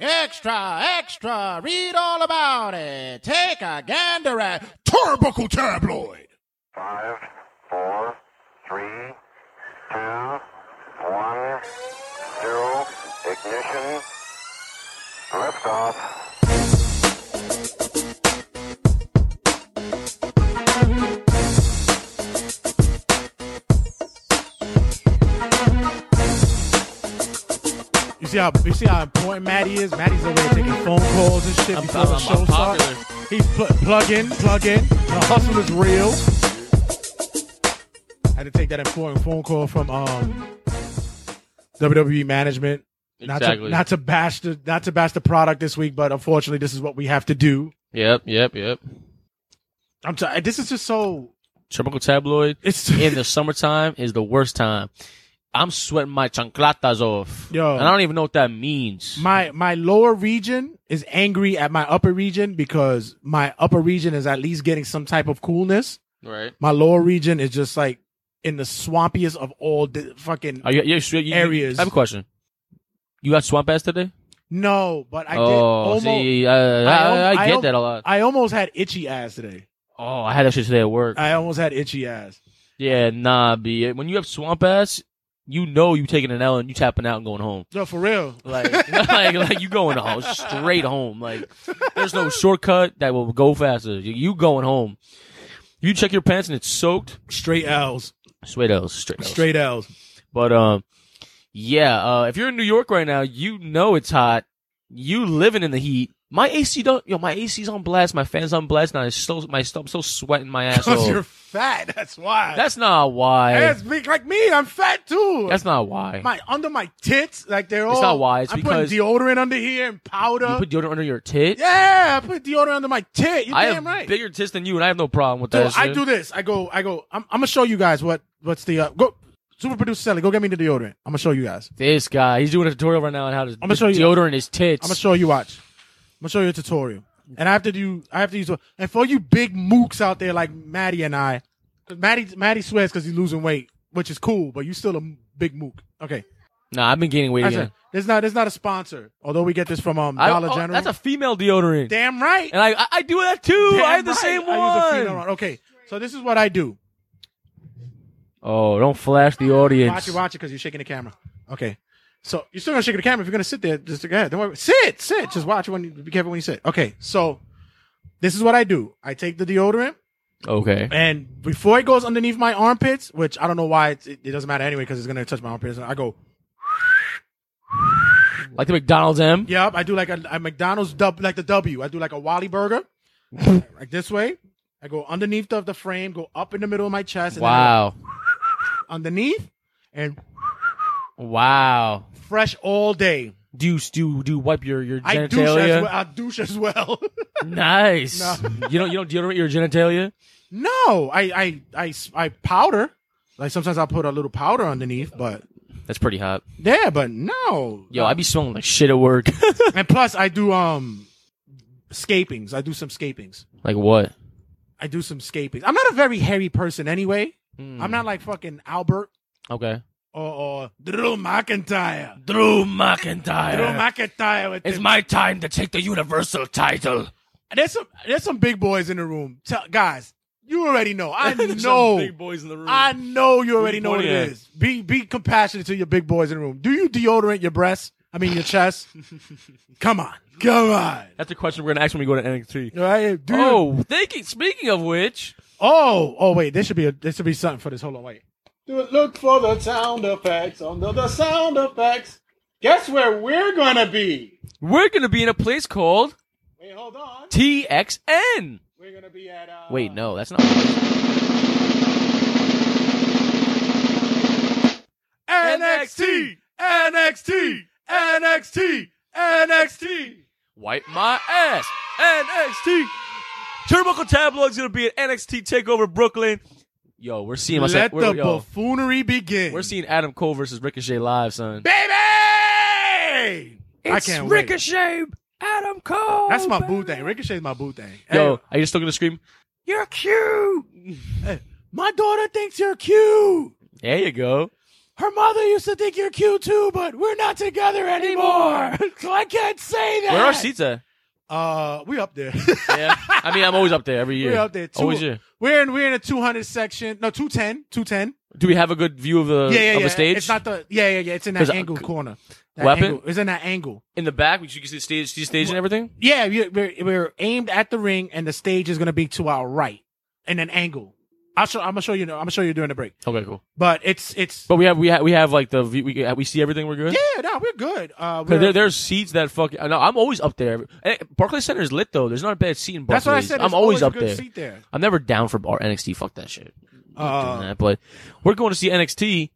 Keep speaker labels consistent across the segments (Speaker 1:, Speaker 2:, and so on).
Speaker 1: Extra, extra, read all about it. Take a gander at Turbuckle Tabloid.
Speaker 2: Five, four, three, two, one, zero, ignition, liftoff.
Speaker 3: You see how you see how important Maddie is. Maddie's over there taking phone calls and shit before the show starts. He's pl- plug in, plug in. The hustle is real. had to take that important phone call from um, WWE management. Not
Speaker 4: Exactly.
Speaker 3: to not to bash the not to bash the product this week, but unfortunately, this is what we have to do.
Speaker 4: Yep, yep, yep.
Speaker 3: I'm sorry. This is just so.
Speaker 4: Tropical tabloid
Speaker 3: It's
Speaker 4: in the summertime is the worst time. I'm sweating my chanclatas off.
Speaker 3: Yo.
Speaker 4: And I don't even know what that means.
Speaker 3: My my lower region is angry at my upper region because my upper region is at least getting some type of coolness.
Speaker 4: right.
Speaker 3: My lower region is just like in the swampiest of all di- fucking.
Speaker 4: Are you, you, you, you-
Speaker 3: Areas.
Speaker 4: I have a question. You got swamp ass today?
Speaker 3: no, but I did.
Speaker 4: oh,
Speaker 3: almost,
Speaker 4: see, uh, I,
Speaker 3: al-
Speaker 4: I,
Speaker 3: I
Speaker 4: get
Speaker 3: al-
Speaker 4: that a lot.
Speaker 3: I almost had itchy ass today.
Speaker 4: oh, I had that shit today at work.
Speaker 3: I almost had itchy ass.
Speaker 4: yeah, nah, be it. When you have swamp ass, you know you taking an L and you tapping out and going home.
Speaker 3: No, for real.
Speaker 4: Like, like, like you going home straight home. Like, there's no shortcut that will go faster. You, you going home. You check your pants and it's soaked.
Speaker 3: Straight L's.
Speaker 4: Straight L's, straight L's.
Speaker 3: Straight L's.
Speaker 4: But um, yeah. Uh, if you're in New York right now, you know it's hot. You living in the heat. My AC don't. Yo, my AC's on blast. My fans on blast. Now it's so my I'm so sweating my ass
Speaker 3: Because you're
Speaker 4: off.
Speaker 3: fat. That's why.
Speaker 4: That's not why.
Speaker 3: Ass big like me. I'm fat too.
Speaker 4: That's not why.
Speaker 3: my under my tits, like they're all.
Speaker 4: It's not why, it's
Speaker 3: I'm
Speaker 4: because-
Speaker 3: putting deodorant under here and powder.
Speaker 4: You put deodorant under your tit.
Speaker 3: yeah, I put deodorant under my tit. You're
Speaker 4: I
Speaker 3: damn
Speaker 4: have
Speaker 3: right.
Speaker 4: bigger tits than you, and I have no problem with
Speaker 3: Dude,
Speaker 4: that.
Speaker 3: I
Speaker 4: shit.
Speaker 3: do this. I go. I go. I'm, I'm gonna show you guys what what's the uh, go. Super producer Sally, go get me the deodorant. I'm gonna show you guys.
Speaker 4: This guy, he's doing a tutorial right now on how to
Speaker 3: I'ma show you-
Speaker 4: deodorant his tits.
Speaker 3: I'm gonna show you. Watch. I'm gonna show you a tutorial. And I have to do. I have to use. And for you big mooks out there like Maddie and I, Maddie Maddie swears because he's losing weight, which is cool. But you still a big mook. Okay.
Speaker 4: nah, I've been gaining weight
Speaker 3: That's
Speaker 4: again.
Speaker 3: it. There's not. There's not a sponsor. Although we get this from um
Speaker 4: I-
Speaker 3: Dollar
Speaker 4: oh,
Speaker 3: General.
Speaker 4: That's a female deodorant,
Speaker 3: damn right.
Speaker 4: and I, I I do that too.
Speaker 3: Damn
Speaker 4: I have the
Speaker 3: right.
Speaker 4: same one.
Speaker 3: I use a female one. Okay, so this is what I do.
Speaker 4: Oh, don't flash the audience.
Speaker 3: Watch it, watch it, because you're shaking the camera. Okay, so you're still gonna shake the camera if you're gonna sit there. Just go ahead. Don't worry. Sit, sit. Just watch when you be careful when you sit. Okay, so this is what I do. I take the deodorant,
Speaker 4: Okay.
Speaker 3: and before it goes underneath my armpits, which I don't know why it's, it, it doesn't matter anyway because it's gonna touch my armpits. I go,
Speaker 4: Like the McDonald's M.
Speaker 3: yep. I do like a, a McDonald's dub, like the W. I do like a Wally burger, like this way. I go underneath of the frame, go up in the middle of my chest, and then I go
Speaker 4: Wow.
Speaker 3: underneath, and
Speaker 4: Wow.
Speaker 3: fresh all day.
Speaker 4: Do you do you- do you wipe your your
Speaker 3: I douche as well.
Speaker 4: genitalia?
Speaker 3: I douche as well.
Speaker 4: Nice.
Speaker 3: No.
Speaker 4: you don't you don't deodorant your genitalia?
Speaker 3: no, I, I I s- I powder. Like sometimes I put a little powder underneath, but
Speaker 4: That's pretty hot.
Speaker 3: yeah, but no. Uh,
Speaker 4: Yo, I be smelling like shit at work.
Speaker 3: and plus I do um scapings. I do some scapings.
Speaker 4: like what?
Speaker 3: I do some scapings. I'm not a very hairy person anyway.
Speaker 4: Hmm.
Speaker 3: I'm not like fucking Albert
Speaker 4: Okay.
Speaker 3: or, or Drew McIntyre.
Speaker 4: Drew
Speaker 3: Drew
Speaker 4: McIntyre.
Speaker 3: McIntyre with the-
Speaker 4: my time to take the universal title.
Speaker 3: there's some there's some big boys in the room. Tell, guys, you already know. I
Speaker 4: There's
Speaker 3: know.
Speaker 4: some big boys in the room.
Speaker 3: I know you already
Speaker 4: you
Speaker 3: know what it
Speaker 4: pointing
Speaker 3: is.
Speaker 4: at?
Speaker 3: Be be compassionate to your big boys in the room. Do you deodorant your breasts? I mean your chest. Come on, come on.
Speaker 4: That's a question we're gonna ask when we go to NXT.
Speaker 3: All right, do you- oh.
Speaker 4: Oh, thinking. Speaking of which,
Speaker 3: oh, wait. There should be a there should be something for this. Hold on, wait.
Speaker 5: Look for the sound effects under the sound effects. Guess where we're gonna be?
Speaker 4: we're gonna be in a place called
Speaker 5: Wait, hold on.
Speaker 4: TXN.
Speaker 5: We're gonna be at. Uh,
Speaker 4: Wait, no, that's not.
Speaker 3: NXT, NXT, NXT, NXT.
Speaker 4: Wipe my ass. NXT. Turbuckle Tabloid's gonna be at NXT Takeover Brooklyn. Yo, we're seeing myself.
Speaker 3: Let
Speaker 4: we're,
Speaker 3: the
Speaker 4: yo,
Speaker 3: buffoonery begin.
Speaker 4: we're seeing Adam Cole versus Ricochet live, son.
Speaker 3: baby. I
Speaker 4: It's
Speaker 3: can't wait.
Speaker 4: Ricochet, Adam Cole.
Speaker 3: That's my
Speaker 4: baby.
Speaker 3: boo thing. Ricochet's my boo thing.
Speaker 4: Yo, are you still gonna scream? You're cute.
Speaker 3: Hey, my daughter thinks you're cute.
Speaker 4: There you go.
Speaker 3: her mother used to think you're cute too, but we're not together anymore, so I can't say that.
Speaker 4: Where are seats at?
Speaker 3: Uh, we up there.
Speaker 4: Yeah. I mean, I'm always up there every year.
Speaker 3: We're up there. Two,
Speaker 4: Always here.
Speaker 3: We're in we're in a 200 section. No, 210, 210.
Speaker 4: Do we have a good view of the
Speaker 3: yeah, yeah,
Speaker 4: Uh, of
Speaker 3: yeah.
Speaker 4: the stage?
Speaker 3: It's not the yeah, yeah, yeah. It's in that
Speaker 4: 'Cause, uh,
Speaker 3: angle
Speaker 4: c-
Speaker 3: corner. That
Speaker 4: weapon?
Speaker 3: angle. It's in that angle.
Speaker 4: in the back, which you can see the stage, see the stage and everything.
Speaker 3: Yeah, we- we're, we're aimed at the ring, and the stage is gonna be to our right in an angle. I'll show. I'm gonna show you. I'm gonna show you during the break.
Speaker 4: Okay, cool.
Speaker 3: But it's it's.
Speaker 4: But we have we have we have like the view, we we see everything. We're good.
Speaker 3: yeah, no, we're good. Uh,
Speaker 4: Cause
Speaker 3: we're-
Speaker 4: there, there's seats that fucking. No, I'm always up there. Eh, Barclays Center is lit though. There's not a bad seat in Barclays.
Speaker 3: that's what I said.
Speaker 4: I'm
Speaker 3: There's
Speaker 4: always,
Speaker 3: a
Speaker 4: up
Speaker 3: good
Speaker 4: there.
Speaker 3: Seat there.
Speaker 4: I'm never down for bar NXT. Fuck that shit.
Speaker 3: Uh,
Speaker 4: Doing that, but we're going to see NXT.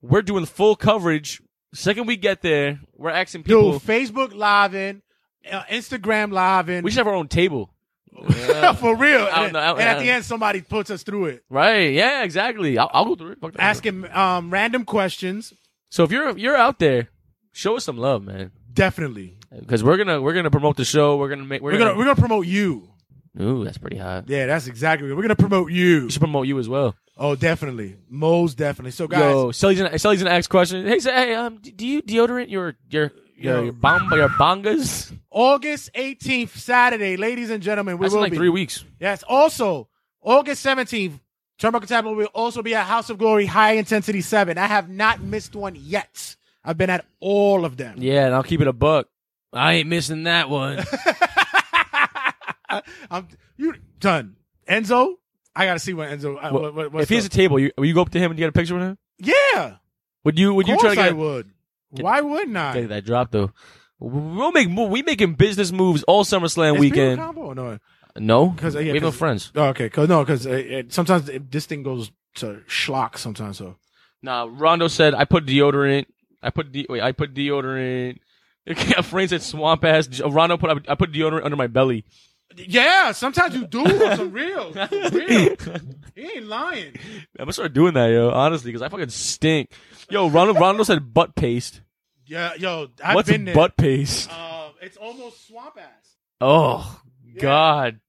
Speaker 4: We're doing full coverage. Second we get there, we're asking
Speaker 3: dude,
Speaker 4: people.
Speaker 3: Facebook live in, uh, Instagram live in.
Speaker 4: we should have our own table.
Speaker 3: for real.
Speaker 4: I don't
Speaker 3: And,
Speaker 4: know, I
Speaker 3: and
Speaker 4: don't- I
Speaker 3: at the
Speaker 4: don't-
Speaker 3: end, somebody puts us through it,
Speaker 4: Right? Yeah, exactly. I'll, I'll go through it. Fuck that.
Speaker 3: asking um, random questions.
Speaker 4: So if you're you're out there, show us some love, man.
Speaker 3: Definitely,
Speaker 4: Because we're gonna we're gonna promote the show. We're gonna make we're,
Speaker 3: we're gonna we're gonna promote you.
Speaker 4: Ooh, that's pretty hot.
Speaker 3: Yeah, that's exactly. We're gonna promote you.
Speaker 4: We should promote you as well.
Speaker 3: Oh, definitely, most definitely. So guys,
Speaker 4: Yo, Sully's gonna, Sully's gonna ask questions. Hey, say, hey, um, d- do you deodorant your your your
Speaker 3: Yo.
Speaker 4: your, bomb, your bongas?
Speaker 3: August eighteenth, Saturday, ladies and gentlemen, we
Speaker 4: That's in
Speaker 3: will
Speaker 4: like
Speaker 3: be.
Speaker 4: three weeks.
Speaker 3: Yes. Also, August 17th, Turnbuckle Tablet will also be at House of Glory High Intensity 7. I have not missed one yet. I've been at all of them.
Speaker 4: Yeah, and I'll keep it a buck. I ain't missing that one.
Speaker 3: I'm you done. Enzo? I gotta see what Enzo I-
Speaker 4: Well,
Speaker 3: what, what, what's
Speaker 4: if he has a
Speaker 3: up.
Speaker 4: table, you will you go up to him and get a picture with him?
Speaker 3: Yeah.
Speaker 4: Would you would
Speaker 3: Of
Speaker 4: you try
Speaker 3: course
Speaker 4: to
Speaker 3: I
Speaker 4: get
Speaker 3: would. Why wouldn't I?
Speaker 4: take that drop though? We'll make mo- we making business moves all SummerSlam
Speaker 3: Is
Speaker 4: weekend.
Speaker 3: People combo or no?
Speaker 4: No,
Speaker 3: 'Cause, uh, yeah,
Speaker 4: we have no
Speaker 3: 'cause-
Speaker 4: friends.
Speaker 3: Oh, okay, cause no, cause uh, it, sometimes it, this thing goes to schlock sometimes. So
Speaker 4: Nah, Rondo said I put deodorant. I put de- wait, I put deodorant. Frank said swamp ass. Rondo put I put deodorant under my belly.
Speaker 3: yeah, sometimes you do. on some real, for real. He ain't lying.
Speaker 4: I'm gonna start doing that, yo. Honestly, because I fucking stink. Yo, Rondo, Rondo said butt paste.
Speaker 3: Yeah, yo, I've
Speaker 4: What's
Speaker 3: been there.
Speaker 4: butt paste?
Speaker 3: Uh, it's almost swamp ass.
Speaker 4: Oh God,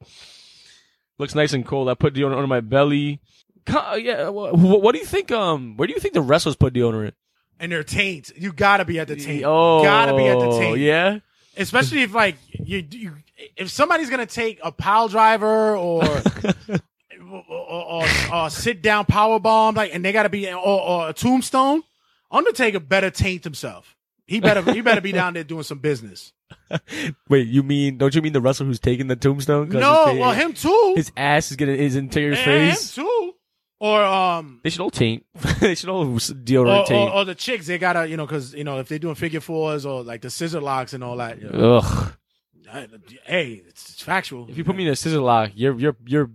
Speaker 4: looks nice and cold. I put deodorant under my belly. Co- yeah, wh- wh- what do you think? Um, where do you think the wrestlers put deodorant?
Speaker 3: And they're taint. You gotta be at the taint.
Speaker 4: Oh,
Speaker 3: gotta be at the taint.
Speaker 4: Yeah,
Speaker 3: Especially if like you, you, if somebody's gonna take a pile driver or. Or, or, or sit down power bomb like, and they gotta be or, or a tombstone. Undertaker better taint himself. He better he better be down there doing some business.
Speaker 4: Wait, you mean? Don't you mean the wrestler who's taking the tombstone? 'Cause
Speaker 3: No,
Speaker 4: it's-
Speaker 3: well him too.
Speaker 4: His ass is getting his entire
Speaker 3: Yeah,
Speaker 4: face.
Speaker 3: him too. Or um
Speaker 4: They should all taint. they should all s- deodorant
Speaker 3: or,
Speaker 4: taint.
Speaker 3: or, or the chicks they gotta you know because you know if they're doing figure fours or like the scissor locks and all that you know,
Speaker 4: Ugh.
Speaker 3: I- hey it's, it's factual
Speaker 4: If you put me in a scissor lock, you're you're you're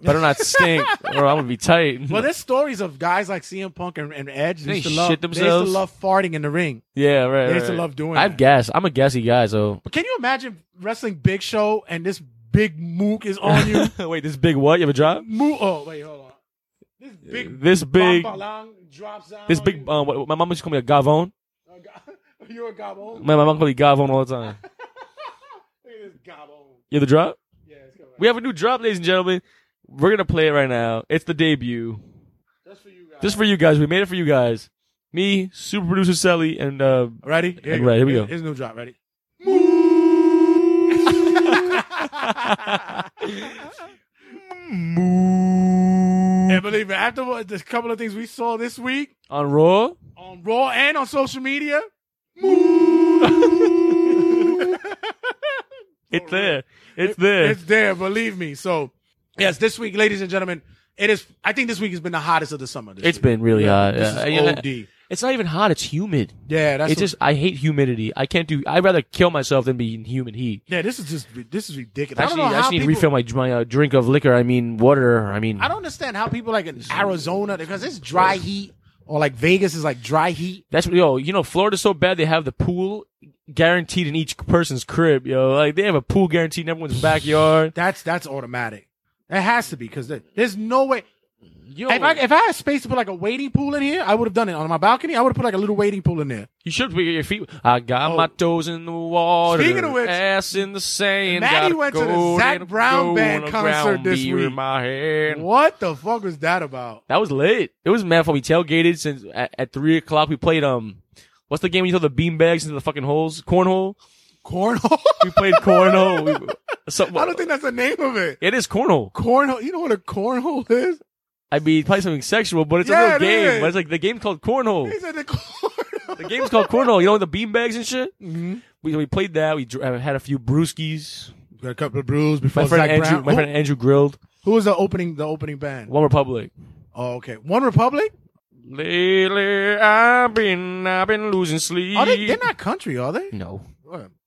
Speaker 4: better not stink, or I'm gonna be tight.
Speaker 3: well there's stories of guys like CM Punk and, and Edge
Speaker 4: They
Speaker 3: used to love
Speaker 4: shit
Speaker 3: they used
Speaker 4: themselves.
Speaker 3: to love farting in the ring
Speaker 4: yeah, right.
Speaker 3: they used
Speaker 4: right,
Speaker 3: to
Speaker 4: right.
Speaker 3: love doing
Speaker 4: I've
Speaker 3: that.
Speaker 4: gas. I'm a gassy guy, so.
Speaker 3: but can you imagine wrestling Big Show and this big mook is on you
Speaker 4: Wait, this big what? You have a drop?
Speaker 3: mook oh wait hold on this big
Speaker 4: This big,
Speaker 5: Bambalang drops down.
Speaker 4: this big. Um, what, my mom used to call me a gavon.
Speaker 5: Oh, God. You're a
Speaker 3: oh.
Speaker 5: gobble.
Speaker 4: My, my mom called me gavon all the time.
Speaker 5: Look at this
Speaker 3: oh.
Speaker 5: gobble.
Speaker 4: You have the drop?
Speaker 5: Yeah, it's coming.
Speaker 4: We have a new drop, ladies and gentlemen. We're gonna play it right now. It's the debut.
Speaker 5: Just for you guys.
Speaker 4: Just for you guys. We made it for you guys. Me, super producer Sally, and uh,
Speaker 3: ready here, you
Speaker 4: Right, here we
Speaker 3: Here's-
Speaker 4: go.
Speaker 3: here's a new drop ready and believe it after what the couple of things we saw this week
Speaker 4: on Raw.
Speaker 3: on Raw and on social media
Speaker 4: It's there. It's there.
Speaker 3: It's there, believe me. So, yes, this week, ladies and gentlemen, it is. I think this week has been the hottest of the summer. This
Speaker 4: It's
Speaker 3: week.
Speaker 4: been really hot.
Speaker 3: This
Speaker 4: Yeah,
Speaker 3: is
Speaker 4: you know,
Speaker 3: OD.
Speaker 4: It's not even hot. It's humid.
Speaker 3: Yeah, that's
Speaker 4: It's
Speaker 3: what-
Speaker 4: just I hate humidity. I can't do. I'd rather kill myself than be in humid heat.
Speaker 3: Yeah, this is just this is ridiculous.
Speaker 4: Actually,
Speaker 3: I
Speaker 4: I,
Speaker 3: don't know how
Speaker 4: actually need to
Speaker 3: people,
Speaker 4: refill my my uh, drink of liquor. I mean water. I mean
Speaker 3: I don't understand how people like in Arizona because it's dry heat or like Vegas is like dry heat.
Speaker 4: that's what yo. You know Florida's so bad they have the pool guaranteed in each person's crib. Yo, like they have a pool guaranteed in everyone's backyard.
Speaker 3: That's that's automatic. It has to be because there's no way.
Speaker 4: Yo,
Speaker 3: If I if I had space to put like a waiting pool in here, I would have done it on my balcony. I would have put like a little waiting pool in there.
Speaker 4: you should figure your feet. I got my toes in the water,
Speaker 3: Oh. Speaking of which,
Speaker 4: ass in the sand.
Speaker 3: Maddie
Speaker 4: got a
Speaker 3: went to the
Speaker 4: gold
Speaker 3: Zac
Speaker 4: and a
Speaker 3: Brown
Speaker 4: gold
Speaker 3: Band
Speaker 4: and a
Speaker 3: concert
Speaker 4: brown
Speaker 3: this
Speaker 4: beer in
Speaker 3: week.
Speaker 4: my hand.
Speaker 3: What the fuck was that about?
Speaker 4: That was lit. It was mad fun. We tailgated since at, at three o'clock. We played um, what's the game? When you throw the beanbags into the fucking holes, cornhole.
Speaker 3: Cornhole.
Speaker 4: We played cornhole. We, so,
Speaker 3: I don't think that's the name of it.
Speaker 4: it is cornhole.
Speaker 3: Cornhole. You know what a cornhole is?
Speaker 4: I mean, play something sexual, but it's
Speaker 3: Yeah,
Speaker 4: a real
Speaker 3: it
Speaker 4: game.
Speaker 3: is.
Speaker 4: But it's like the game's called cornhole.
Speaker 3: He said the cornhole.
Speaker 4: The game's called cornhole. You know the beanbags and shit. Mm-hmm. We we played that. We dr- uh, had a few brewskis.
Speaker 3: Got a couple of brews before
Speaker 4: My friend
Speaker 3: Zac
Speaker 4: Andrew.
Speaker 3: Brown.
Speaker 4: My
Speaker 3: who,
Speaker 4: friend Andrew grilled
Speaker 3: who was the opening? The opening band.
Speaker 4: One Republic.
Speaker 3: Oh, okay. One Republic.
Speaker 4: Lately, I've been I've been losing sleep.
Speaker 3: Are they? They're not country, are they?
Speaker 4: no.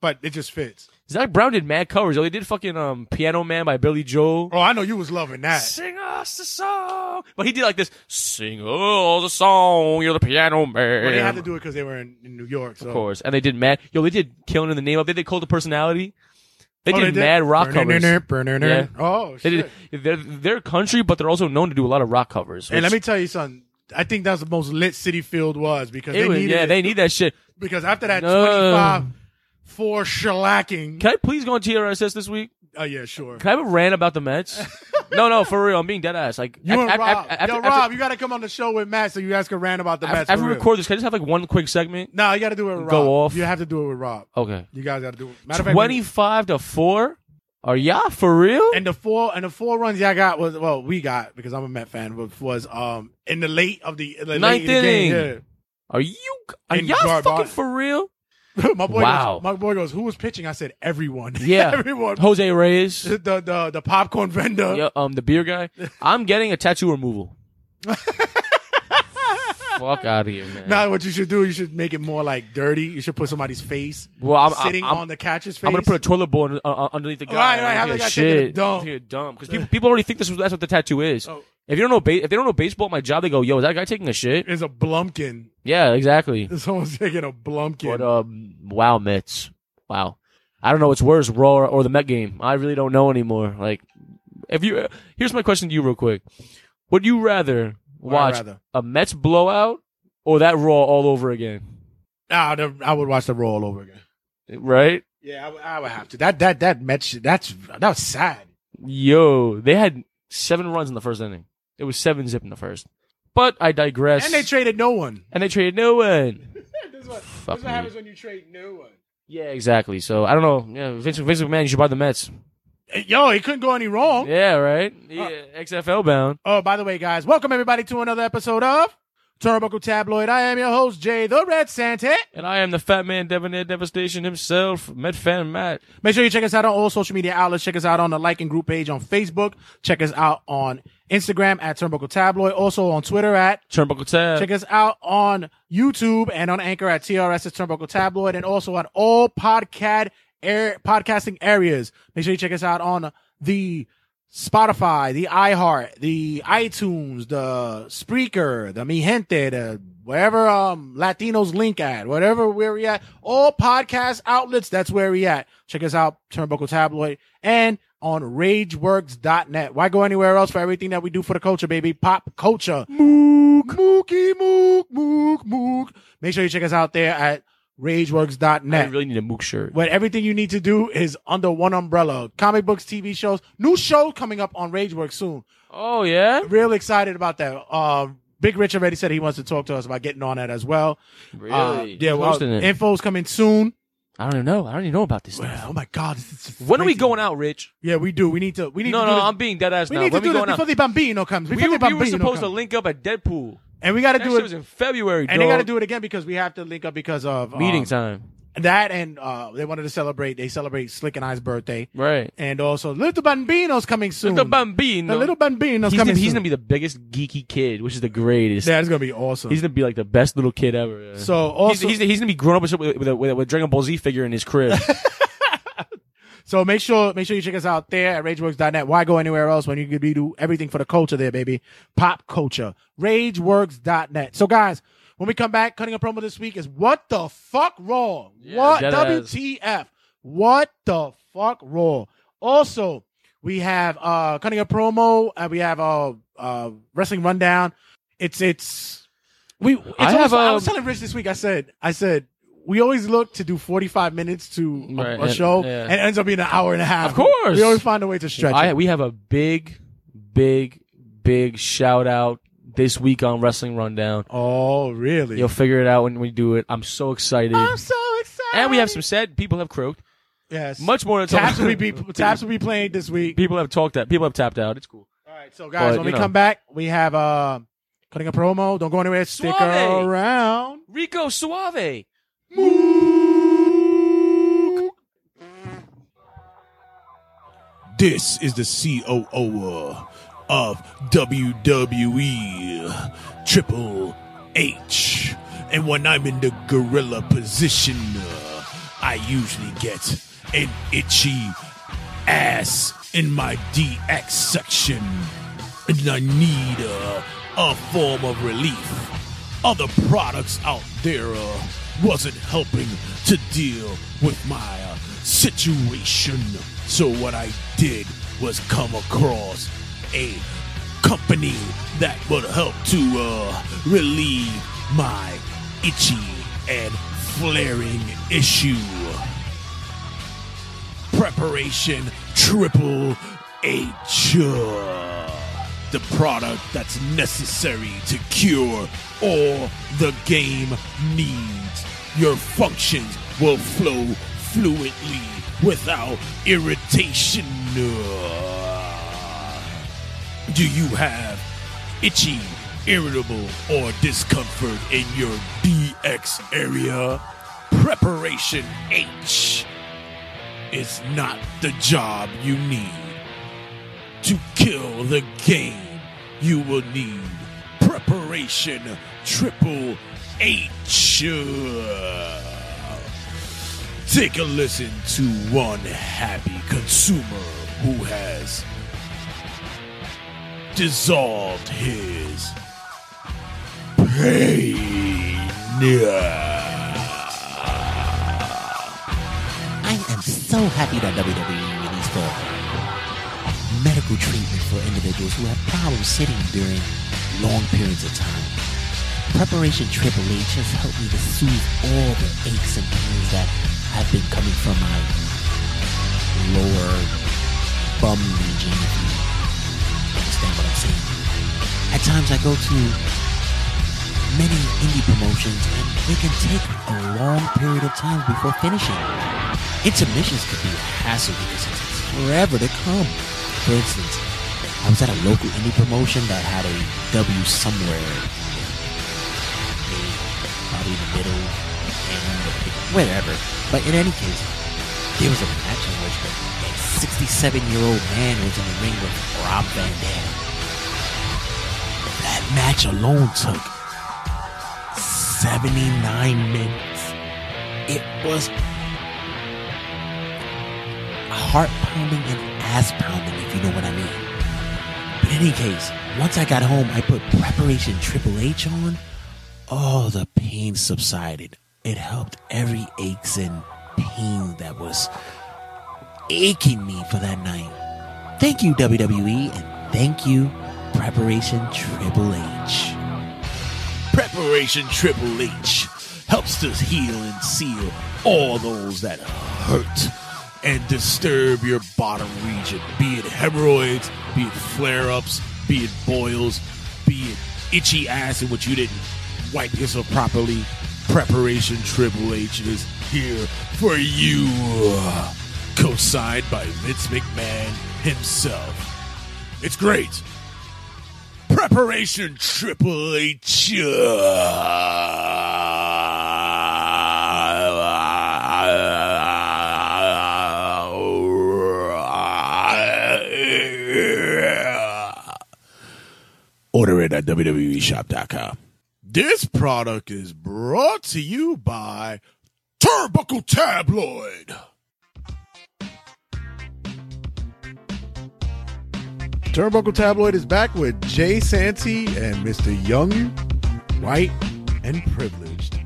Speaker 3: But it just fits.
Speaker 4: Zach Brown did mad covers. Oh, they did fucking um Piano Man by Billy Joel.
Speaker 3: Oh, I know you was loving that.
Speaker 4: Sing us the song. But he did like this. Sing us the song. You're the piano man.
Speaker 3: Well, they had to do it because they were in, in New York. So.
Speaker 4: of course. And they did mad. Yo, they did Killing in the Name of. They did Cult of Personality. They
Speaker 3: Oh,
Speaker 4: did mad rock covers.
Speaker 3: Burn-in-in-in-burn-in-in.
Speaker 4: Yeah.
Speaker 3: Oh
Speaker 4: They
Speaker 3: shit!
Speaker 4: did, they're, they're country, but they're also known to do a lot of rock covers.
Speaker 3: And
Speaker 4: which-
Speaker 3: let me tell you something. I think that's the most lit City Field was because
Speaker 4: it
Speaker 3: they
Speaker 4: was-
Speaker 3: needed
Speaker 4: yeah,
Speaker 3: it.
Speaker 4: they need that shit.
Speaker 3: because after that
Speaker 4: No.
Speaker 3: 25 for shellacking.
Speaker 4: Can I please go on TRSS this week?
Speaker 3: Oh yeah, sure.
Speaker 4: Can I have a rant about the Mets? no, no, for real. I'm being dead ass. Like
Speaker 3: You
Speaker 4: af-
Speaker 3: and
Speaker 4: af-
Speaker 3: Rob,
Speaker 4: af-
Speaker 3: yo
Speaker 4: after-
Speaker 3: Rob, you got to come on the show with Matt so you guys can rant about the
Speaker 4: after,
Speaker 3: Mets.
Speaker 4: after
Speaker 3: for
Speaker 4: we
Speaker 3: real.
Speaker 4: record this, can I just have like one quick segment?
Speaker 3: No, you got to do it with Rob.
Speaker 4: Go off.
Speaker 3: You have to do it with Rob.
Speaker 4: Okay.
Speaker 3: You guys got to do it. Matter of fact, we-
Speaker 4: 25 to 4? Are y'all for real?
Speaker 3: and the four and the four runs y'all got was well we got because I'm a Met fan but was um in the late of the, the late
Speaker 4: Ninth
Speaker 3: of the game,
Speaker 4: inning. Are you are
Speaker 3: And
Speaker 4: y'all
Speaker 3: Garbage.
Speaker 4: fucking for real?
Speaker 3: yeah. my boy
Speaker 4: Wow.
Speaker 3: goes, my boy goes who was pitching I said everyone
Speaker 4: Yeah.
Speaker 3: everyone
Speaker 4: Jose Reyes,
Speaker 3: the, the the popcorn vendor
Speaker 4: yeah, um, the beer guy. I'm getting a tattoo removal. Fuck out of here, man.
Speaker 3: Now what you should do, you should make it more like dirty. You should put somebody's face
Speaker 4: well, I'm, I'm-
Speaker 3: sitting
Speaker 4: I'm,
Speaker 3: on the catcher's face.
Speaker 4: I'm gonna put a toilet bowl under- uh, uh, underneath the guy.
Speaker 3: Right, right,
Speaker 4: Like,
Speaker 3: have
Speaker 4: yeah,
Speaker 3: the guy taking a
Speaker 4: shit.
Speaker 3: dump.
Speaker 4: Yeah, dump. Because people, people already think this was that's what the tattoo is.
Speaker 3: Oh.
Speaker 4: If you don't know, ba- if they don't know baseball, at my job, they go, "Yo, is that guy taking a shit?"
Speaker 3: is a blumpkin.
Speaker 4: Yeah, exactly.
Speaker 3: Someone's taking a blumpkin.
Speaker 4: But um, wow, Mets. Wow. I don't know what's worse, Raw or, or the Met game. I really don't know anymore. Like, if you uh, here's my question to you, real quick: Would you rather
Speaker 3: I'd
Speaker 4: watch
Speaker 3: rather.
Speaker 4: a Mets blowout or that Raw all over again?
Speaker 3: Nah, the, I would watch the roll all over again.
Speaker 4: Right?
Speaker 3: Yeah, I would- I would have to. That that that match. That's that was sad.
Speaker 4: Yo, they had seven runs in the first inning. It was seven zip in the first. But I digress.
Speaker 3: And they traded no one.
Speaker 4: and they traded no one.
Speaker 5: this is what,
Speaker 4: Fuck
Speaker 5: this is
Speaker 4: me.
Speaker 5: what happens when you trade new one.
Speaker 4: Yeah, exactly. So I don't know. Yeah, Vince, Vince McMahon, you should buy the Mets.
Speaker 3: Yo, it couldn't go any wrong.
Speaker 4: Yeah, right. Yeah, XFL bound.
Speaker 3: Oh, by the way, guys, welcome everybody to another episode of Turnbuckle Tabloid. I am your host Jay the Red Santa.
Speaker 4: And I am the fat man Debonair Devastation himself, Met Fan Matt.
Speaker 3: Make sure you check us out on all social media outlets. Check us out on the like and group page on Facebook. Check us out on Instagram at Turnbuckle Tabloid. Also on Twitter at
Speaker 4: Turnbuckle Tab.
Speaker 3: Check us out on YouTube and on Anchor at TRS's Turnbuckle Tabloid and also on all podcast air, podcasting areas. Make sure you check us out on the Spotify, the iHeart, the iTunes, the Spreaker, the Mi Gente, the wherever um Latinos link at, whatever where we at. All podcast outlets, that's where we at. Check us out, Turnbuckle Tabloid, and on rageworks.net. Why go anywhere else for everything that we do for the culture, baby? Pop culture. Mook. Mookie, mook, mook, mook. Make sure you check us out there at
Speaker 4: I
Speaker 3: rageworks.net.
Speaker 4: really need a mook shirt.
Speaker 3: Where everything you need to do is under one umbrella. Comic books, TV shows, new show coming up on Rageworks soon.
Speaker 4: Oh yeah.
Speaker 3: Real excited about that. Uh, Big Rich already said he wants to talk to us about getting on that as well. Uh, yeah, well,
Speaker 4: Posting it.
Speaker 3: info's coming soon.
Speaker 4: I don't even know. I don't even know about this stuff.
Speaker 3: Well, oh my God, this is
Speaker 4: When are we
Speaker 3: freaking-
Speaker 4: going out, Rich?
Speaker 3: Yeah, we do. We need to. We need
Speaker 4: No,
Speaker 3: to do
Speaker 4: no,
Speaker 3: this.
Speaker 4: I'm being dead ass
Speaker 3: we
Speaker 4: now.
Speaker 3: need to
Speaker 4: when
Speaker 3: do
Speaker 4: we
Speaker 3: this
Speaker 4: going
Speaker 3: before
Speaker 4: out?
Speaker 3: the Bambino comes.
Speaker 4: We,
Speaker 3: Before the
Speaker 4: we
Speaker 3: Bambino
Speaker 4: were supposed to
Speaker 3: comes.
Speaker 4: link up at Deadpool.
Speaker 3: and we got to
Speaker 4: That
Speaker 3: do
Speaker 4: shit was
Speaker 3: it.
Speaker 4: in February,
Speaker 3: And
Speaker 4: dog. Uh-huh.
Speaker 3: they got to do it again because we have to link up because of um,
Speaker 4: meeting time.
Speaker 3: That and uh, they wanted to celebrate. They celebrate Slick and I's birthday.
Speaker 4: Right.
Speaker 3: And also, Little Bambino's coming soon.
Speaker 4: The Bambino.
Speaker 3: The Little Bambino's
Speaker 4: he's
Speaker 3: coming
Speaker 4: gonna, he's
Speaker 3: soon.
Speaker 4: gonna be the biggest geeky kid, which is the greatest.
Speaker 3: That's going to be awesome.
Speaker 4: He's gonna be like the best little kid ever. yeah.
Speaker 3: so,
Speaker 4: he's,
Speaker 3: also,
Speaker 4: he's, he's gonna be grown up with with, with, a- with a Dragon Ball Z figure in his crib.
Speaker 3: so make sure make sure you check us out there at rageworks.net. Why go anywhere else when you could be do everything for the culture there, baby? Pop culture. Rageworks.net. So, guys, when we come back, cutting a promo this week is what the fuck raw?
Speaker 4: Yeah,
Speaker 3: what
Speaker 4: dead ass.
Speaker 3: WTF? What the fuck raw? Also, We have uh Cunningham promo. Uh, we have uh uh wrestling rundown. It's it's we. It's
Speaker 4: I
Speaker 3: I,
Speaker 4: have,
Speaker 3: I was
Speaker 4: um,
Speaker 3: telling Rich this week. I said I said we always look to do forty five minutes to a,
Speaker 4: Right,
Speaker 3: a
Speaker 4: and-
Speaker 3: show
Speaker 4: yeah.
Speaker 3: and it ends up being an hour and a half.
Speaker 4: Of course.
Speaker 3: we always find a way to stretch.
Speaker 4: I,
Speaker 3: it.
Speaker 4: we have a big, big, big shout out this week on Wrestling Rundown.
Speaker 3: Oh really?
Speaker 4: You'll figure it out when we do it. I'm so excited.
Speaker 3: I'm so excited.
Speaker 4: and we have some sad people have croaked.
Speaker 3: yes
Speaker 4: Much more than
Speaker 3: taps will be taps will be playing this week.
Speaker 4: People have talked that. People have tapped out. It's cool.
Speaker 3: All right, so guys, when
Speaker 4: But, you
Speaker 3: we
Speaker 4: know.
Speaker 3: come back, we have uh, cutting a promo. Don't go anywhere. Stick
Speaker 4: Suave.
Speaker 3: around.
Speaker 4: Rico Suave.
Speaker 6: This is the COO of WWE Triple H. And when I'm in the gorilla position, uh, I usually get an itchy ass in my DX section. And I need uh, a form of relief other products out there uh, wasn't helping to deal with my uh, situation. So what I did was come across a company that would help to uh, relieve my itchy and flaring issue. Preparation Triple H. uh, The product that's necessary to cure all the game needs. Your functions will flow fluidly without irritation. uh. Do you have itchy, irritable, or discomfort in your DX area? Preparation H is not the job you need. To kill the game, you will need preparation triple H. Take a listen to one happy consumer who has dissolved his pain.
Speaker 7: I am so happy that WWE released the medical treatment for individuals who have problems sitting during long periods of time. Preparation Triple H has helped me to soothe all the aches and pains that have been coming from my lower bum region. If you understand what I'm saying? At times I go to many indie promotions and they can take a long period of time before finishing. Intermissions could be a hassle because it takes forever to come. For instance, I was at a local indie promotion that had a W somewhere. Probably in the middle and whatever. But in any case, there was a match in which a 67-year-old man was in the ring with Rob Van Dam. That match alone took 79 minutes. It was heart pounding and ass pounding, if you know what I mean. But in any case, once I got home, I put Preparation Triple H on. All the pain subsided. It helped every aches and pain that was aching me for that night. Thank you, WWE, and thank you, Preparation Triple H.
Speaker 6: Preparation Triple H helps to heal and seal all those that hurt and disturb your bottom region, be it hemorrhoids, be it flare ups, be it boils, be it itchy ass in which you didn't wipe yourself properly. Preparation Triple H is here for you. Co signed by Vince McMahon himself. It's great. Preparation Triple H.
Speaker 3: Uh,
Speaker 6: Order it at
Speaker 3: E
Speaker 6: WWEshop.com. This product is brought to you by Turbuckle Tabloid.
Speaker 3: Turnbuckle Tabloid is back with Jay Santee and Mr. Young, White, and Privileged.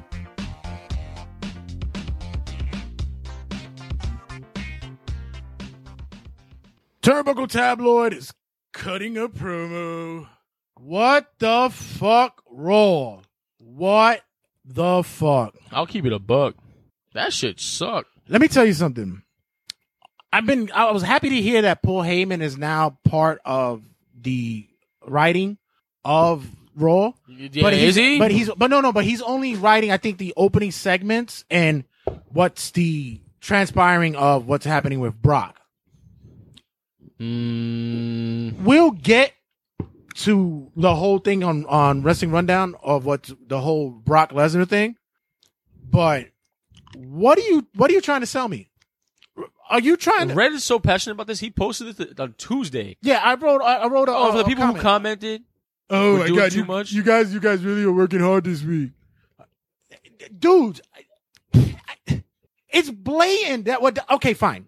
Speaker 3: Turnbuckle Tabloid is cutting a promo. What the fuck, Raw? What the fuck?
Speaker 4: I'll keep it a buck. That shit sucked.
Speaker 3: Let me tell you something. I've been I was happy to hear that Paul Heyman is now part of the writing of Raw.
Speaker 4: Yeah,
Speaker 3: he's-
Speaker 4: is he?
Speaker 3: But he's but no no but he's only writing I think the opening segments and what's the transpiring of what's happening with Brock.
Speaker 4: Mm,
Speaker 3: We'll get to the whole thing on on wrestling rundown of what's the whole Brock Lesnar thing. But what are you what are you trying to sell me? Are you trying to
Speaker 4: Red is so passionate about this. He posted this on Tuesday.
Speaker 3: Yeah, I wrote. I I wrote. A,
Speaker 4: Oh,
Speaker 3: a-
Speaker 4: for the
Speaker 3: a
Speaker 4: people
Speaker 3: comment.
Speaker 4: who commented,
Speaker 3: Oh
Speaker 4: We're doing too
Speaker 3: you,
Speaker 4: much?
Speaker 3: you guys, you guys really are working hard this week, dude. It's blatant that what? Okay, fine,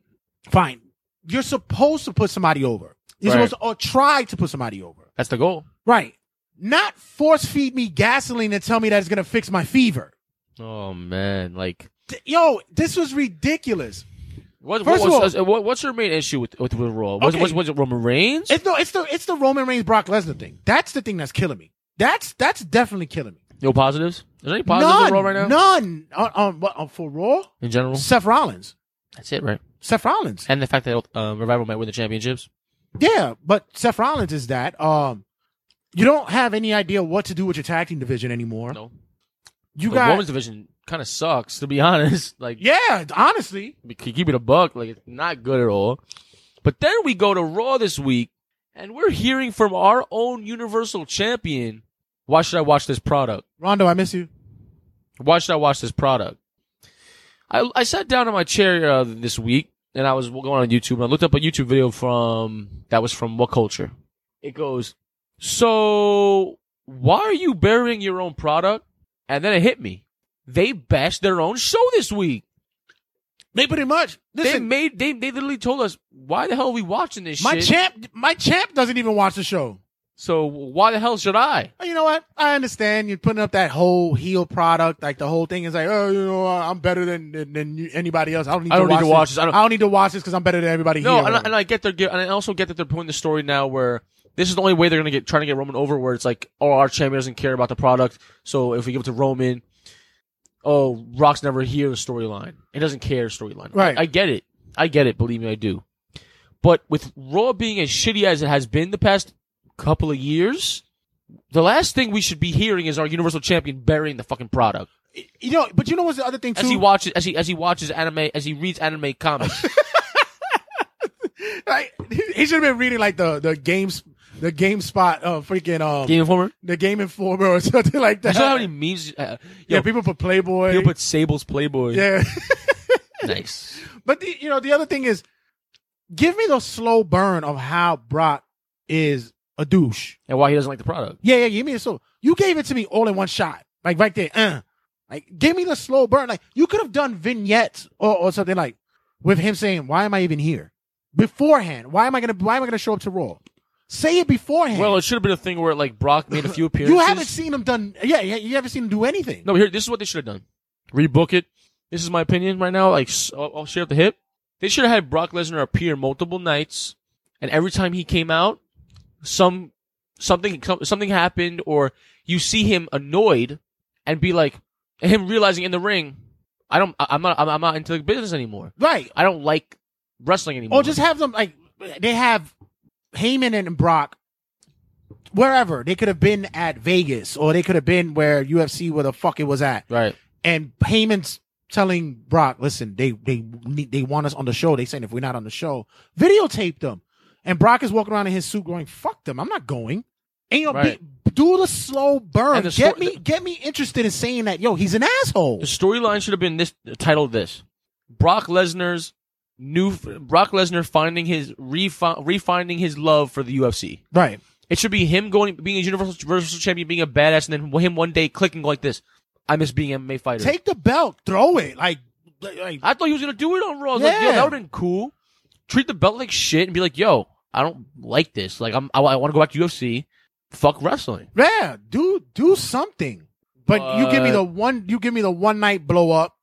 Speaker 3: fine. You're supposed to put somebody over. You're
Speaker 4: Right.
Speaker 3: supposed to or try to put somebody over,
Speaker 4: that's the goal.
Speaker 3: right? Not force feed me gasoline and tell me that it's gonna fix my fever.
Speaker 4: Oh man, like
Speaker 3: D- Yo, this was ridiculous.
Speaker 4: what,
Speaker 3: First of
Speaker 4: what, what's, what, what's your main issue with with, with Raw? What's,
Speaker 3: Okay.
Speaker 4: what's, what's it, Roman Reigns?
Speaker 3: It's no, it's the it's the Roman Reigns Brock Lesnar thing. That's the thing that's killing me. That's that's definitely killing me.
Speaker 4: no positives. Is there any positives in Raw right now?
Speaker 3: None. On, on, what- on for Raw,
Speaker 4: In general,
Speaker 3: Seth Rollins.
Speaker 4: that's it, right?
Speaker 3: Seth Rollins.
Speaker 4: And the fact that uh, Revival might win the championships.
Speaker 3: Yeah, but Seth Rollins is that. Um, you don't have any idea what to do with your tag team division anymore.
Speaker 4: No,
Speaker 3: You
Speaker 4: the
Speaker 3: got.
Speaker 4: women's division kind of sucks to be honest. Like,
Speaker 3: yeah, honestly,
Speaker 4: we could keep it a buck. Like, it's not good at all. But then we go to Raw this week, and we're hearing from our own Universal Champion. Why should I watch this product?
Speaker 3: Rondo, I miss you.
Speaker 4: why should I watch this product? I, I sat down in my chair uh, this week and I was going on YouTube and I looked up a YouTube video from that was from What Culture. It goes, so why are you burying your own product? And then it hit me. They bashed their own show this week.
Speaker 3: They pretty much.
Speaker 4: they
Speaker 3: Listen,
Speaker 4: made they they literally told us why the hell are we watching this
Speaker 3: my
Speaker 4: shit?
Speaker 3: champ, my champ doesn't even watch the show.
Speaker 4: so why the hell should I?
Speaker 3: Oh, You know what? I understand you're putting up that whole heel product, like the whole thing is like, oh, you know, I'm better than than, than you, anybody else. I don't need.
Speaker 4: I don't
Speaker 3: to watch
Speaker 4: need to watch
Speaker 3: this.
Speaker 4: this. I don't-
Speaker 3: need to watch this because I'm better than everybody.
Speaker 4: No,
Speaker 3: here.
Speaker 4: and I, and I get their and I also get that they're putting the story now where this is the only way they're gonna get trying to get Roman over, where it's like, oh, our champion doesn't care about the product, so if we give it to Roman, oh, Rock's never here. Storyline, it doesn't care. Storyline,
Speaker 3: Right.
Speaker 4: I, I get it. I get it. Believe me, I do. But with Raw being as shitty as it has been the past couple of years, the last thing we should be hearing is our Universal Champion burying the fucking product
Speaker 3: you know, but you know what's the other thing too?
Speaker 4: as he watches as he as he watches anime as he reads anime comics.
Speaker 3: Like he, he should have been reading like the the games the GameSpot uh freaking um
Speaker 4: Game Informer.
Speaker 3: the Game Informer or something like
Speaker 4: You
Speaker 3: that.
Speaker 4: know how many memes? Uh,
Speaker 3: yeah,
Speaker 4: yo,
Speaker 3: people put Playboy.
Speaker 4: People put Sable's Playboy.
Speaker 3: yeah,
Speaker 4: Nice.
Speaker 3: but the, you know the other thing is, give me the slow burn of how Brock is a douche.
Speaker 4: And why he doesn't like the product.
Speaker 3: Yeah, yeah, give me the slow. You gave it to me all in one shot, like right there. Uh. Like, give me the slow burn. Like, you could have done vignettes or, or something like with him saying, "Why am I even here?" Beforehand, why am I gonna why am I gonna show up to Raw? Say it beforehand.
Speaker 4: Well, it should have been a thing where like Brock made a few appearances.
Speaker 3: You haven't seen him done. Yeah, yeah, you haven't seen him do anything.
Speaker 4: No, here. This is what they should have done. Rebook it. This is my opinion right now. Like s- I'll, I'll share at the hip. They should have had Brock Lesnar appear multiple nights, and every time he came out, some something some- something happened, or you see him annoyed, and be like, and him realizing in the ring, I don't, I- I'm not, I'm, I'm not into the business anymore.
Speaker 3: right?
Speaker 4: I don't like wrestling anymore.
Speaker 3: Or Oh, just have them like they have Heyman and Brock wherever they could have been at Vegas, or they could have been where UFC where the fuck it was at,
Speaker 4: right.
Speaker 3: and Heyman's telling Brock, "Listen, they they need, they want us on the show. They saying if we're not on the show, videotape them." And Brock is walking around in his suit, going, "Fuck them, I'm not going." And you know,
Speaker 4: Right.
Speaker 3: be, do the slow burn.
Speaker 4: And the
Speaker 3: get
Speaker 4: sto-
Speaker 3: me get me interested in saying that. Yo, he's an asshole.
Speaker 4: The storyline should have been this titled this: Brock Lesnar's new Brock Lesnar finding his refi- refinding his love for the UFC.
Speaker 3: Right.
Speaker 4: It should be him going being a universal, universal champion, being a badass, and then him one day clicking like this: I miss being an MMA fighter.
Speaker 3: Take the belt, throw it. Like, like
Speaker 4: I thought he was gonna do it on Raw. I was like, yo,
Speaker 3: Yeah.
Speaker 4: that would've been cool. Treat the belt like shit and be like, yo, I don't like this. Like, I'm, I, want to go back to UFC. Fuck wrestling.
Speaker 3: yeah, do do something. But you give me
Speaker 4: But-
Speaker 3: the one. You give me the one night blow up.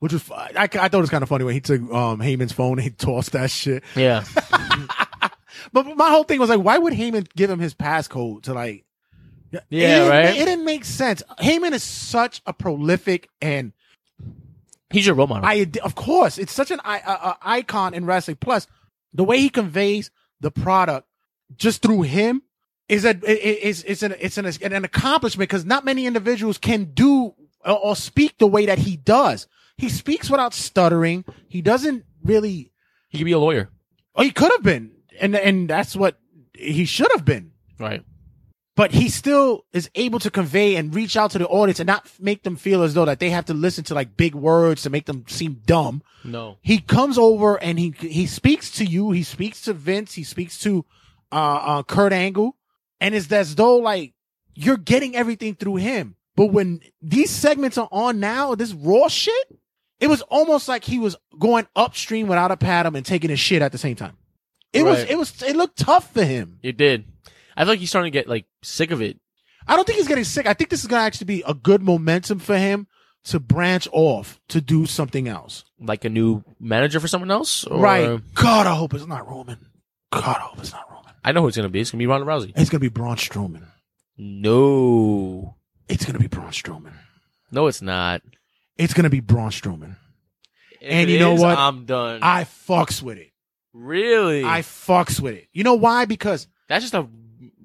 Speaker 3: Which was fu- I, I thought it was kind of funny when he took um Heyman's phone and he tossed that shit.
Speaker 4: Yeah.
Speaker 3: But my whole thing was like, why would Heyman give him his passcode to like? Yeah,
Speaker 4: Yeah,
Speaker 3: it,
Speaker 4: right?
Speaker 3: It didn't make sense. Heyman is such a prolific and
Speaker 4: He's your role model.
Speaker 3: I of course it's such an i- a, a icon in wrestling. Plus, the way he conveys the product just through him is a is it's an it's an an accomplishment because not many individuals can do or, or speak the way that he does. He speaks without stuttering. He doesn't really.
Speaker 4: he could be a lawyer,
Speaker 3: Or he could have been, and and that's what he should have been.
Speaker 4: right?
Speaker 3: But he still is able to convey and reach out to the audience and not make them feel as though that they have to listen to like big words to make them seem dumb
Speaker 4: No,
Speaker 3: he comes over and he he speaks to you. He speaks to Vince. He speaks to uh, uh Kurt Angle, and it's as though like you're getting everything through him. But when these segments are on now, this raw shit, it was almost like he was going upstream without a paddle and taking his shit at the same time. It was
Speaker 4: Right.
Speaker 3: it was it looked tough for him.
Speaker 4: it did. I feel like he's starting to get like sick of it.
Speaker 3: I don't think he's getting sick. I think this is gonna actually be a good momentum for him to branch off to do something else.
Speaker 4: Like a new manager for someone else, or-
Speaker 3: Right. God, I hope it's not Roman. God, I hope it's not Roman.
Speaker 4: I know who it's gonna be. It's gonna be Ronda Rousey.
Speaker 3: It's gonna be Braun Strowman.
Speaker 4: No,
Speaker 3: It's gonna be Braun Strowman.
Speaker 4: no, it's not.
Speaker 3: It's gonna be Braun Strowman.
Speaker 4: If
Speaker 3: And
Speaker 4: it
Speaker 3: you know
Speaker 4: is,
Speaker 3: what?
Speaker 4: I'm done.
Speaker 3: I fucks with it.
Speaker 4: really?
Speaker 3: I fucks with it. You know why? Because
Speaker 4: That's just a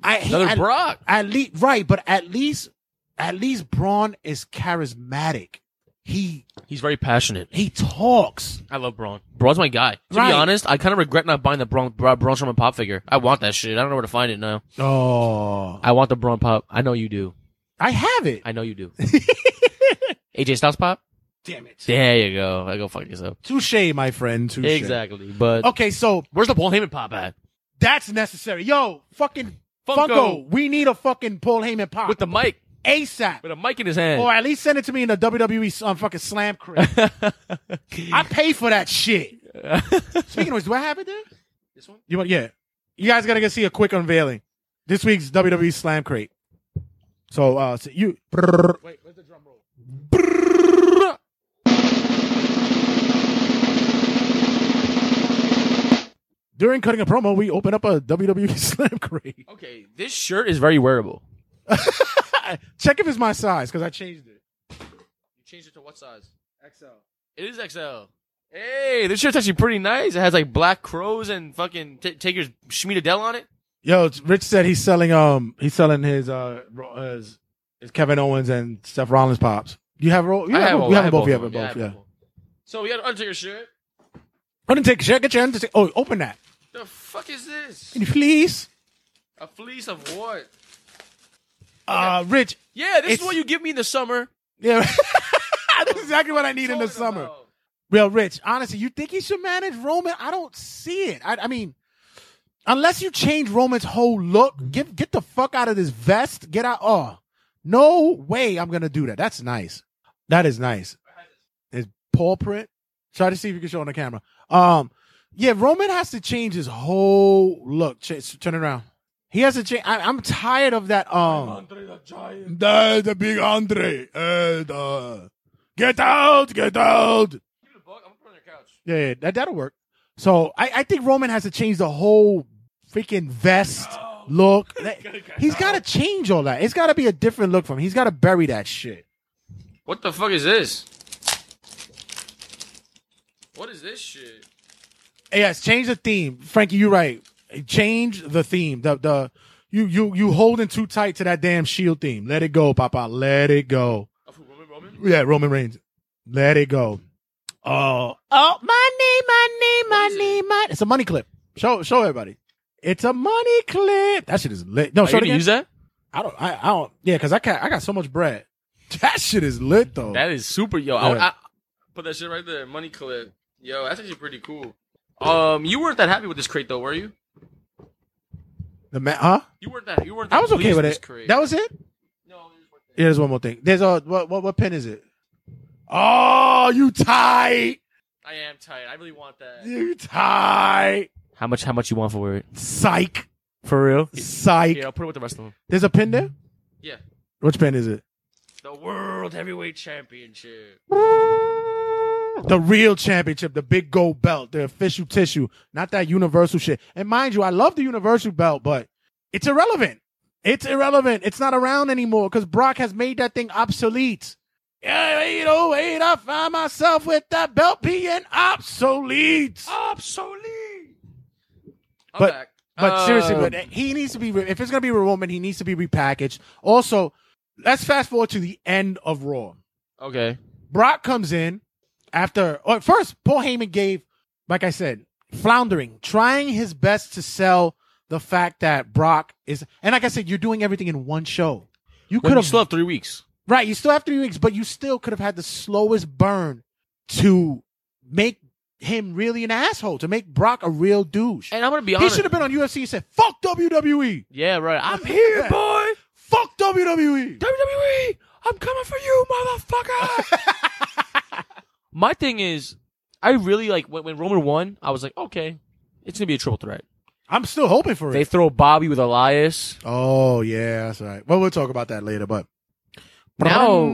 Speaker 3: I
Speaker 4: another
Speaker 3: at,
Speaker 4: Brock.
Speaker 3: at least right, but at least at least Braun is charismatic. He
Speaker 4: He's very passionate.
Speaker 3: he talks.
Speaker 4: I love Braun. Braun's my guy. To
Speaker 3: Right.
Speaker 4: be honest, I kind of regret not buying the Braun, Bra- Braun Strowman pop figure. I want that shit. I don't know where to find it now.
Speaker 3: Oh,
Speaker 4: I want the Braun pop. I know you do.
Speaker 3: I have it.
Speaker 4: I know you do. AJ Styles pop.
Speaker 3: Damn it.
Speaker 4: There you go. I go fuck yourself.
Speaker 3: Touche, my friend. Touche.
Speaker 4: Exactly. But
Speaker 3: Okay, so
Speaker 4: where's the Paul Heyman pop at?
Speaker 3: that's necessary. Yo, fucking
Speaker 4: Funko.
Speaker 3: Funko, we need a fucking Paul Heyman pop
Speaker 4: With the mic,
Speaker 3: ASAP.
Speaker 4: with a mic in his hand.
Speaker 3: Or at least send it to me in the WWE um, fucking slam crib. I pay for that shit. Speaking of which, do I have it there?
Speaker 4: this one?
Speaker 3: You want? Yeah. You guys gotta go see a quick unveiling. This week's WWE Slam Crate. So, uh, so you. Wait, where's the drum roll? During cutting a promo, we open up a WWE Slam Crate.
Speaker 4: Okay, this shirt is very wearable.
Speaker 3: Check if it's my size because I changed it.
Speaker 4: You changed it to what size?
Speaker 5: XL.
Speaker 4: It is XL. Hey, this shirt's actually pretty nice. It has like black crows and fucking t- Taker's Shmita Dell on it.
Speaker 3: Yo, Rich said he's selling um he's selling his uh ro- his, his Kevin Owens and Seth Rollins pops. You have ro- you
Speaker 4: I
Speaker 3: have,
Speaker 4: have
Speaker 3: you
Speaker 4: all-
Speaker 3: have
Speaker 4: I
Speaker 3: both, you
Speaker 4: of
Speaker 3: have
Speaker 4: them. I
Speaker 3: both, yeah.
Speaker 4: have So we got an Undertaker shirt.
Speaker 3: Undertaker, shirt, get your Undertaker. Oh, open that,
Speaker 4: The fuck is this?
Speaker 3: Can you please.
Speaker 4: A fleece of what?
Speaker 3: Uh, Rich,
Speaker 4: Yeah, this
Speaker 3: It's-
Speaker 4: is what you give me in the summer.
Speaker 3: yeah, that's exactly what I need in the
Speaker 4: Talking
Speaker 3: summer.
Speaker 4: about.
Speaker 3: Well, Rich, honestly, you think he should manage Roman? I don't see it. I, I mean, unless you change Roman's whole look, get get the fuck out of this vest. Get out. Oh, no way, I'm gonna do that. That's nice. That is nice. It's paw print. Try to see if you can show on the camera. Um, yeah, Roman has to change his whole look. Ch- turn it around. He has to change. I, I'm tired of that. Um,
Speaker 6: The, the big Andre. And, uh, get out, get out.
Speaker 4: Give me the book. I'm gonna put it on your couch.
Speaker 3: yeah, yeah, that that'll work. So I, I think Roman has to change the whole freaking vest
Speaker 4: Oh.
Speaker 3: look. That- he's got to change all that. It's got to be a different look from. Him. He's got to bury that shit.
Speaker 4: What the fuck is this? What is this shit?
Speaker 3: Yes, change the theme, Frankie. You're right. Change the theme. The the you you you holding too tight to that damn shield theme. Let it go, Papa. Let it go.
Speaker 4: Of Oh, who, Roman Roman?
Speaker 3: Yeah, Roman Reigns. Let it go. Oh, oh, money, money,
Speaker 4: What is
Speaker 3: money, money. It's a money clip. Show, show everybody. It's a money clip. That shit is lit. No,
Speaker 4: Are Oh, you
Speaker 3: show it
Speaker 4: gonna
Speaker 3: again.
Speaker 4: use that?
Speaker 3: I don't. I, I don't. Yeah, because I can't. I got so much bread. That shit is lit though.
Speaker 4: That is super, yo. I,
Speaker 3: Yeah.
Speaker 4: I put that shit right there. Money clip, yo. That's actually pretty cool. Um, you weren't that happy with this crate though, were you?
Speaker 3: the ma- huh?
Speaker 4: You weren't that. You weren't. That
Speaker 3: I was okay
Speaker 4: pleased
Speaker 3: with
Speaker 4: this
Speaker 3: it.
Speaker 4: Crate.
Speaker 3: That was it.
Speaker 4: No, there's one thing.
Speaker 3: Yeah, there's one more thing. There's a what? What, what pin is it? Oh, you tight.
Speaker 4: I am tight. I really want that.
Speaker 3: You tight.
Speaker 4: How much? How much you want for it?
Speaker 3: Psych.
Speaker 4: For real?
Speaker 3: Psych.
Speaker 4: Yeah, I'll put it with the rest of them.
Speaker 3: There's a pin there.
Speaker 4: Yeah.
Speaker 3: Which pin is it?
Speaker 4: The World Heavyweight Championship.
Speaker 3: the real championship, the big gold belt, the official tissue, not that universal shit. And mind you, I love the universal belt, but it's irrelevant. It's irrelevant. It's not around anymore because Brock has made that thing obsolete. Yeah, 808, I find myself with that belt being obsolete.
Speaker 4: Obsolete. I'm
Speaker 3: But-
Speaker 4: back.
Speaker 3: But seriously,
Speaker 4: Um,
Speaker 3: but he needs to be. Re- if it's gonna be a woman, he needs to be repackaged. Also, let's fast forward to the end of Raw.
Speaker 4: okay.
Speaker 3: Brock comes in after. Or first, Paul Heyman gave, like I said, floundering, trying his best to sell the fact that Brock is. And like I said, you're doing everything in one show. You
Speaker 4: Could
Speaker 3: could
Speaker 4: have
Speaker 3: have
Speaker 4: still have three weeks.
Speaker 3: Right, you still have three weeks, but you still could have had the slowest burn to make him really an asshole, to make Brock a real douche.
Speaker 4: And I'm gonna be
Speaker 3: he
Speaker 4: honest.
Speaker 3: should have been on UFC and said, "Fuck WWE,
Speaker 4: yeah, right. I'm here, boy.
Speaker 3: fuck E." WWE."
Speaker 4: WWE, I'm coming for you, motherfucker. My thing is, I really like when, when Roman won. I was like, okay, it's gonna be a triple threat.
Speaker 3: I'm still hoping for
Speaker 4: They
Speaker 3: it.
Speaker 4: throw Bobby with Elias.
Speaker 3: Oh yeah, that's right. Well, we'll talk about that later, but
Speaker 4: Now,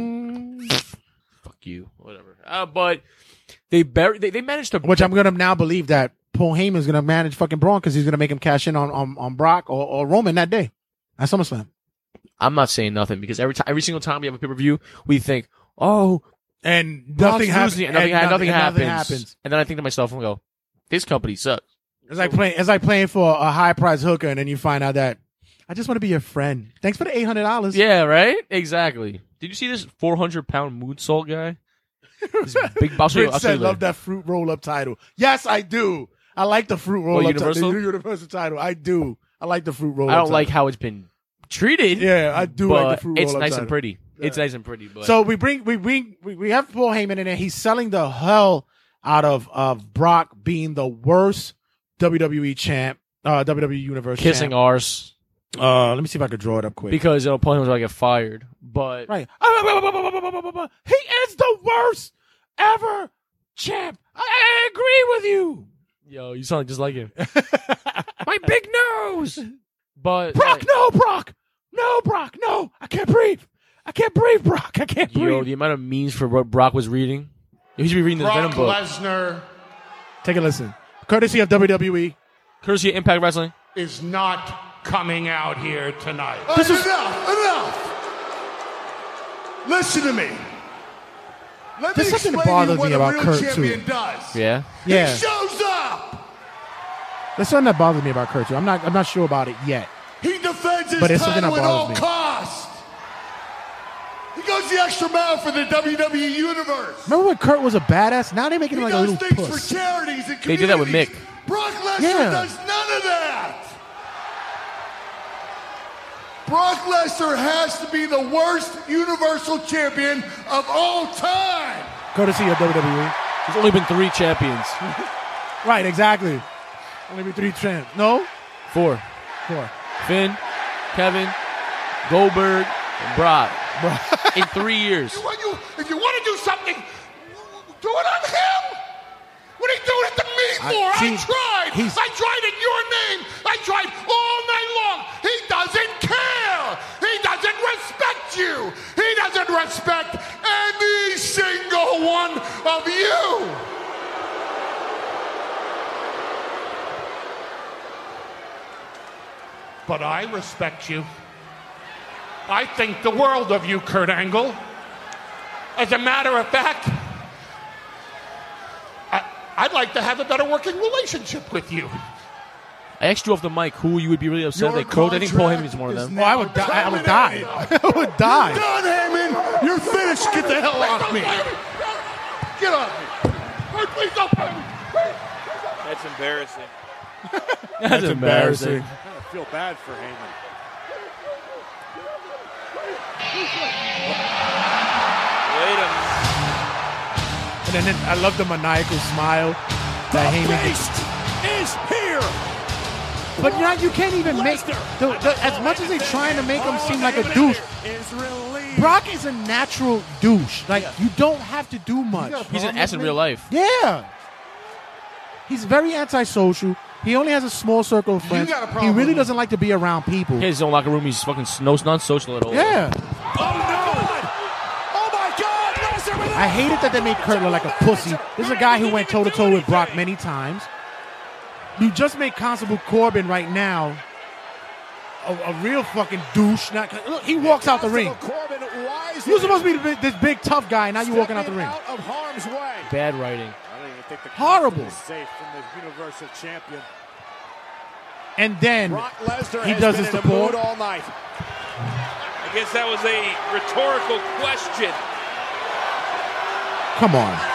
Speaker 4: fuck you, whatever. Uh, but they bury. They, they managed to.
Speaker 3: which I'm gonna now believe that Paul Heyman's gonna manage fucking Braun because he's gonna make him cash in on on, on Brock or, or Roman that day at SummerSlam.
Speaker 4: I'm not saying nothing because every time, every single time we have a pay per view, we think, oh,
Speaker 3: And
Speaker 4: nothing happens, and nothing, ha- nothing happens, and then I think to myself, and go, this company sucks.
Speaker 3: It's like playing. It's like playing for a high price hooker, and then you find out that I just want to be your friend. Thanks for the eight hundred dollars.
Speaker 4: Yeah, right? Exactly. Did you see this 400 pound moonsault guy? This big I'll show you-
Speaker 3: Prince
Speaker 4: I'll show you
Speaker 3: said,
Speaker 4: later.
Speaker 3: "Love that fruit roll up title." Yes, I do. I like the fruit roll
Speaker 4: What,
Speaker 3: up title.
Speaker 4: Universal?
Speaker 3: The universal title. I do. I like the fruit roll.
Speaker 4: I don't like how it's been treated.
Speaker 3: Yeah, I do
Speaker 4: but
Speaker 3: like the fruit
Speaker 4: It's
Speaker 3: roll up
Speaker 4: nice
Speaker 3: title.
Speaker 4: and pretty. It's nice and pretty. But
Speaker 3: So we bring we bring we, we have Paul Heyman in there. He's selling the hell out of of Brock being the worst WWE champ, uh, WWE Universe
Speaker 4: kissing
Speaker 3: champ.
Speaker 4: arse
Speaker 3: Uh, let me see if I could draw it up quick.
Speaker 4: because it'll point him to get fired. But
Speaker 3: Right. Ah, He is the worst ever champ. I agree
Speaker 4: yo, you sound just like him.
Speaker 3: with you.
Speaker 4: My big nose. But
Speaker 3: Brock,
Speaker 4: like,
Speaker 3: no, Brock. No, Brock, no. I can't breathe. I can't breathe, Brock. I can't
Speaker 4: yo,
Speaker 3: breathe.
Speaker 4: the amount of memes for what Brock was reading. He should be reading the Venom book.
Speaker 5: Lesnar
Speaker 3: Take a listen. Courtesy of E. WWE.
Speaker 4: Courtesy of Impact Wrestling.
Speaker 5: is not coming out here tonight.
Speaker 3: This is
Speaker 8: Enough! Enough! Listen to me. Let
Speaker 3: There's
Speaker 8: me
Speaker 3: something that
Speaker 8: explain
Speaker 3: bothers
Speaker 8: you what
Speaker 3: me
Speaker 8: a
Speaker 3: about
Speaker 8: real
Speaker 3: Kurt,
Speaker 8: champion
Speaker 3: too.
Speaker 8: does.
Speaker 4: Yeah.
Speaker 8: He
Speaker 3: yeah.
Speaker 8: shows up.
Speaker 3: There's something that bothers me about Kurt. too. I'm not. I'm not sure about it yet.
Speaker 8: He defends his
Speaker 3: But it's something
Speaker 8: title
Speaker 3: that
Speaker 8: at all
Speaker 3: bothers me.
Speaker 8: costs. He goes the extra mile for the WWE universe.
Speaker 3: Remember when Kurt was a badass? Now they make him
Speaker 8: He
Speaker 3: like a
Speaker 8: does
Speaker 3: little
Speaker 8: things
Speaker 3: puss.
Speaker 8: for charities and communities.
Speaker 4: They did that with
Speaker 8: Brock Lesnar
Speaker 3: Yeah.
Speaker 8: does none of that. Brock Lesnar has to be the worst Universal Champion of all time.
Speaker 3: Courtesy of WWE.
Speaker 4: There's only been three champions.
Speaker 3: Right. Exactly. Only be three champs. No.
Speaker 4: Four.
Speaker 3: Four.
Speaker 4: Finn, Kevin, Goldberg, and Brock. In three years.
Speaker 8: When you, if you want to do something, do it on him. What are you doing it to me for? I,
Speaker 3: see,
Speaker 8: tried.
Speaker 3: he's-
Speaker 8: I tried in your name. I tried all night long. He doesn't care. He doesn't respect you. He doesn't respect any single one of you.
Speaker 5: But I respect you. I think the world of you, Kurt Angle. As a matter of fact, I, I'd like to have a better working relationship with you.
Speaker 4: I asked you off the mic who you would be really upset if
Speaker 8: Your
Speaker 4: they quote. I think Paul Heyman
Speaker 8: contract
Speaker 4: is one of
Speaker 8: is
Speaker 4: them.
Speaker 3: Oh, I would. Di- I would die. I would
Speaker 8: You're
Speaker 3: die.
Speaker 8: done, Heyman. You're finished. Get the hell off me. Get off me. Hey, please don't hurt me. Please.
Speaker 9: That's embarrassing.
Speaker 4: That's embarrassing.
Speaker 9: I feel bad for Heyman. Wait a minute.
Speaker 3: And then, I love the maniacal smile that Heyman gets.
Speaker 6: is here.
Speaker 3: But you know, you can't even make the, the, as much as they're trying to make him seem like a douche.
Speaker 6: Is relieved.
Speaker 3: Brock is a natural douche. Like you don't have to do much.
Speaker 4: He's an ass in real life.
Speaker 3: Yeah, he's very antisocial. He only has a small circle of friends.
Speaker 8: got a
Speaker 3: He
Speaker 8: problem.
Speaker 3: really doesn't like to be around people.
Speaker 4: He has his own locker room. He's fucking s- no non-social at all.
Speaker 3: yeah,
Speaker 6: Oh no! Oh my God! Lesnar with
Speaker 3: I hated that they made Kurt look like a pussy. This is a guy who went toe to toe with Brock many times. You just made Constable Corbin right now a, a real fucking douche. Not, look, he walks out the ring.
Speaker 10: Corbin wisely
Speaker 3: You're supposed to be the big, this big tough guy, and now you're walking out the
Speaker 10: stepping
Speaker 3: ring.
Speaker 10: Out of harm's way.
Speaker 4: Bad writing.
Speaker 9: I don't even think the
Speaker 3: Horrible.
Speaker 9: is safe from the Universal Champion.
Speaker 3: And then
Speaker 10: Brock Lesnar
Speaker 3: he
Speaker 10: has
Speaker 3: does
Speaker 10: been
Speaker 3: his
Speaker 10: in a mood
Speaker 3: support.
Speaker 10: all night.
Speaker 9: I guess that was a rhetorical question.
Speaker 3: Come on.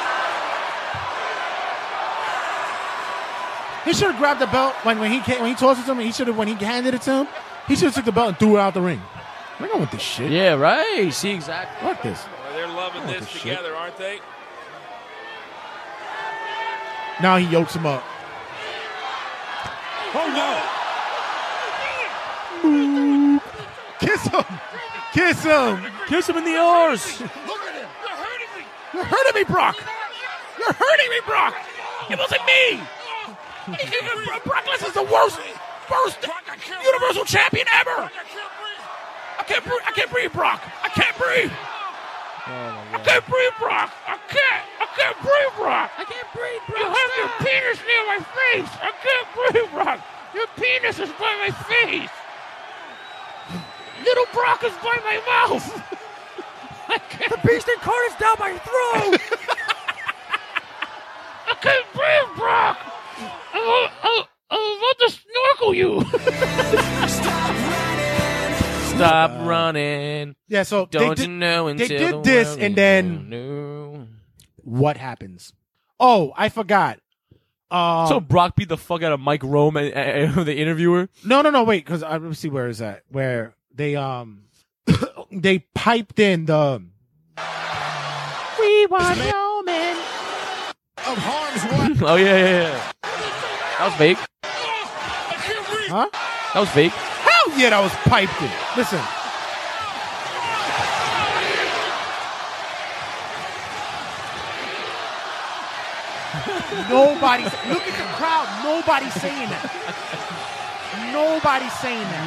Speaker 3: He should have grabbed the belt when, when he came, when he tossed it to him. He should have when he handed it to him. He should have took the belt and threw it out the ring. I don't want this shit.
Speaker 4: Yeah, right. See exactly.
Speaker 3: Fuck this.
Speaker 9: Well, they're loving
Speaker 3: Oh,
Speaker 9: this
Speaker 3: shit.
Speaker 9: together, aren't they?
Speaker 3: Now he yokes him up.
Speaker 9: Oh no!
Speaker 3: Kiss him. Kiss him.
Speaker 4: Kiss him in the arse.
Speaker 3: You're hurting me, Brock. You're hurting me, Brock. It wasn't me. Brock Lesnar's the worst, worst Universal Champion ever. I can't breathe. I can't breathe, Brock. I can't breathe. I can't breathe, Brock. I can't. I can't breathe, Brock. I can't breathe, Brock. You have your penis near my face. I can't breathe, Brock. Your penis is by my face. Little Brock is by my mouth. the beast incarnate's down my throat. I can't breathe, Brock. Uh, I will, I, I will to snorkel you.
Speaker 4: Stop running.
Speaker 3: Yeah, so
Speaker 4: Don't
Speaker 3: they
Speaker 4: you
Speaker 3: did,
Speaker 4: know
Speaker 3: they
Speaker 4: until
Speaker 3: did
Speaker 4: the
Speaker 3: this
Speaker 4: world
Speaker 3: and
Speaker 4: you
Speaker 3: then-
Speaker 4: know.
Speaker 3: what happens? Oh, I forgot. Uh,
Speaker 4: so Brock beat the fuck out of Mike Rome and, and- and the interviewer.
Speaker 3: no, no, no, wait, because I let me see where is that where they um they piped in the we want Roman.
Speaker 10: Of harm's way.
Speaker 4: Oh yeah, yeah, yeah. That was fake.
Speaker 3: Huh?
Speaker 4: That was fake.
Speaker 3: Hell yeah, that was piped in. Listen. Nobody, look at the crowd. Nobody's saying that. Nobody's saying that.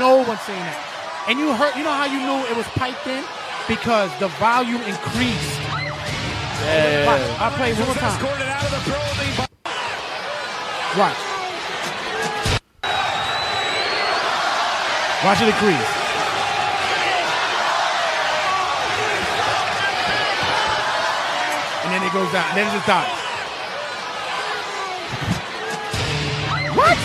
Speaker 3: No one's saying that. And you heard, you know how you knew it was piped in? Because the volume increased. Watch, I'll play it one more time.
Speaker 10: Escorted out of the building by
Speaker 3: Watch. Watch it increase. And then it goes down. And then it just dies. What?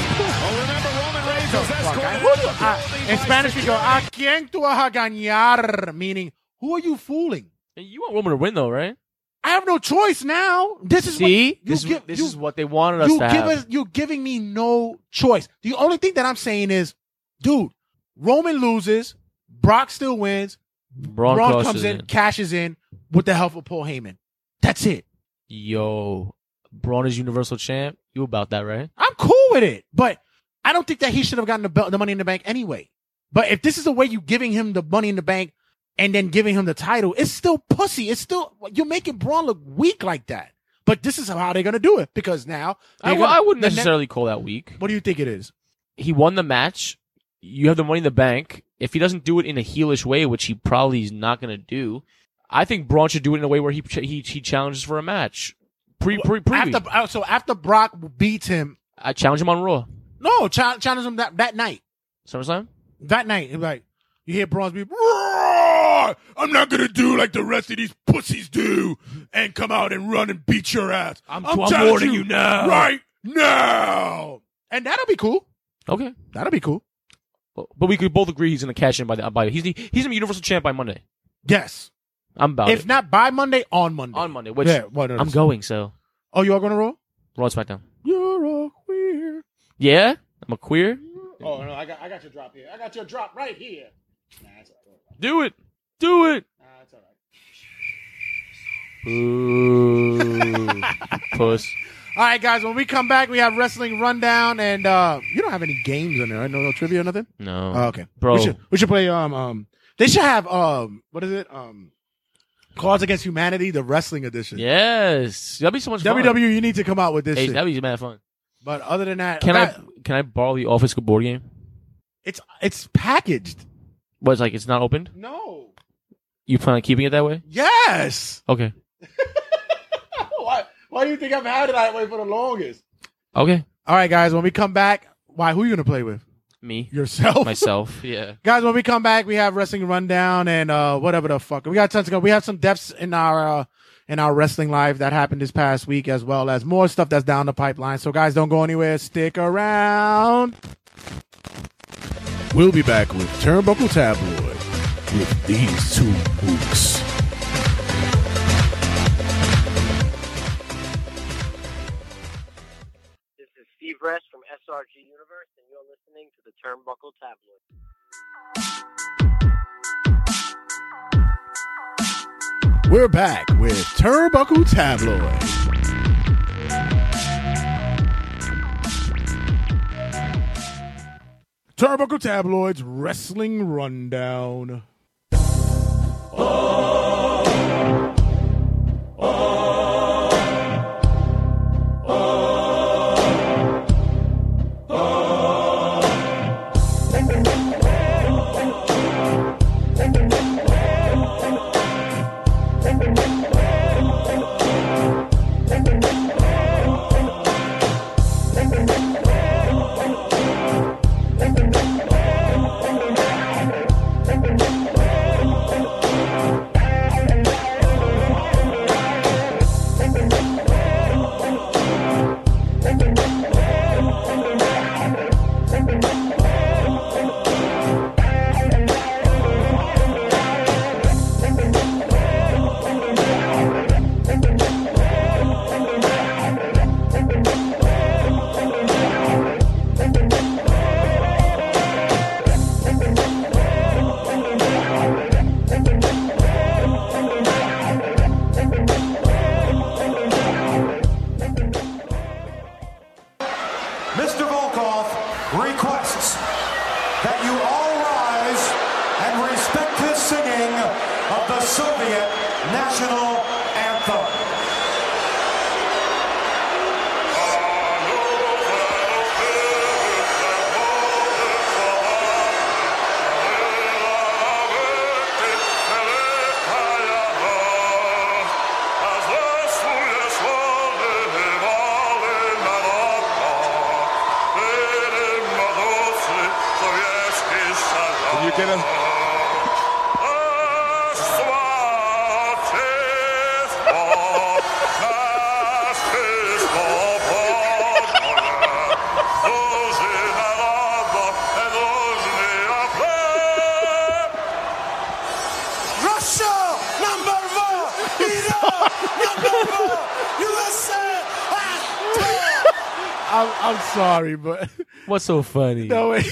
Speaker 3: Fuck, I- who you- I- in Spanish, we go, ¿A quién tú vas a ganar? Meaning, who are you fooling?
Speaker 4: You want Roman to win though, right?
Speaker 3: I have no choice now. This is
Speaker 4: See,
Speaker 3: what, you
Speaker 4: this,
Speaker 3: give-
Speaker 4: this
Speaker 3: you-
Speaker 4: is what they wanted us
Speaker 3: you
Speaker 4: to
Speaker 3: give
Speaker 4: have.
Speaker 3: us you're giving me no choice. The only thing that I'm saying is, dude, Roman loses, Brock still wins,
Speaker 4: Braun,
Speaker 3: Braun,
Speaker 4: Cross
Speaker 3: comes
Speaker 4: is
Speaker 3: in, cashes in with the help of Paul Heyman. That's it.
Speaker 4: Yo, Braun is Universal Champ. You about that, right?
Speaker 3: I'm cool with it. But I don't think that he should have gotten the belt, the money in the bank anyway. But if this is the way you giving him the money in the bank and then giving him the title, it's still pussy. It's still you're making Braun look weak like that. But this is how they're gonna do it because now
Speaker 4: I,
Speaker 3: they're gonna-
Speaker 4: I wouldn't
Speaker 3: the ne-
Speaker 4: necessarily call that weak.
Speaker 3: what do you think it is?
Speaker 4: He won the match. You have the money in the bank. If he doesn't do it in a heelish way, which he probably is not going to do, I think Braun should do it in a way where he ch- he, he challenges for a match. Pre pre pre.
Speaker 3: After uh, so after Brock beats him,
Speaker 4: I challenge him on Raw.
Speaker 3: No, challenge, challenge him that, that night.
Speaker 4: SummerSlam.
Speaker 3: That night, it was like you hear Braun's be, "Roar! I'm not gonna do like the rest of these pussies do and come out and run and beat your ass.
Speaker 4: I'm-
Speaker 3: I'm,
Speaker 4: I'm
Speaker 3: telling
Speaker 4: warning you now."
Speaker 3: right now." And that'll be cool.
Speaker 4: Okay,
Speaker 3: That'll be cool.
Speaker 4: but but we could both agree he's going to cash in by the by. He's the, he's going to be Universal Champ by Monday.
Speaker 3: Yes,
Speaker 4: I'm about
Speaker 3: if
Speaker 4: it
Speaker 3: not by Monday, on Monday.
Speaker 4: on Monday. Which
Speaker 3: yeah, what
Speaker 4: I'm going. So
Speaker 3: Oh, you are gonna roll?
Speaker 4: Raw and SmackDown.
Speaker 3: You're a queer.
Speaker 4: Yeah, I'm a queer.
Speaker 3: Oh no, I got I got your drop here. I got your drop right here. Nah, it's all right.
Speaker 4: Do it. Do it.
Speaker 3: Nah, it's all right.
Speaker 4: Ooh. Puss.
Speaker 3: All right, guys. When we come back, we have wrestling rundown, and uh you don't have any games in there, right? No, no trivia or nothing.
Speaker 4: No.
Speaker 3: Oh, okay,
Speaker 4: Bro.
Speaker 3: We should, we should play. Um, um, they should have um, what is it? Um, Cards Against Humanity, the wrestling edition.
Speaker 4: yes. That'd be so much fun.
Speaker 3: WWE, you need to come out with this
Speaker 4: Hey,
Speaker 3: shit.
Speaker 4: that'd be mad fun.
Speaker 3: but other than that,
Speaker 4: Can
Speaker 3: that-
Speaker 4: I can I borrow the office board game?
Speaker 3: It's it's packaged.
Speaker 4: Was like it's not opened.
Speaker 3: No,
Speaker 4: You plan on keeping it that way?
Speaker 3: Yes.
Speaker 4: Okay.
Speaker 3: why, why do you think I've had it that way for the longest?
Speaker 4: Okay.
Speaker 3: All right, guys. When we come back, why? Who you gonna play with?
Speaker 4: Me.
Speaker 3: Yourself.
Speaker 4: Myself. Yeah.
Speaker 3: Guys, when we come back, we have wrestling rundown and uh, whatever the fuck. We got tons to go. We have some depths in our uh, in our wrestling life that happened this past week, as well as more stuff that's down the pipeline. So, guys, don't go anywhere. Stick around.
Speaker 6: We'll be back with Turnbuckle Tabloid with these two mooks.
Speaker 11: This is Steve Rest from SRG Universe, and you're listening to the Turnbuckle Tabloid.
Speaker 6: We're back with Turnbuckle Tabloid.
Speaker 3: Turnbuckle Tabloids Wrestling Rundown.
Speaker 12: Mr. Volkov requests that you all rise and respect his singing of the Soviet national anthem.
Speaker 13: Can you get him?
Speaker 12: Russia number one, Iran number one, USA at two.
Speaker 3: I'm, I'm sorry, but
Speaker 4: What's so funny?
Speaker 3: no wait,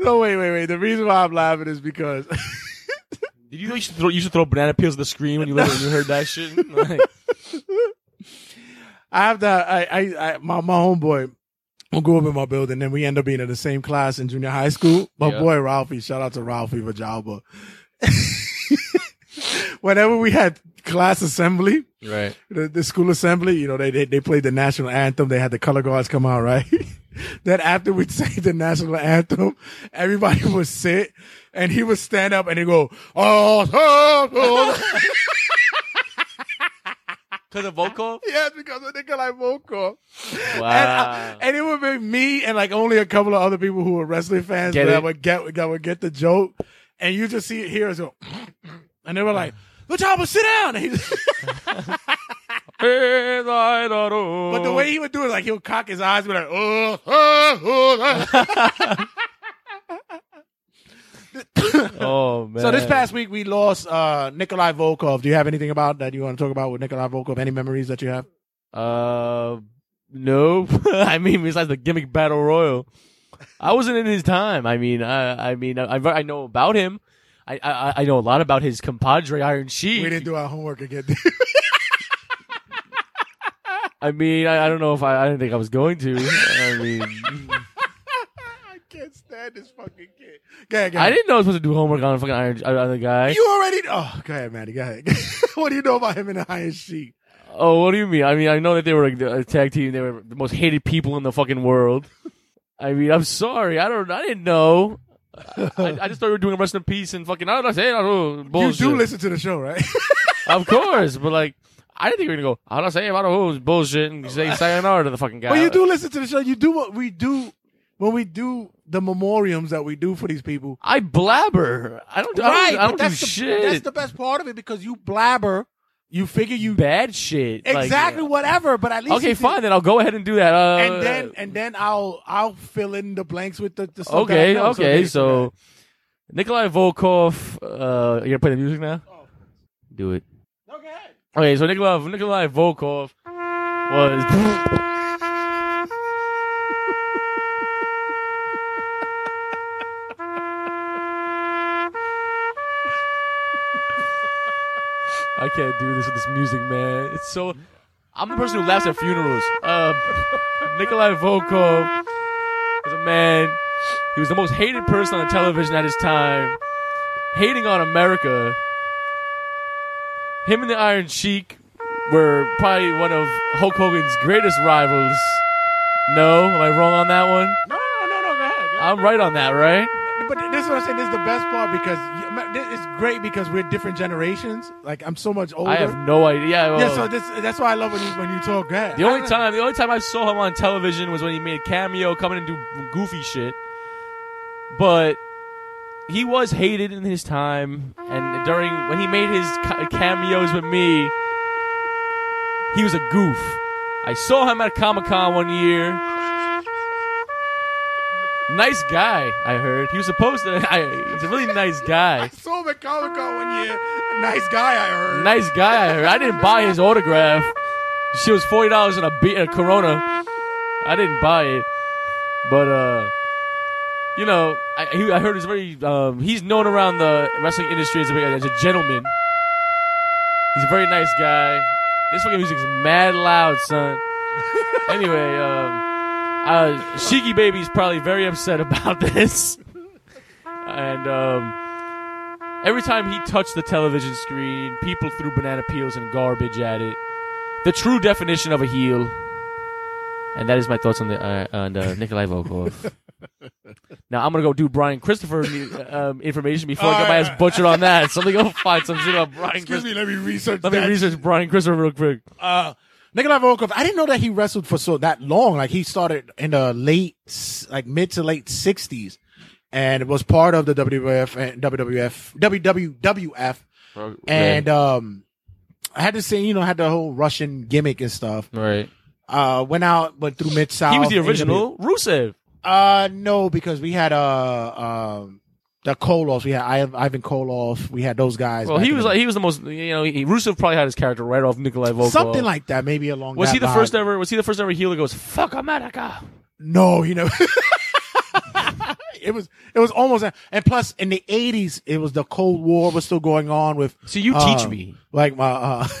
Speaker 3: no wait, wait, wait. The reason why I'm laughing is because
Speaker 4: Did you know you should throw, you should throw banana peels at the screen when you, when you heard that shit? Like,
Speaker 3: I have to. I, I, I my, my homeboy will go up in my building, and we end up being in the same class in junior high school. My
Speaker 4: Yeah.
Speaker 3: boy Ralphie, shout out to Ralphie Vajalba. Whenever we had class assembly,
Speaker 4: right.
Speaker 3: the, the school assembly, you know, they, they they played the national anthem. They had the color guards come out, right? then after we'd say the national anthem, everybody would sit, and he would stand up and he go, oh, oh, oh.
Speaker 4: Because of vocal?
Speaker 3: yeah, because a nigga like vocal.
Speaker 4: Wow.
Speaker 3: And, I- and it would be me and like only a couple of other people who were wrestling fans
Speaker 4: Get
Speaker 3: that
Speaker 4: it?
Speaker 3: would get that would get the joke. And you just see it here as well. And they were like, "Good job, but sit down." And he just- but the way he would do it, like he'll cock his eyes, and be like, "Oh, oh, oh."
Speaker 4: oh, man.
Speaker 3: So this past week we lost uh, Nikolai Volkov. Do you have anything about that you want to talk about with Nikolai Volkov? Any memories that you have?
Speaker 4: Uh, nope. I mean, besides the gimmick battle royal, I wasn't in his time. I mean, I, I mean, I, I know about him. I, I, I know a lot about his compadre Iron Sheik.
Speaker 3: We didn't do our homework again.
Speaker 4: I mean, I, I don't know if I, I didn't think I was going to. I mean,
Speaker 3: I can't stand this fucking kid. Go ahead, go
Speaker 4: I
Speaker 3: ahead.
Speaker 4: didn't know I was supposed to do homework on fucking Iron on the guy.
Speaker 3: You already. Oh, go ahead, Maddie. Go ahead. what do you know about him and the Iron Sheik?
Speaker 4: oh, what do you mean? I mean, I know that they were a, a tag team. They were the most hated people in the fucking world. I mean, I'm sorry. I don't. I didn't know. I, I just thought we were doing rest in peace and fucking. I don't know. say, I don't know, bullshit.
Speaker 3: You do listen to the show, right?
Speaker 4: of course, but like, I didn't think we were gonna go. I don't say about who's bullshit and say sayonara to the fucking guy.
Speaker 3: But you do listen to the show. You do what we do when we do the memoriams that we do for these people.
Speaker 4: I blabber. I don't. I don't- I
Speaker 3: Right,
Speaker 4: don't,
Speaker 3: but
Speaker 4: do
Speaker 3: that's the-
Speaker 4: shit.
Speaker 3: that's the best part of it because you blabber. You figure you
Speaker 4: bad shit. Like,
Speaker 3: exactly whatever, but at least
Speaker 4: okay,
Speaker 3: you did-
Speaker 4: fine. Then I'll go ahead and do that. Uh,
Speaker 3: and then and then I'll I'll fill in the blanks with the, the stuff that I
Speaker 4: okay,
Speaker 3: know.
Speaker 4: okay.
Speaker 3: they-
Speaker 4: So, Nikolai Volkov. Uh, you gonna play the music now? Do it. Okay, so Nikolai Nikolai Volkov was. I can't do this with this music, man. It's so. I'm the person who laughs at funerals. Uh, Nikolai Volkov is a man. He was the most hated person on television at his time, hating on America. Him and the Iron Sheik were probably one of Hulk Hogan's greatest rivals. No, am I wrong on that one?
Speaker 3: No, no, no, no. Go ahead.
Speaker 4: I'm right on that, right?
Speaker 3: But this is what I'm saying. This is the best part because you- this is great because we're different generations. Like I'm so much older.
Speaker 4: I have no idea. Yeah, well,
Speaker 3: yeah, so this that's why I love when you when you talk. Go ahead.
Speaker 4: The only time, the only time I saw him on television was when he made a cameo, coming and do goofy shit. But he was hated in his time, and during when he made his ca- cameos with me, he was a goof. I saw him at a Comic Con one year. Nice guy, I heard. He was supposed to. I, he's a really nice guy.
Speaker 3: saw him at Comic Con one year. Nice guy, I heard.
Speaker 4: Nice guy. I heard. I didn't buy his autograph. She was forty dollars in a beer, a Corona. I didn't buy it, but uh, you know, I, he, I heard he's very. Um, he's known around the wrestling industry as a, as a gentleman. He's a very nice guy. This fucking music's mad loud, son. anyway, um, uh, Shiki Baby's probably very upset about this, and um. Every time he touched the television screen, people threw banana peels and garbage at it. The true definition of a heel. And that is my thoughts on the uh, on uh, Nikolai Volkov. now I'm gonna go do Brian Christopher um, information before I get my ass butchered on that. So let me go find some shit on Brian.
Speaker 3: Excuse
Speaker 4: Christ-
Speaker 3: me, let me research
Speaker 4: Let me
Speaker 3: that.
Speaker 4: research Brian Christopher real quick.
Speaker 3: Uh, Nikolai Volkov. I didn't know that he wrestled for so that long. Like he started in the late, s- like mid to late sixties, and was part of the WWF and WWF WWWF,
Speaker 4: Right.
Speaker 3: and um, I had to say you know had the whole Russian gimmick and stuff.
Speaker 4: Right.
Speaker 3: Uh, went out, went through mid south.
Speaker 4: He was the original Rusev.
Speaker 3: Uh, no, because we had uh um the Koloffs. We had I- Ivan Koloff. We had those guys.
Speaker 4: Well,
Speaker 3: back
Speaker 4: he
Speaker 3: in
Speaker 4: was
Speaker 3: the-
Speaker 4: like he was the most you know he, Rusev probably had his character right off Nikolai Volkov.
Speaker 3: something like that. Maybe along.
Speaker 4: Was
Speaker 3: that
Speaker 4: he the
Speaker 3: line.
Speaker 4: first ever? Was he the first ever heel that goes fuck America?
Speaker 3: No, he never. it was it was almost and plus in the eighties it was the Cold War was still going on with.
Speaker 4: So you teach
Speaker 3: um,
Speaker 4: me.
Speaker 3: like my uh,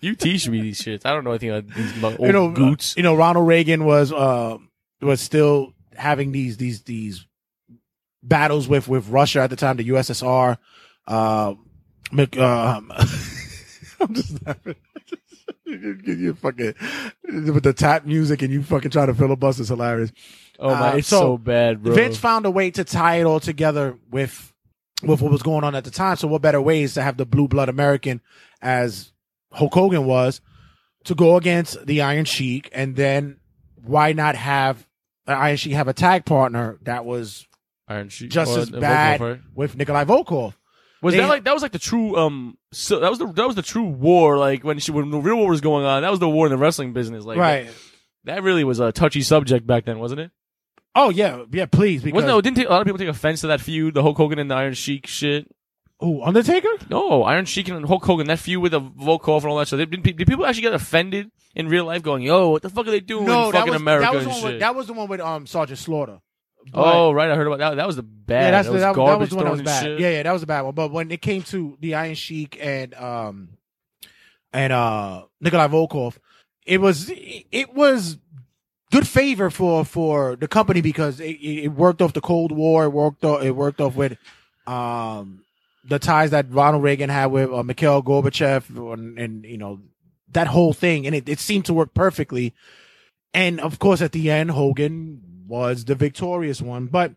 Speaker 4: You teach me these shits. I don't know anything about these mo- old
Speaker 3: you know
Speaker 4: goots.
Speaker 3: you know Ronald Reagan was uh, was still having these these these battles with with Russia at the time the USSR. Uh, Mc- um, I'm just laughing. you, you- you fucking with the tap music and you fucking try to filibuster is hilarious.
Speaker 4: Oh my,
Speaker 3: Uh,
Speaker 4: it's so, bad, bro.
Speaker 3: Vince found a way to tie it all together with with what was going on at the time. So what better ways to have the blue blood American as Hulk Hogan was to go against the Iron Sheik and then why not have the Iron Sheik have a tag partner that was
Speaker 4: Iron Sheik
Speaker 3: just
Speaker 4: or
Speaker 3: as
Speaker 4: Volkov,
Speaker 3: bad
Speaker 4: right?
Speaker 3: with Nikolai Volkov.
Speaker 4: Was
Speaker 3: They-
Speaker 4: that like that was like the true um so that was the that was the true war like when she when the real war was going on that was the war in the wrestling business like
Speaker 3: Right.
Speaker 4: that, that really was a touchy subject back then wasn't it
Speaker 3: Oh yeah, yeah, please because
Speaker 4: wasn't no didn't take, a lot of people take offense to that feud the Hulk Hogan and the Iron Sheik shit
Speaker 3: Ooh, Undertaker?
Speaker 4: no Iron Sheik and Hulk Hogan that feud with the Volkov and all that shit did, did, did people actually get offended in real life going yo what the fuck are they doing in
Speaker 3: that
Speaker 4: fucking
Speaker 3: was,
Speaker 4: America
Speaker 3: that was
Speaker 4: and
Speaker 3: one
Speaker 4: shit
Speaker 3: with, that was the one with um Sergeant Slaughter.
Speaker 4: oh right I heard about that that was the bad
Speaker 3: Yeah, that's
Speaker 4: that
Speaker 3: the,
Speaker 4: was
Speaker 3: that, was- that
Speaker 4: garbage
Speaker 3: was the one that was
Speaker 4: throwing
Speaker 3: bad.
Speaker 4: shit.
Speaker 3: Yeah, yeah, that was a bad one. But when it came to the Iron Sheik and um and uh Nikolai Volkov, it was it was good favor for for the company because it, it it worked off the Cold War. It worked off, it worked off with um the ties that Ronald Reagan had with uh, Mikhail Gorbachev and, and you know that whole thing, and it, it seemed to work perfectly. And of course, at the end, Hogan was the victorious one, but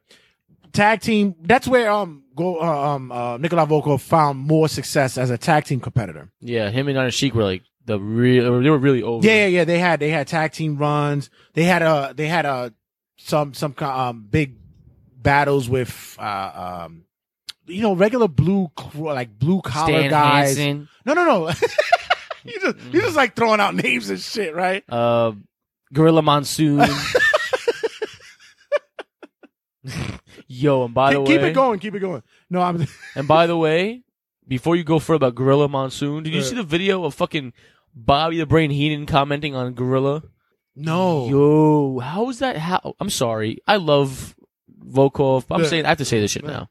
Speaker 3: tag team. That's where um go uh, um uh, Nikolai Volkov found more success as a tag team competitor.
Speaker 4: Yeah, him and Iron Sheik were like the real. They were really over.
Speaker 3: Yeah, yeah, yeah. They had they had tag team runs. They had uh they had uh some some ki- um big battles with uh um you know regular blue cr- like blue collar
Speaker 4: Stan
Speaker 3: guys.
Speaker 4: Hansen.
Speaker 3: No,
Speaker 4: Mm-hmm.
Speaker 3: no, no. you just you just like throwing out names and shit, right?
Speaker 4: Uh, Gorilla Monsoon. Yo, and by the
Speaker 3: keep
Speaker 4: way,
Speaker 3: it going, keep it going. No, I'm
Speaker 4: and by the way, before you go further about Gorilla Monsoon, did you see the video of fucking Bobby the Brain Heenan commenting on Gorilla?
Speaker 3: No.
Speaker 4: Yo, how is that? How? I'm sorry. I love Volkov. but I'm
Speaker 3: Yeah.
Speaker 4: saying I have to say this shit
Speaker 3: Yeah.
Speaker 4: now.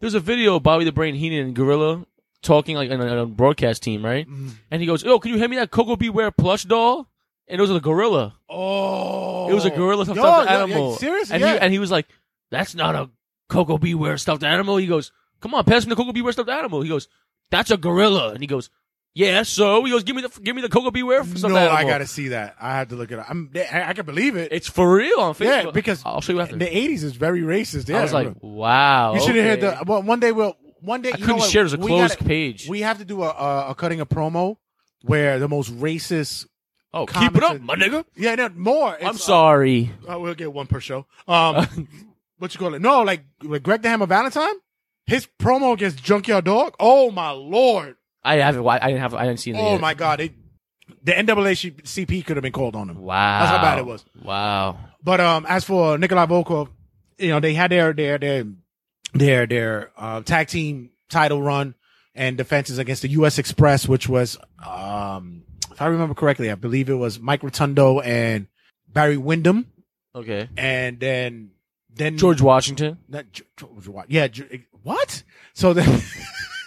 Speaker 4: There's a video of Bobby the Brain Heenan and Gorilla talking like on a, on a broadcast team, right?
Speaker 3: Mm-hmm.
Speaker 4: And he goes, "Yo, can you hand me that Coco Beware plush doll?" And it was a gorilla.
Speaker 3: Oh,
Speaker 4: It was a gorilla stuffed
Speaker 3: Yo, yo, yo,
Speaker 4: animal.
Speaker 3: seriously,
Speaker 4: and
Speaker 3: yeah.
Speaker 4: he and he was like, "That's not a Coco Beware stuffed animal." He goes, "Come on, pass me the Coco Beware stuffed animal." He goes, "That's a gorilla." And he goes, "Yeah, so." He goes, "Give me the give me the Coco Beware stuffed
Speaker 3: no,
Speaker 4: animal."
Speaker 3: I gotta see that. I have to look it up. I'm, I, I can believe it.
Speaker 4: It's for real on Facebook.
Speaker 3: Yeah, because
Speaker 4: I'll show you after.
Speaker 3: the '80s is very racist. Yeah,
Speaker 4: I was like, "Wow."
Speaker 3: you should have
Speaker 4: okay.
Speaker 3: heard the. Well, one day we'll. One day
Speaker 4: I
Speaker 3: you know
Speaker 4: couldn't
Speaker 3: what?
Speaker 4: share. It was a
Speaker 3: We
Speaker 4: closed
Speaker 3: gotta-
Speaker 4: page.
Speaker 3: We have to do a, a, a cutting a promo where the most racist.
Speaker 4: Oh, keep it up, my nigga.
Speaker 3: Yeah, no more.
Speaker 4: I'm
Speaker 3: It's,
Speaker 4: sorry.
Speaker 3: uh, we'll get one per show. Um, what you call it? No, like like Greg the Hammer Valentine. His promo against Junkyard Dog. Oh my lord.
Speaker 4: I haven't. wa- I didn't have. I didn't see. it
Speaker 3: Oh
Speaker 4: yet.
Speaker 3: my god. It, the NAACP could have been called on him.
Speaker 4: Wow.
Speaker 3: That's how bad it was.
Speaker 4: Wow.
Speaker 3: But um, as for Nikolai Volkov, you know they had their their their their their uh, tag team title run and defenses against the U.S. Express, which was um, if I remember correctly, I believe it was Mike Rotundo and Barry Windham,
Speaker 4: Okay.
Speaker 3: and then then
Speaker 4: George Washington.
Speaker 3: Not Ge- George Wa- yeah, Ge- what? So then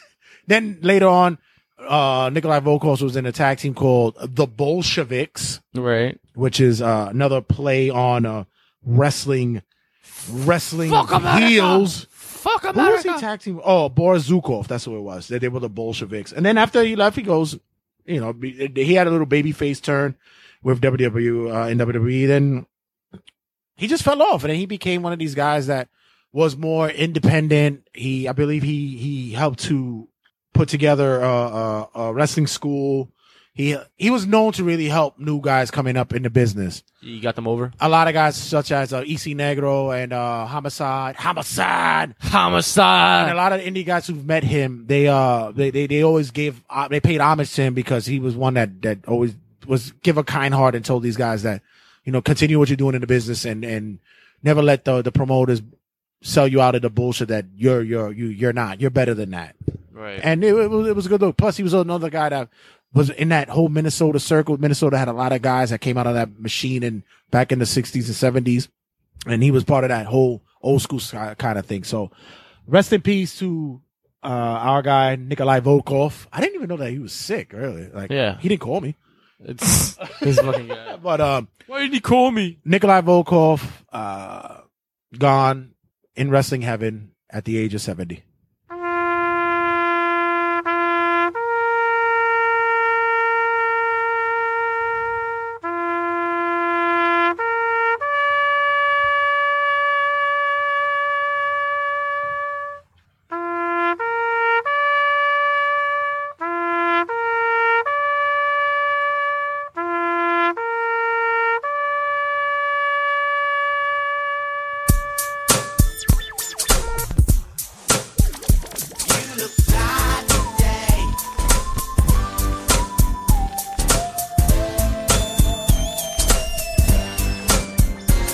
Speaker 3: then later on, uh, Nikolai Volkov was in a tag team called the Bolsheviks
Speaker 4: Right.
Speaker 3: which is uh, another play on uh, wrestling wrestling heels.
Speaker 4: Fuck
Speaker 3: Who was he tag team? Oh, Boris Zukov. That's who it was. They, they were the Bolsheviks. And then after he left, he goes, you know, be- he had a little baby face turn with WWE uh, in WWE. Then he just fell off, and then he became one of these guys that was more independent. He, I believe, he he helped to put together a, a, a wrestling school. He he was known to really help new guys coming up in the business.
Speaker 4: You got them over.
Speaker 3: A lot of guys such as uh, EC Negro and uh, Homicide, Homicide, and a
Speaker 4: Homicide.
Speaker 3: lot of indie guys who've met him, they uh they they, they always gave uh, they paid homage to him because he was one that that always was give a kind heart and told these guys that you know continue what you're doing in the business and and never let the the promoters sell you out of the bullshit that you're you're you you're not you're better than that.
Speaker 4: Right.
Speaker 3: And it, it was it was a good look. Plus, he was another guy that was in that whole Minnesota circle. Minnesota had a lot of guys that came out of that machine and back in the sixties and seventies, and he was part of that whole old school sky- kind of thing. So, rest in peace to uh, our guy Nikolai Volkov. I didn't even know that he was sick. Really, like
Speaker 4: Yeah.
Speaker 3: he didn't call me,
Speaker 4: It's this fucking guy.
Speaker 3: but um,
Speaker 4: Why didn't he call me?
Speaker 3: Nikolai Volkov uh, gone in wrestling heaven at the age of seventy.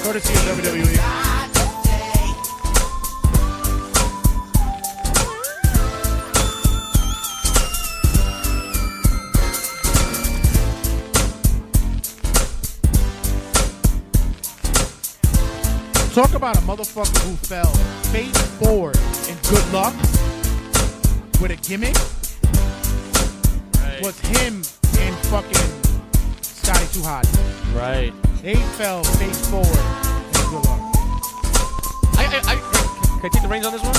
Speaker 3: Courtesy of WWE. Talk about a motherfucker who fell face forward in good luck with a gimmick. Was him and fucking Scotty Too Hot.
Speaker 4: Right.
Speaker 3: They fell face forward in good luck.
Speaker 4: I, I, I, can I take the reins on this one?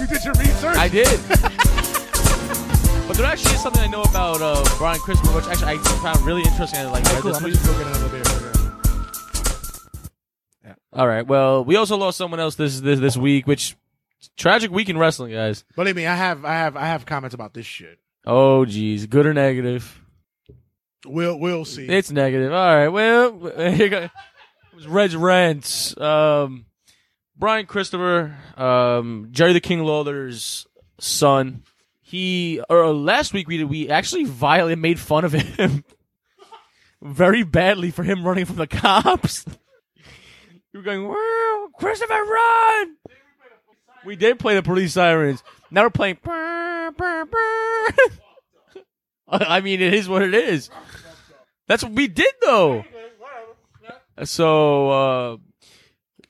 Speaker 3: You did your research.
Speaker 4: I did. but there actually is something I know about uh, Brian Crisper, which actually I found really interesting. I like read
Speaker 3: Cool,
Speaker 4: this
Speaker 3: I'm
Speaker 4: week.
Speaker 3: gonna just go get another beer.
Speaker 4: All right. Well, we also lost someone else this this this week, which tragic week in wrestling, guys.
Speaker 3: Believe me, I have I have I have comments about this shit.
Speaker 4: Oh, geez, good or negative?
Speaker 3: We'll we'll see.
Speaker 4: It's negative. All right. Well, here go. It was Reg Rents, um, Brian Christopher, um, Jerry the King Lawler's son. He or uh, last week we did, we actually violently made fun of him very badly for him running from the cops. you were going, "Wow, Christopher, run!" We did play the police sirens. Now we're playing. "Brr, brr, brr." I mean, it is what it is. That's what we did, though. So, uh,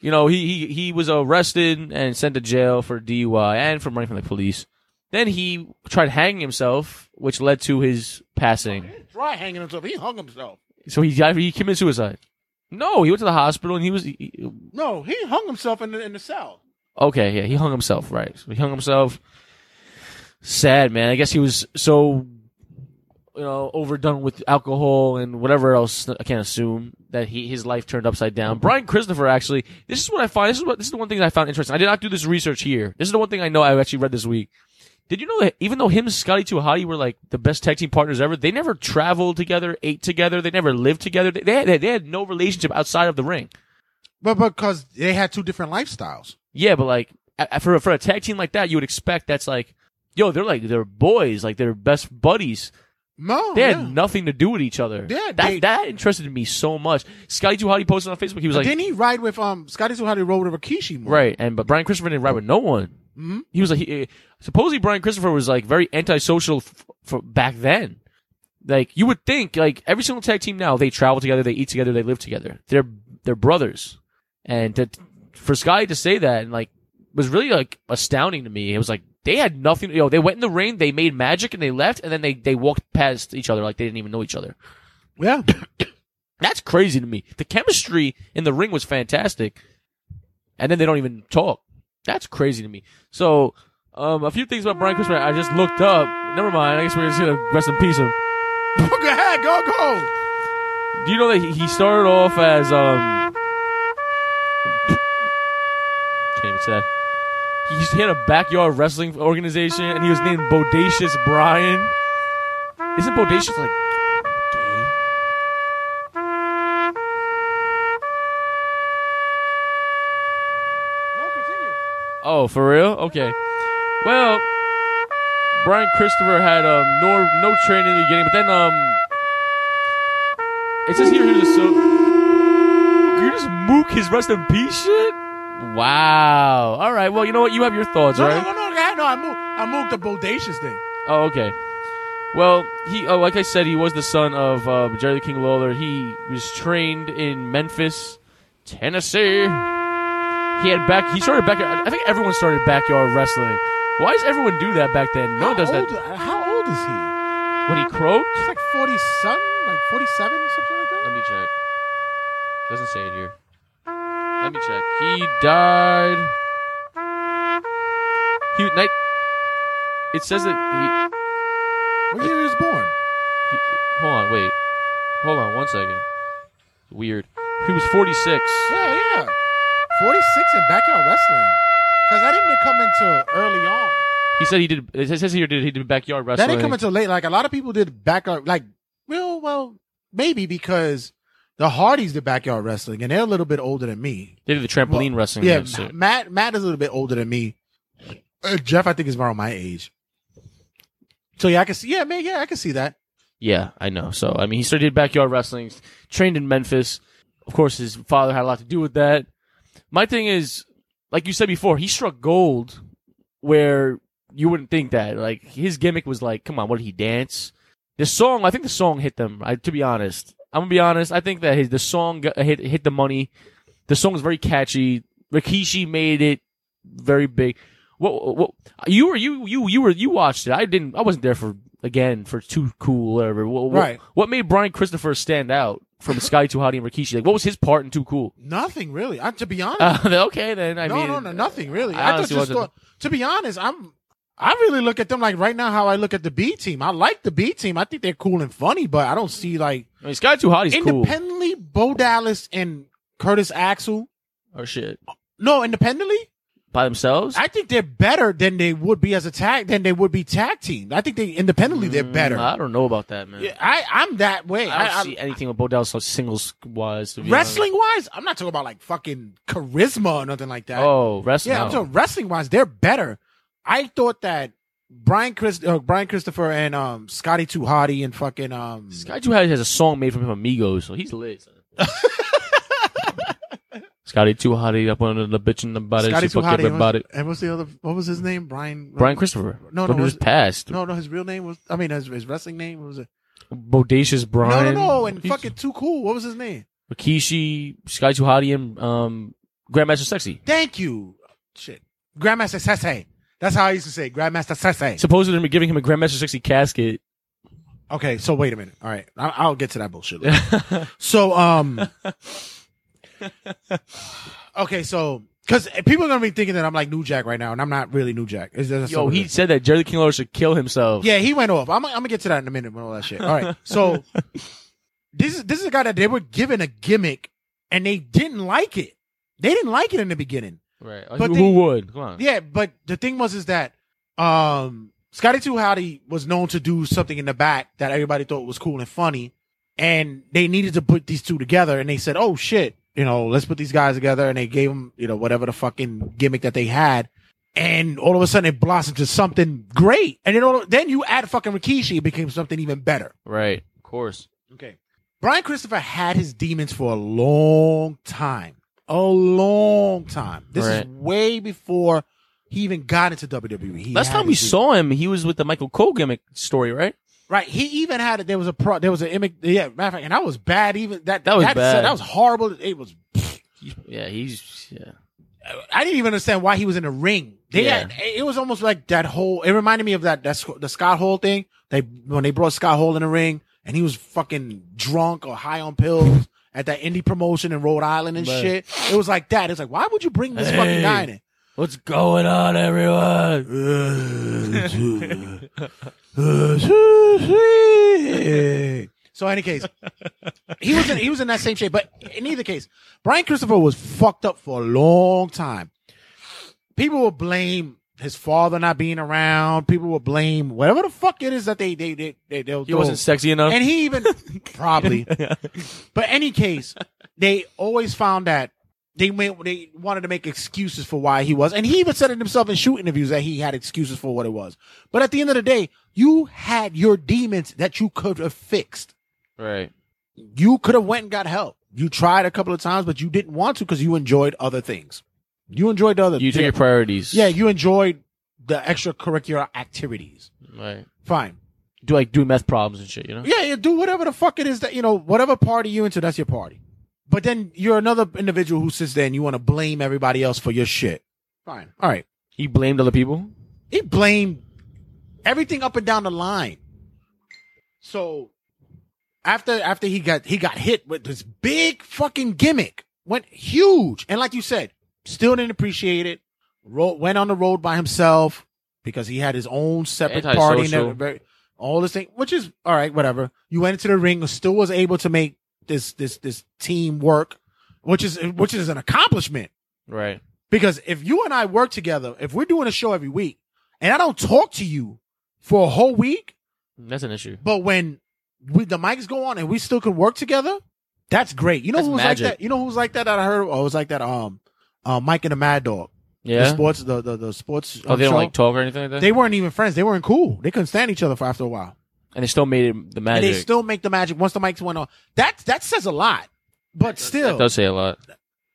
Speaker 4: you know, he, he, he was arrested and sent to jail for DUI and for running from the police. Then he tried hanging himself, which led to his passing.
Speaker 3: Try hanging himself. He hung himself.
Speaker 4: So he died, he committed suicide. No, he went to the hospital and he was he-
Speaker 3: No, he hung himself in the, in the cell.
Speaker 4: Okay, yeah, he hung himself, right? So he hung himself. Sad man. I guess he was so, you know, overdone with alcohol and whatever else. I can't assume that he his life turned upside down. Brian Christopher, actually, this is what I find. This is what this is the one thing I found interesting. I did not do this research here. This is the one thing I know I actually read this week. Did you know that even though him and Scotty Tuhati were like the best tag team partners ever, they never traveled together, ate together, they never lived together. They they had, they had no relationship outside of the ring.
Speaker 3: But because they had two different lifestyles.
Speaker 4: Yeah, but like a- for for a tag team like that, you would expect that's like, yo, they're like they're boys, like they're best buddies.
Speaker 3: No,
Speaker 4: they had
Speaker 3: Oh, yeah.
Speaker 4: nothing to do with each other.
Speaker 3: Yeah,
Speaker 4: that
Speaker 3: they-
Speaker 4: that interested me so much. Scotty Tuhati posted on Facebook. He was like,
Speaker 3: Didn't he ride with um Scotty Zuhadi rode with Rikishi? More?
Speaker 4: right, and but Brian Christopher didn't ride with no one.
Speaker 3: Mhm.
Speaker 4: He was like, he, eh, supposedly Brian Christopher was like very antisocial f- for back then. Like you would think, like every single tag team now, they travel together, they eat together, they live together. They're they're brothers, and to, for Scotty to say that and like was really like astounding to me. It was like they had nothing. You know, they went in the ring, they made magic, and they left, and then they they walked past each other like they didn't even know each other.
Speaker 3: Yeah,
Speaker 4: that's crazy to me. The chemistry in the ring was fantastic, and then they don't even talk. That's crazy to me. So, um, a few things about Brian Christopher I just looked up. Never mind. I guess we're just gonna rest in peace him.
Speaker 3: go ahead, go go.
Speaker 4: Do you know that he- he started off as um? Can't even say. that. He used- he had a backyard wrestling organization, and he was named Bodacious Brian. Isn't Bodacious like gay? Oh, for real? Okay. Well, Brian Christopher had um no no training in the beginning, but then um it says here he was so Can you just mook his rest in peace shit? Wow. All right. Well, you know what? You have your thoughts,
Speaker 3: No,
Speaker 4: right?
Speaker 3: no, no, no, no, I moved. I moved the bodacious thing.
Speaker 4: Oh, okay. Well, he oh, like I said, he was the son of uh, Jerry the King Lawler. He was trained in Memphis, Tennessee. He had back. He started back. I think everyone started backyard wrestling. Why does everyone do that back then? No one does
Speaker 3: how old,
Speaker 4: that
Speaker 3: How old is he?
Speaker 4: when he croaked.
Speaker 3: He's like forty something, like forty seven, something like that.
Speaker 4: Let me check. Doesn't say it here. Let me check. He died. He was night. It says that he.
Speaker 3: What year he was born?
Speaker 4: he hold on, wait. Hold on, one second. Weird. He was 46.
Speaker 3: Yeah, yeah. Forty six in backyard wrestling. Cause that didn't come into early on.
Speaker 4: He said he did. It says here did he did backyard wrestling.
Speaker 3: That didn't come until late. Like a lot of people did backyard, like well, well, maybe because the Hardys did backyard wrestling, and they're a little bit older than me.
Speaker 4: They did the trampoline wrestling.
Speaker 3: yeah,
Speaker 4: match, so-
Speaker 3: Matt Matt is a little bit older than me. Uh, Jeff, I think is around my age. So yeah, I can see. Yeah, man, yeah, I can see that.
Speaker 4: Yeah, I know. So I mean, he started backyard wrestling, trained in Memphis. Of course, his father had a lot to do with that. My thing is, like you said before, he struck gold where you wouldn't think that. Like his gimmick was like, come on, what did he dance? The song, I think the song hit them. I, to be honest, I'm gonna be honest. I think that his the song got- hit hit the money. The song is very catchy. Rikishi made it very big. What, what you were you you you were you watched it. I didn't. I wasn't there for again for too cool whatever. What, what-
Speaker 3: Right.
Speaker 4: What, made Brian Christopher stand out from Sky Tuhati and Rikishi? Like what was his part in Too Cool?
Speaker 3: Nothing really. I, to be honest,
Speaker 4: Uh, okay, then I
Speaker 3: no,
Speaker 4: mean,
Speaker 3: no, no, nothing really.
Speaker 4: I
Speaker 3: I, just,
Speaker 4: honestly
Speaker 3: just
Speaker 4: wasn't-
Speaker 3: thought. To be honest, I'm. I really look at them like right now how I look at the B team. I like the B team. I think they're cool and funny, but I don't see like
Speaker 4: I mean, Sky Tuhati's cool.
Speaker 3: independently Bo Dallas and Curtis Axel.
Speaker 4: or Oh, shit
Speaker 3: No, independently.
Speaker 4: by themselves?
Speaker 3: I think they're better than they would be as a tag than they would be tag team. I think they independently they're better.
Speaker 4: Mm, I don't know about that, man.
Speaker 3: Yeah, I I'm that way.
Speaker 4: I don't
Speaker 3: I,
Speaker 4: see anything with Bo Dallas singles wise.
Speaker 3: wrestling wise, I'm not talking about like fucking charisma or nothing like that.
Speaker 4: Oh, wrestling.
Speaker 3: Yeah,
Speaker 4: oh.
Speaker 3: I'm talking wrestling wise, they're better. I thought that Brian Chris uh, Brian Christopher and um Scotty Too Hotty and fucking um
Speaker 4: Guy Oh. Too Hotty has a song made from him, Amigos, so he's lit. son. Scotty Too Hotty up on the bitch in the body.
Speaker 3: Scotty
Speaker 4: she fuck
Speaker 3: Tuhati and,
Speaker 4: everybody.
Speaker 3: what's- and what's the other what was his name? Brian
Speaker 4: Brian Christopher.
Speaker 3: No,
Speaker 4: But
Speaker 3: no,
Speaker 4: he was
Speaker 3: his-
Speaker 4: passed.
Speaker 3: No, no, his real name was I mean his, his wrestling name was it?
Speaker 4: Bodacious
Speaker 3: No, no,
Speaker 4: Brian.
Speaker 3: no, and fucking too cool. What was his name?
Speaker 4: Rikishi, Sky Too Hotty, and um, Grandmaster Sexy.
Speaker 3: Thank you. Shit. Grandmaster Sese. That's how I used to say Grandmaster Sese.
Speaker 4: Supposedly, they're giving him a Grandmaster Sexy casket.
Speaker 3: Okay, so wait a minute. All right. I- I'll get to that bullshit later. so, um, okay, so, cause people are gonna be thinking that I'm like New Jack right now, and I'm not really New Jack. It's, that's
Speaker 4: Yo,
Speaker 3: what it
Speaker 4: he
Speaker 3: is.
Speaker 4: said that Jerry King Lawler should kill himself.
Speaker 3: Yeah, he went off. I'm, I'm gonna get to that in a minute with all that shit. All right. So, this is, this is a guy that they were given a gimmick, and they didn't like it. They didn't like it in the beginning.
Speaker 4: Right.
Speaker 3: But
Speaker 4: who,
Speaker 3: they-
Speaker 4: who would? Come on.
Speaker 3: Yeah, but the thing was is that um Scotty Too Howdy was known to do something in the back that everybody thought was cool and funny, and they needed to put these two together, and they said, "Oh shit, you know, let's put these guys together," and they gave them you know whatever the fucking gimmick that they had, and all of a sudden it blossomed to something great, and then all, then you add fucking Rikishi, it became something even better.
Speaker 4: Right. Of course.
Speaker 3: Okay. Brian Christopher had his demons for a long time. A long time. This
Speaker 4: Right.
Speaker 3: is way before he even got into WWE. He
Speaker 4: Last
Speaker 3: had
Speaker 4: time we
Speaker 3: his demons.
Speaker 4: saw him, he was with the Michael Cole gimmick story, right?
Speaker 3: Right. He even had it. There was a pro, there was an image. Yeah. Matter of fact, and that was bad. Even that,
Speaker 4: That was bad.
Speaker 3: that was horrible. It was,
Speaker 4: Yeah, he's yeah.
Speaker 3: I didn't even understand why he was in the ring. They
Speaker 4: Yeah.
Speaker 3: had, it was almost like that whole, it reminded me of that, that, Sc- the Scott Hall thing. They, when they brought Scott Hall in the ring and he was fucking drunk or high on pills at that indie promotion in Rhode Island and
Speaker 4: Right.
Speaker 3: shit. It was like that. It's like, why would you bring this fucking guy in?
Speaker 4: What's going on, everyone?
Speaker 3: so in any case, he was in, he was in that same shape. But in either case, Brian Christopher was fucked up for a long time. People will blame his father not being around. People will blame whatever the fuck it is that they they they, they they'll
Speaker 4: he wasn't sexy enough.
Speaker 3: and he even probably. But any case, they always found that they made, they wanted to make excuses for why he was, and he even said it himself in shoot interviews that he had excuses for what it was. But at the end of the day, you had your demons that you could have fixed.
Speaker 4: right.
Speaker 3: You could have went and got help. You tried a couple of times, but you didn't want to because you enjoyed other things. You enjoyed the other.
Speaker 4: You took your priorities.
Speaker 3: yeah, you enjoyed the extracurricular activities.
Speaker 4: Right.
Speaker 3: Fine.
Speaker 4: Do like do meth problems and shit, you know?
Speaker 3: Yeah, you do whatever the fuck it is that you know, whatever party you into, that's your party. But then you're another individual who sits there and you want to blame everybody else for your shit. Fine. All right.
Speaker 4: He blamed other people.
Speaker 3: He blamed everything up and down the line. So after after he got he got hit with this big fucking gimmick, went huge, and like you said, still didn't appreciate it. Ro- went on the road by himself because he had his own separate party and
Speaker 4: Antisocial.
Speaker 3: every- all this thing, which is all right, whatever. You went into the ring, still was able to make this this this team work, which is which is an accomplishment.
Speaker 4: Right.
Speaker 3: Because if you and I work together, if we're doing a show every week, and I don't talk to you for a whole week,
Speaker 4: That's an issue.
Speaker 3: but when we, the mics go on and we still can work together, that's great. You know
Speaker 4: That's
Speaker 3: who's
Speaker 4: magic.
Speaker 3: like that? You know who's like that? That I heard. Oh, it was like that. Um, uh, Mike and the Mad Dog. The
Speaker 4: Yeah.
Speaker 3: sports. The the, the sports.
Speaker 4: oh,
Speaker 3: um,
Speaker 4: they don't
Speaker 3: show.
Speaker 4: like talk or anything like that?
Speaker 3: They weren't even friends. They weren't cool. They couldn't stand each other for after a while.
Speaker 4: and they still made it the magic.
Speaker 3: And they still make the magic once the mics went on. That that says a lot. But still,
Speaker 4: that does say a lot.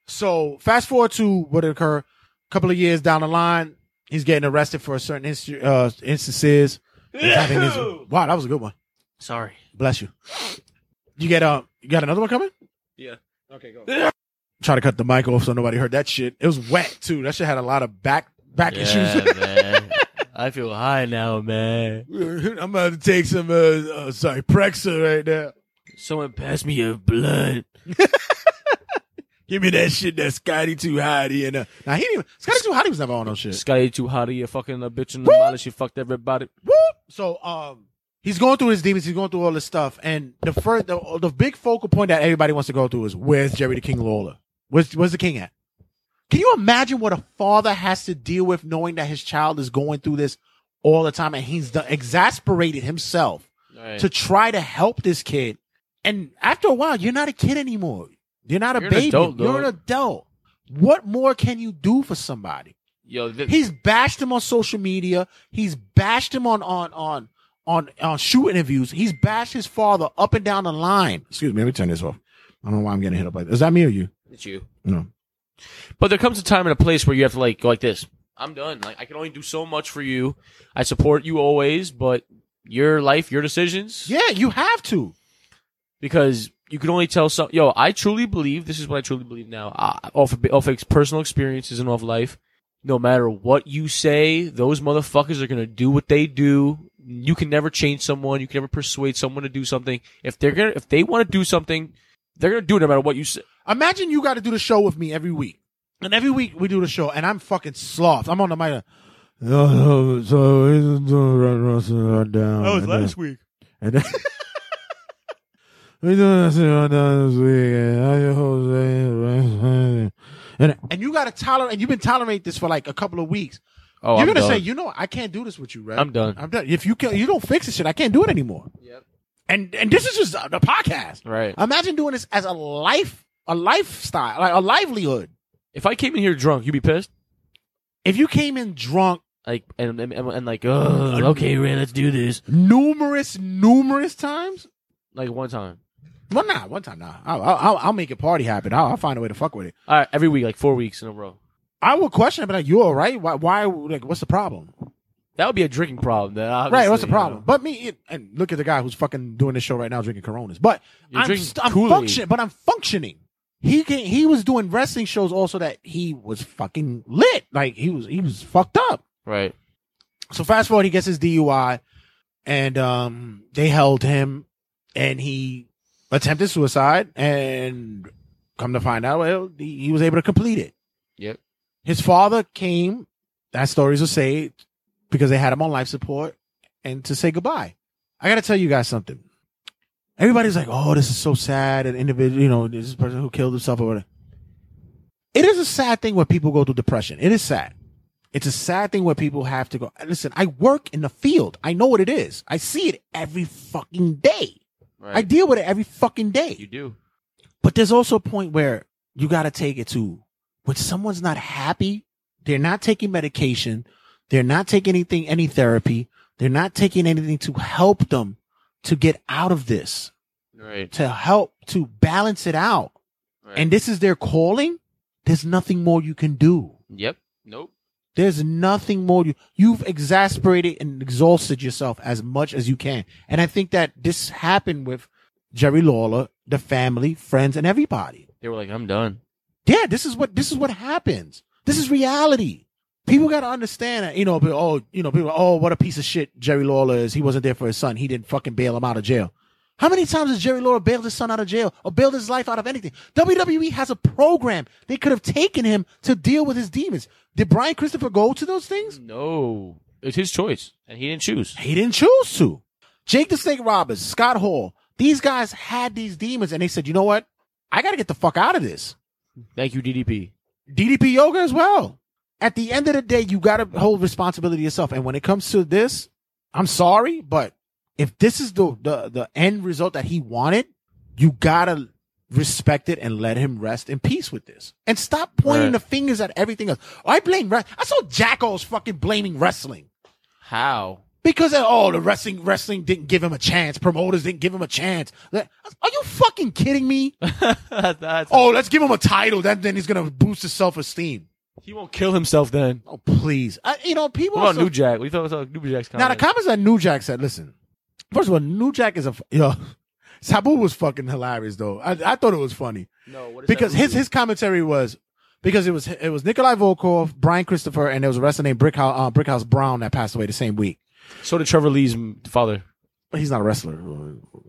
Speaker 3: so fast forward to what occurred a couple of years down the line. He's getting arrested for certain inst- uh, instances. He's having his- wow, that was a good one.
Speaker 4: Sorry.
Speaker 3: Bless you. You get uh, you got another one coming?
Speaker 4: Yeah.
Speaker 3: Okay, go. Try to cut the mic off so nobody heard that shit. It was wet too. That shit had a lot of back back
Speaker 4: Yeah,
Speaker 3: issues.
Speaker 4: man. I feel high now, man.
Speaker 3: I'm about to take some uh, uh sorry Prexa right now.
Speaker 4: Someone pass me a blunt.
Speaker 3: Give me that shit that Scotty too hotty and uh, now he didn't even, Scotty too hotty was never on no shit.
Speaker 4: Sky too hot. You fucking a bitch in the body. She fucked everybody.
Speaker 3: Whoop. So um, he's going through his demons. He's going through all this stuff, and the first, the, the big focal point that everybody wants to go through is where's Jerry the King Lawler? Where's where's the King at? Can you imagine what a father has to deal with knowing that his child is going through this all the time and he's done, exasperated himself
Speaker 4: Right.
Speaker 3: to try to help this kid? And after a while, you're not a kid anymore. You're not a
Speaker 4: You're an
Speaker 3: baby.
Speaker 4: adult,
Speaker 3: you're an
Speaker 4: dog.
Speaker 3: adult. What more can you do for somebody?
Speaker 4: Yo, th-
Speaker 3: He's bashed him on social media. He's bashed him on on on on on shoot interviews. He's bashed his father up and down the line. Excuse me, let me turn this off. I don't know why I'm getting hit up like that. Is that me or you?
Speaker 4: it's you.
Speaker 3: No.
Speaker 4: But there comes a time and a place where you have to like go like this. I'm done. Like I can only do so much for you. I support you always, but your life, your decisions.
Speaker 3: Yeah, you have to.
Speaker 4: Because you can only tell some. Yo, I truly believe this is what I truly believe now. I, off of, off of personal experiences and off life. No matter what you say, those motherfuckers are gonna do what they do. You can never change someone. You can never persuade someone to do something. If they're gonna, if they want to do something, they're gonna do it no matter what you say.
Speaker 3: Imagine you got to do the show with me every week, and every week we do the show, and I'm fucking sloth. I'm on the mic. So down.
Speaker 12: That was last week.
Speaker 3: And then, and, and you got to tolerate, and you've been tolerating this for like a couple of weeks.
Speaker 4: Oh,
Speaker 3: You're
Speaker 4: I'm
Speaker 3: gonna say,
Speaker 4: done.
Speaker 3: you know, what? I can't do this with you, right?
Speaker 4: I'm done.
Speaker 3: I'm done. If you can, you don't fix this shit. I can't do it anymore. Yep. And and this is just the- the podcast.
Speaker 4: Right.
Speaker 3: Imagine doing this as a life, a lifestyle, like a livelihood.
Speaker 4: If I came in here drunk, you'd be pissed.
Speaker 3: If you came in drunk,
Speaker 4: like and and, and, and like, oh, okay, Ray, let's do this.
Speaker 3: numerous, numerous times.
Speaker 4: Like one time,
Speaker 3: Well, nah, one time, nah. I'll, I'll, I'll- I'll make a party happen. I'll, I'll find a way to fuck with it.
Speaker 4: all right, every week, like four weeks in a row.
Speaker 3: I would question, it, but like, you all right? Why? Why? Like, what's the problem?
Speaker 4: That would be a drinking problem. Then obviously,
Speaker 3: Right? What's the
Speaker 4: you
Speaker 3: problem?
Speaker 4: know.
Speaker 3: But me, it, and look at the guy who's fucking doing this show right now, drinking Coronas. But
Speaker 4: You're
Speaker 3: I'm,
Speaker 4: drinking
Speaker 3: st- I'm
Speaker 4: Kool-Aid.
Speaker 3: functioning. But I'm functioning. He can, he was doing wrestling shows also that he was fucking lit. Like he was he was fucked up.
Speaker 4: Right.
Speaker 3: So fast forward, he gets his DUI, and um, they held him, and he attempted suicide, and come to find out, well, he, he was able to complete it.
Speaker 4: Yep.
Speaker 3: His father came. That stories are saved because they had him on life support, and to say goodbye. I got to tell you guys something. Everybody's like, "Oh, this is so sad." An individual, you know, this is a person who killed himself or whatever. It is a sad thing when people go through depression. It is sad. It's a sad thing where people have to go. Listen, I work in the field. I know what it is. I see it every fucking day.
Speaker 4: Right.
Speaker 3: I deal with it every fucking day.
Speaker 4: You do.
Speaker 3: But there's also a point where you got to take it to when someone's not happy, they're not taking medication, they're not taking anything, any therapy, they're not taking anything to help them to get out of this,
Speaker 4: Right.
Speaker 3: to help to balance it out. And this is their calling. There's nothing more you can do.
Speaker 4: Yep. Nope.
Speaker 3: There's nothing more you you've exasperated and exhausted yourself as much as you can. And I think that this happened with Jerry Lawler, the family, friends, and everybody.
Speaker 4: They were like, I'm done.
Speaker 3: Yeah, this is what this is what happens. This is reality. People gotta understand that, you know, but, oh, you know, people, oh, what a piece of shit Jerry Lawler is. He wasn't there for his son. He didn't fucking bail him out of jail. How many times has Jerry Lawler bailed his son out of jail or bailed his life out of anything? WWE has a program. They could have taken him to deal with his demons. Did Brian Christopher go to those things?
Speaker 4: No, it's his choice, and he didn't choose.
Speaker 3: He didn't choose to. Jake the Snake Roberts, Scott Hall, these guys had these demons and they said, you know what? I got to get the fuck out of this.
Speaker 4: Thank you, DDP.
Speaker 3: DDP yoga as well. At the end of the day, you got to hold responsibility yourself. And when it comes to this, I'm sorry, but if this is the, the, the end result that he wanted, you got to respect it and let him rest in peace with this. And stop pointing
Speaker 4: Right.
Speaker 3: the fingers at everything else. Oh, I blame, re- I saw Jacko's fucking blaming wrestling.
Speaker 4: How?
Speaker 3: Because oh, the wrestling wrestling didn't give him a chance. Promoters didn't give him a chance. That- Are you fucking kidding me? oh, let's give him a title. That then he's gonna boost his self esteem.
Speaker 4: He won't kill himself then.
Speaker 3: Oh please, I, you know people.
Speaker 4: What
Speaker 3: are
Speaker 4: about
Speaker 3: so-
Speaker 4: New Jack? What do you thought about New Jack's
Speaker 3: Now the
Speaker 4: comment?
Speaker 3: comments that New Jack said. Listen, first of all, New Jack is a f- yo. Sabu was fucking hilarious though. I, I thought it was funny.
Speaker 4: No, what is
Speaker 3: because
Speaker 4: that
Speaker 3: his
Speaker 4: movie?
Speaker 3: his commentary was because it was it was Nikolai Volkov, Brian Christopher, and there was a wrestler named Brickhouse uh, Brickhouse Brown that passed away the same week.
Speaker 4: so did Trevor Lee's father.
Speaker 3: He's not a wrestler.
Speaker 4: I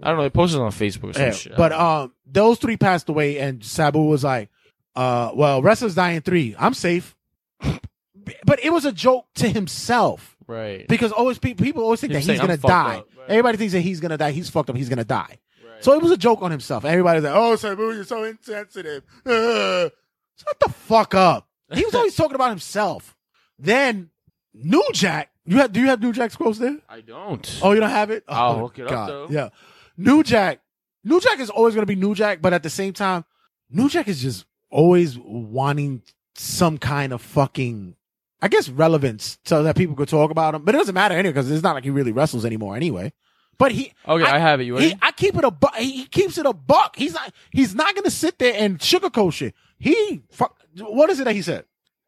Speaker 4: don't know. They posted it on Facebook or some
Speaker 3: Yeah,
Speaker 4: shit.
Speaker 3: But um, those three passed away, and Sabu was like, "Uh, well, wrestlers die in three. I'm safe." but it was a joke to himself
Speaker 4: right.
Speaker 3: because always pe- people always think
Speaker 4: Him
Speaker 3: that he's
Speaker 4: saying, "I'm
Speaker 3: gonna
Speaker 4: fucked
Speaker 3: die.
Speaker 4: up," right.
Speaker 3: Everybody thinks that he's gonna die. He's fucked up. He's gonna die. So it was a joke on himself. Everybody's like, "Oh, Sabu, you're so insensitive." Ugh. Shut the fuck up. He was always talking about himself. Then New Jack, you have, do you have New Jack's quotes there?
Speaker 4: I don't.
Speaker 3: Oh, you don't have it?
Speaker 4: I'll
Speaker 3: Oh,
Speaker 4: look it up, though.
Speaker 3: Yeah. New Jack. New Jack is always going to be New Jack, but at the same time, New Jack is just always wanting some kind of fucking, I guess, relevance so that people could talk about him. But it doesn't matter anyway because it's not like he really wrestles anymore anyway. But he,
Speaker 4: Okay, I, have it. You ready?
Speaker 3: he, I keep it a buck. He keeps it a buck. He's not. He's not going to sit there and sugarcoat Oh, shit. He fuck. What is it that he said?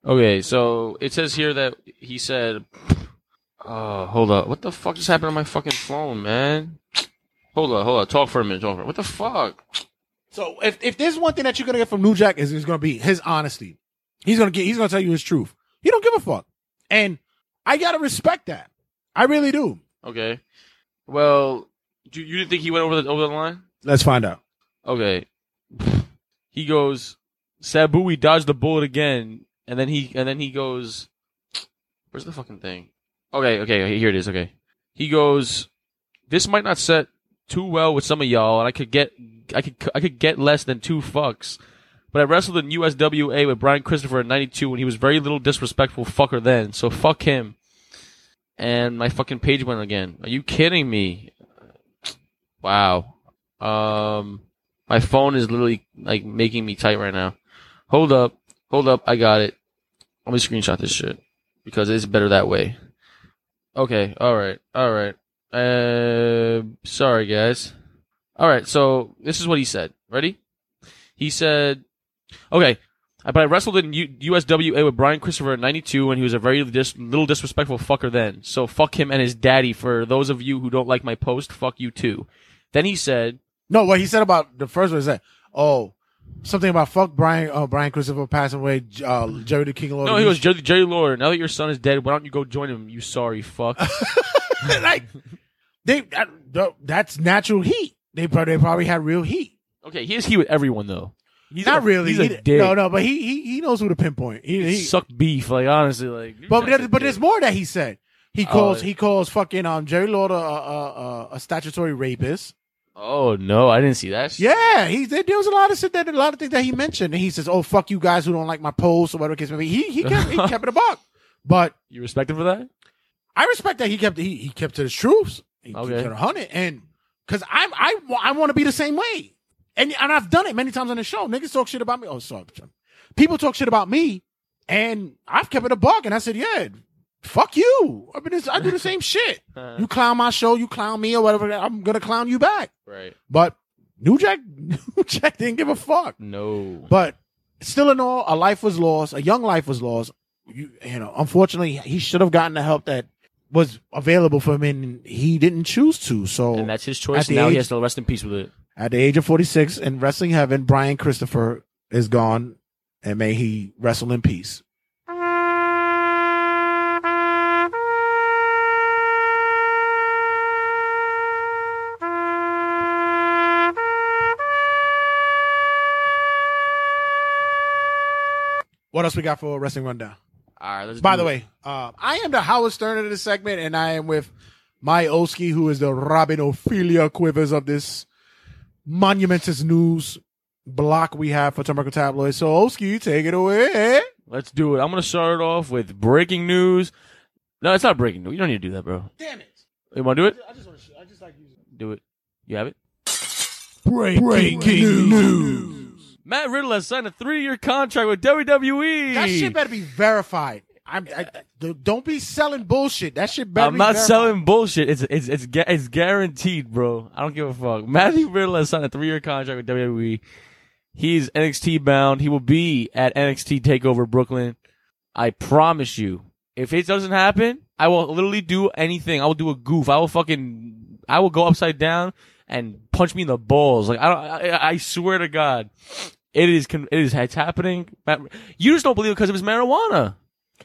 Speaker 4: Okay, so it says here that he said, "Uh, hold up, what the fuck just happened on my fucking phone, man? Hold up, hold up, talk for a minute, talk for a minute. What the fuck?
Speaker 3: So if if there's one thing that you're gonna get from New Jack is it's gonna be his honesty. He's gonna get. He's gonna tell you his truth. He don't give a fuck. And I gotta respect that. I really do.
Speaker 4: Okay, well, you, you didn't think he went over the over the line?
Speaker 3: Let's find out.
Speaker 4: Okay, he goes, Sabui dodged the bullet again, and then he and then he goes, where's the fucking thing? Okay, okay, here it is. Okay, he goes, this might not set too well with some of y'all, and I could get, I could, I could get less than two fucks. But I wrestled in USWA with Brian Christopher in '92, and he was very little disrespectful fucker then. So fuck him. And my fucking page went again. Are you kidding me? Wow. Um, my phone is literally like making me tight right now. Hold up, hold up, I got it. Let me screenshot this shit because it's better that way. Okay, all right, all right. Uh, sorry guys. All right, so this is what he said. Ready? He said, "Okay, I- but I wrestled in U- USWA with Brian Christopher in '92, and he was a very dis- little disrespectful fucker then. So fuck him and his daddy. For those of you who don't like my post, fuck you too." Then he said,
Speaker 3: No, what he said about the first one is that oh something about fuck Brian uh, Brian Christopher passing away. J- Uh, Jerry the King. Lord
Speaker 4: "No, he was Jerry, Jerry Lawler. Now that your son is dead, why don't you go join him? You sorry fuck."
Speaker 3: like they that, that's natural heat. They probably they probably had real heat.
Speaker 4: okay, here's he with everyone though. He's
Speaker 3: Not
Speaker 4: a-
Speaker 3: really.
Speaker 4: He's a
Speaker 3: He-
Speaker 4: dick.
Speaker 3: No, no, but he he he knows who to pinpoint. He, he,
Speaker 4: suck beef. Like honestly, like
Speaker 3: But there, but there's more that he said. He
Speaker 4: Oh,
Speaker 3: calls
Speaker 4: yeah.
Speaker 3: he calls fucking um Jerry Lawler a, a, a, a statutory rapist.
Speaker 4: oh no, I didn't see that. shit.
Speaker 3: Yeah, he there, there was a lot of shit that a lot of things that he mentioned, and he says, "Oh fuck you guys who don't like my post or whatever the case may be." He he kept he kept it a buck, but
Speaker 4: You respect him for that?
Speaker 3: I respect that he kept he, he kept to his truths. He
Speaker 4: Okay.
Speaker 3: kept hundred, and because I'm I wa- I want to be the same way, and and I've done it many times on the show. Niggas talk shit about me. Oh, sorry, people talk shit about me, and I've kept it a buck, and I said, yeah, fuck you. I mean, it's, I do the same shit. You clown my show, you clown me or whatever. I'm gonna clown you back.
Speaker 4: Right.
Speaker 3: But New Jack, New Jack didn't give a fuck.
Speaker 4: No.
Speaker 3: But still, in all, a life was lost. A young life was lost. You, you know, unfortunately, he should have gotten the help that was available for him, and he didn't choose to. So,
Speaker 4: And that's his
Speaker 3: At
Speaker 4: choice.
Speaker 3: the
Speaker 4: Now
Speaker 3: age-
Speaker 4: he has to rest in peace with it.
Speaker 3: at the age of forty six in wrestling heaven, Brian Christopher is gone, and may he wrestle in peace. What else we got for a wrestling rundown?
Speaker 4: All right. Let's
Speaker 3: By the
Speaker 4: do it.
Speaker 3: way, uh, I am the Howard Stern of this segment, and I am with my Oski, who is the Robin Ophelia Quivers of this monumentous news block we have for Tomorrow Tabloid. So, Oski, you take it away.
Speaker 4: Let's do it. I'm gonna start it off with breaking news. No, it's not breaking news. You don't need to do that, bro.
Speaker 3: Damn it.
Speaker 4: You want to do it?
Speaker 3: I just want to. I just like using.
Speaker 4: Do it. You have it.
Speaker 6: Breaking, news.
Speaker 4: Matt Riddle has signed a three-year contract with E. WWE.
Speaker 3: That shit better be verified. I'm. I, d- don't be selling bullshit. That shit better.
Speaker 4: I'm
Speaker 3: be
Speaker 4: not
Speaker 3: verified.
Speaker 4: selling bullshit. It's it's it's gu- it's guaranteed, bro. I don't give a fuck. Matthew Riddle has signed a three-year contract with WWE. He's NXT bound. He will be at NXT Takeover Brooklyn. I promise you. If it doesn't happen, I will literally do anything. I will do a goof. I will fucking I will go upside down and punch me in the balls. Like I don't. I, I swear to God, it is. con- It is. It's happening. Matt- You just don't believe it because it was marijuana.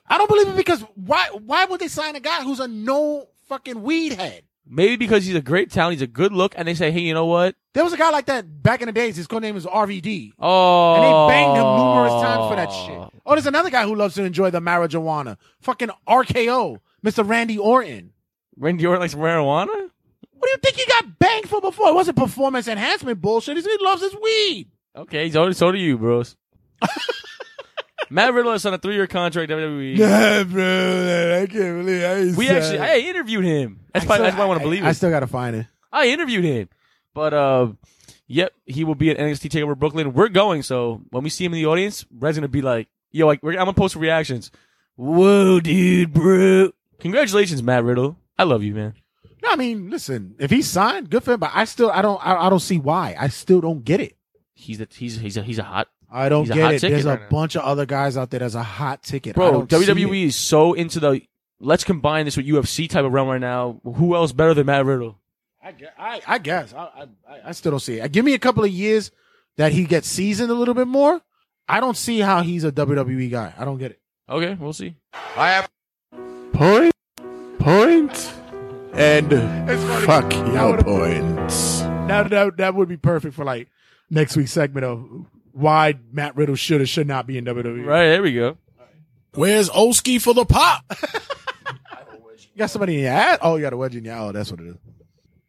Speaker 3: I don't believe it because why? Why would they sign a guy who's a no fucking weed head?
Speaker 4: Maybe because he's a great talent. He's a good look, and they say, hey, you know what?
Speaker 3: There was a guy like that back in the days. His code name was RVD.
Speaker 4: Oh,
Speaker 3: And they banged him numerous times for that shit. Oh, there's another guy who loves to enjoy the marijuana. Fucking RKO, Mr. Randy Orton.
Speaker 4: Randy Orton likes marijuana.
Speaker 3: What do you think he got banged for before? It wasn't performance enhancement bullshit. He said he loves his weed.
Speaker 4: Okay, so so do you, bros. Matt Riddle has signed a three-year contract at WWE.
Speaker 3: Nah, bro. I can't believe I ain't
Speaker 4: E. we
Speaker 3: signed
Speaker 4: actually,
Speaker 3: it.
Speaker 4: I interviewed him. That's why, that's why I want to believe
Speaker 3: I
Speaker 4: it.
Speaker 3: still gotta find it.
Speaker 4: I interviewed him. But uh, yep, he will be at NXT Takeover Brooklyn. We're going, so when we see him in the audience, Red's gonna be like, "Yo, like we're, I'm gonna post reactions." Whoa, dude, bro! Congratulations, Matt Riddle. I love you, man.
Speaker 3: No, I mean, listen, if he's signed, good for him. But I still, I don't, I, I don't see why. I still don't get it.
Speaker 4: He's a, he's he's a, he's a hot.
Speaker 3: I don't
Speaker 4: he's a
Speaker 3: get
Speaker 4: hot
Speaker 3: it.
Speaker 4: ticket
Speaker 3: There's
Speaker 4: right
Speaker 3: a
Speaker 4: now.
Speaker 3: bunch of other guys out there that's a hot ticket. I
Speaker 4: Bro, E
Speaker 3: don't see
Speaker 4: WWE
Speaker 3: it.
Speaker 4: is so into the let's combine this with UFC type of realm right now. Who else better than Matt Riddle?
Speaker 3: I, gue- I, I guess I, I- I, I still don't see it. Give me a couple of years that he gets seasoned a little bit more. I don't see how he's a WWE guy. I don't get it.
Speaker 4: Okay, we'll see.
Speaker 6: I have point, point, and fuck your points.
Speaker 3: That, that that would be perfect for like next week's segment of why Matt Riddle should or should not be in E. WWE.
Speaker 4: Right there we go.
Speaker 6: Where's Oski for the pop?
Speaker 3: You got somebody in your ass? Oh, you got a wedge in your Oh, that's what it is.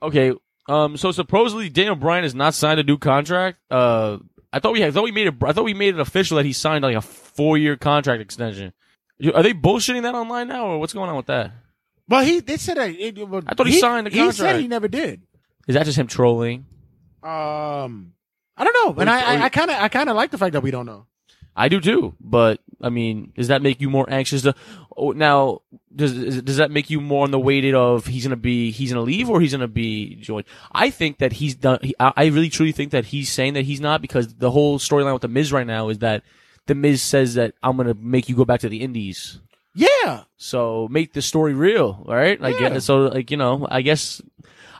Speaker 4: Okay. Um. So supposedly Daniel Bryan has not signed a new contract. Uh. I thought we had, I thought we made it. I thought we made it official that he signed like a four year contract extension. You- Are they bullshitting that online now, or what's going on with that?
Speaker 3: Well, he they said that it, it-
Speaker 4: I thought he signed the
Speaker 3: He said
Speaker 4: contract.
Speaker 3: he never did.
Speaker 4: Is that just him trolling?
Speaker 3: Um, I don't know, and I I- I kind of I kind of like the fact that we don't know.
Speaker 4: I do too, but I mean, does that make you more anxious? To oh, now, does is- does that make you more on the weighted of he's gonna be he's gonna leave or he's gonna be joined? I think that he's done. He, I, I really truly think that he's saying that he's not because the whole storyline with the Miz right now is that the Miz says that I'm gonna make you go back to the Indies.
Speaker 3: Yeah,
Speaker 4: So make the story real, all right? Like
Speaker 3: Yeah.
Speaker 4: so, like you know, I guess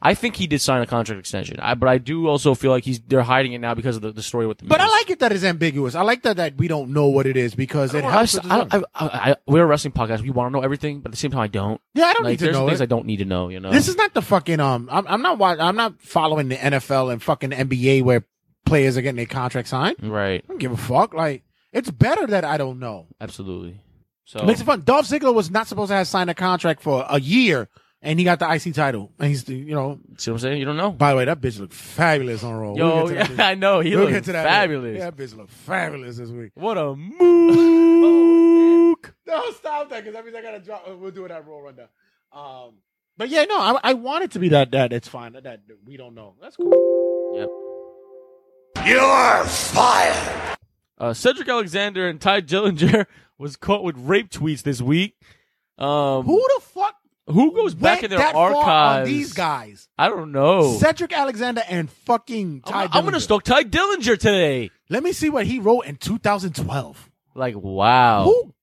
Speaker 4: I think he did sign a contract extension. I, but I do also feel like he's they're hiding it now because of the, the story with the.
Speaker 3: but
Speaker 4: Miz.
Speaker 3: I like it that it's ambiguous. I like that that we don't know what it is because it
Speaker 4: I
Speaker 3: helps.
Speaker 4: just-
Speaker 3: with the
Speaker 4: I,
Speaker 3: story.
Speaker 4: I, I, I, we're a wrestling podcast. We want to know everything, but at the same time, I don't.
Speaker 3: Yeah, I don't
Speaker 4: like,
Speaker 3: need to
Speaker 4: there's
Speaker 3: know
Speaker 4: things
Speaker 3: it.
Speaker 4: I don't need to know. You know,
Speaker 3: This is not the fucking um. I'm, I'm not watch, I'm not following the NFL and fucking NBA where players are getting their contract signed. I
Speaker 4: right.
Speaker 3: don't give a fuck. Like it's better that I don't know.
Speaker 4: Absolutely. So
Speaker 3: It makes it fun. Dolph Ziggler was not supposed to have signed a contract for a year, and he got the IC title. And he's you know.
Speaker 4: see what I'm saying? You don't know.
Speaker 3: By the way, that bitch looked fabulous on Raw.
Speaker 4: Yo,
Speaker 3: We'll get to that
Speaker 4: yeah,
Speaker 3: bitch.
Speaker 4: I know. He
Speaker 3: We'll
Speaker 4: looked
Speaker 3: get to that later.
Speaker 4: fabulous.
Speaker 3: Yeah, that bitch looked fabulous this week.
Speaker 4: What a mook.
Speaker 3: No, stop that because that means I gotta drop. uh, We'll do it at roll rundown. Um, but yeah, no, I, I want it to be that that it's fine that, that we don't know. That's cool.
Speaker 4: Yep.
Speaker 12: You're fired.
Speaker 4: Uh, Cedric Alexander and Ty Dillinger was caught with rape tweets this week. Um,
Speaker 3: Who the fuck
Speaker 4: who goes back
Speaker 3: went
Speaker 4: in their
Speaker 3: that
Speaker 4: archives?
Speaker 3: far on these guys?
Speaker 4: I don't know.
Speaker 3: Cedric Alexander and fucking Ty.
Speaker 4: I'm, I'm gonna
Speaker 3: Dillinger.
Speaker 4: stalk Ty Dillinger today.
Speaker 3: Let me see what he wrote in 2012.
Speaker 4: Like, wow.
Speaker 3: Who?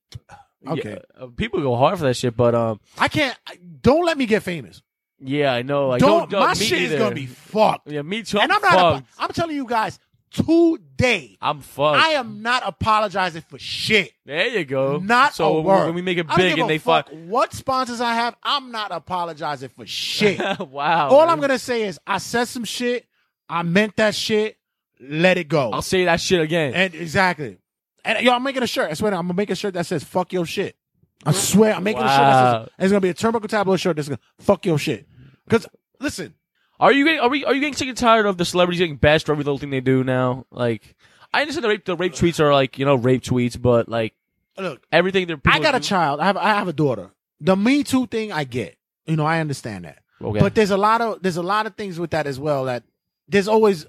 Speaker 3: Okay,
Speaker 4: Yeah, uh, people go hard for that shit, but um,
Speaker 3: I can't. I- Don't let me get famous.
Speaker 4: yeah, I know. Like,
Speaker 3: don't,
Speaker 4: don't, uh,
Speaker 3: my
Speaker 4: me
Speaker 3: shit
Speaker 4: either.
Speaker 3: is gonna be fucked.
Speaker 4: Yeah, me too.
Speaker 3: and I'm
Speaker 4: I'm,
Speaker 3: not.
Speaker 4: fucked.
Speaker 3: apo- I'm telling you guys today.
Speaker 4: I'm fucked.
Speaker 3: I am not apologizing for shit.
Speaker 4: there you go.
Speaker 3: Not
Speaker 4: so
Speaker 3: a
Speaker 4: when-
Speaker 3: word.
Speaker 4: when we make it
Speaker 3: I don't
Speaker 4: big
Speaker 3: give
Speaker 4: and
Speaker 3: a
Speaker 4: they
Speaker 3: fuck
Speaker 4: fuck.
Speaker 3: what sponsors I have, I'm not apologizing for shit.
Speaker 4: wow.
Speaker 3: All
Speaker 4: Oh, man.
Speaker 3: I'm gonna say is I said some shit. I meant that shit. Let it go.
Speaker 4: I'll say that shit again.
Speaker 3: And exactly. And yo, I'm making a shirt. I swear, to- I'm gonna make a shirt that says "fuck your shit." I swear, I'm making a shirt. That
Speaker 4: Wow.
Speaker 3: says, and it's gonna be a turnbuckle tableau shirt that's gonna "fuck your shit." Because listen,
Speaker 4: Are you getting, are we are you getting sick and tired of the celebrities getting bashed for every little thing they do now? Like, I understand the rape the rape tweets are like you know rape tweets, but like
Speaker 3: look,
Speaker 4: everything they're
Speaker 3: I got a
Speaker 4: do-
Speaker 3: child. I have I have a daughter. The Me Too thing, I get. You know, I understand that.
Speaker 4: Okay.
Speaker 3: But there's a lot of there's a lot of things with that as well. That there's always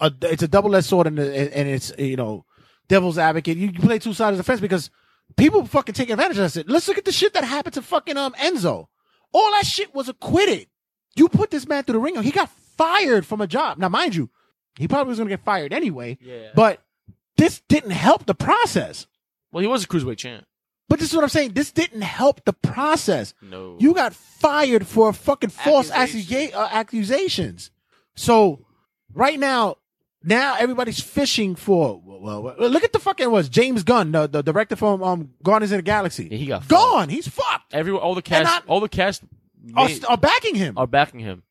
Speaker 3: a it's a double edged sword and and it's you know devil's advocate. You can play two sides of the fence because people fucking take advantage of it. Let's look at the shit that happened to fucking um Enzo. All that shit was acquitted. You put this man through the ringer. He got fired from a job. Now, mind you, he probably was gonna get fired anyway.
Speaker 4: Yeah.
Speaker 3: But this didn't help the process.
Speaker 4: well, he was a cruiserweight champ.
Speaker 3: But this is what I'm saying. This didn't help the process.
Speaker 4: No.
Speaker 3: You got fired for fucking false accusa- uh, accusations. So right now, now everybody's fishing for. Well, well, well, look at the fucking was James Gunn, the, the director from um, Guardians of the Galaxy.
Speaker 4: Yeah, he got
Speaker 3: gone. He's fucked.
Speaker 4: Everyone, all the cast,
Speaker 3: I-
Speaker 4: all the cast
Speaker 3: Are,
Speaker 4: made-
Speaker 3: are backing him.
Speaker 4: are backing him.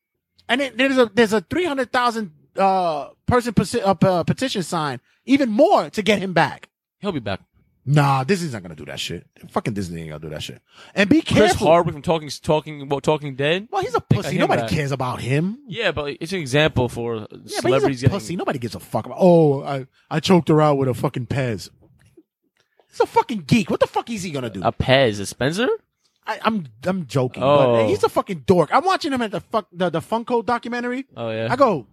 Speaker 3: And it, there's a there's a three hundred thousand uh, person peti- uh, uh, petition signed, even more to get him back.
Speaker 4: He'll be back.
Speaker 3: Nah, Disney's not gonna do that shit. Fucking Disney ain't gonna do that shit. And be careful.
Speaker 4: Chris Hardwick from Talking Talking what, Talking Dead.
Speaker 3: Well, he's a
Speaker 4: They got
Speaker 3: pussy.
Speaker 4: him
Speaker 3: Nobody
Speaker 4: back.
Speaker 3: cares about him.
Speaker 4: Yeah, but it's an example for
Speaker 3: Yeah, but
Speaker 4: celebrities
Speaker 3: he's a
Speaker 4: getting
Speaker 3: pussy. Nobody gives a fuck about. Oh, I I choked her out with a fucking Pez. He's a fucking geek. What the fuck is he gonna do?
Speaker 4: A Pez, a Spencer?
Speaker 3: I, I'm I'm joking. but
Speaker 4: Oh.
Speaker 3: he's a fucking dork. I'm watching him at the fuck the, the Funko documentary.
Speaker 4: Oh yeah.
Speaker 3: I go,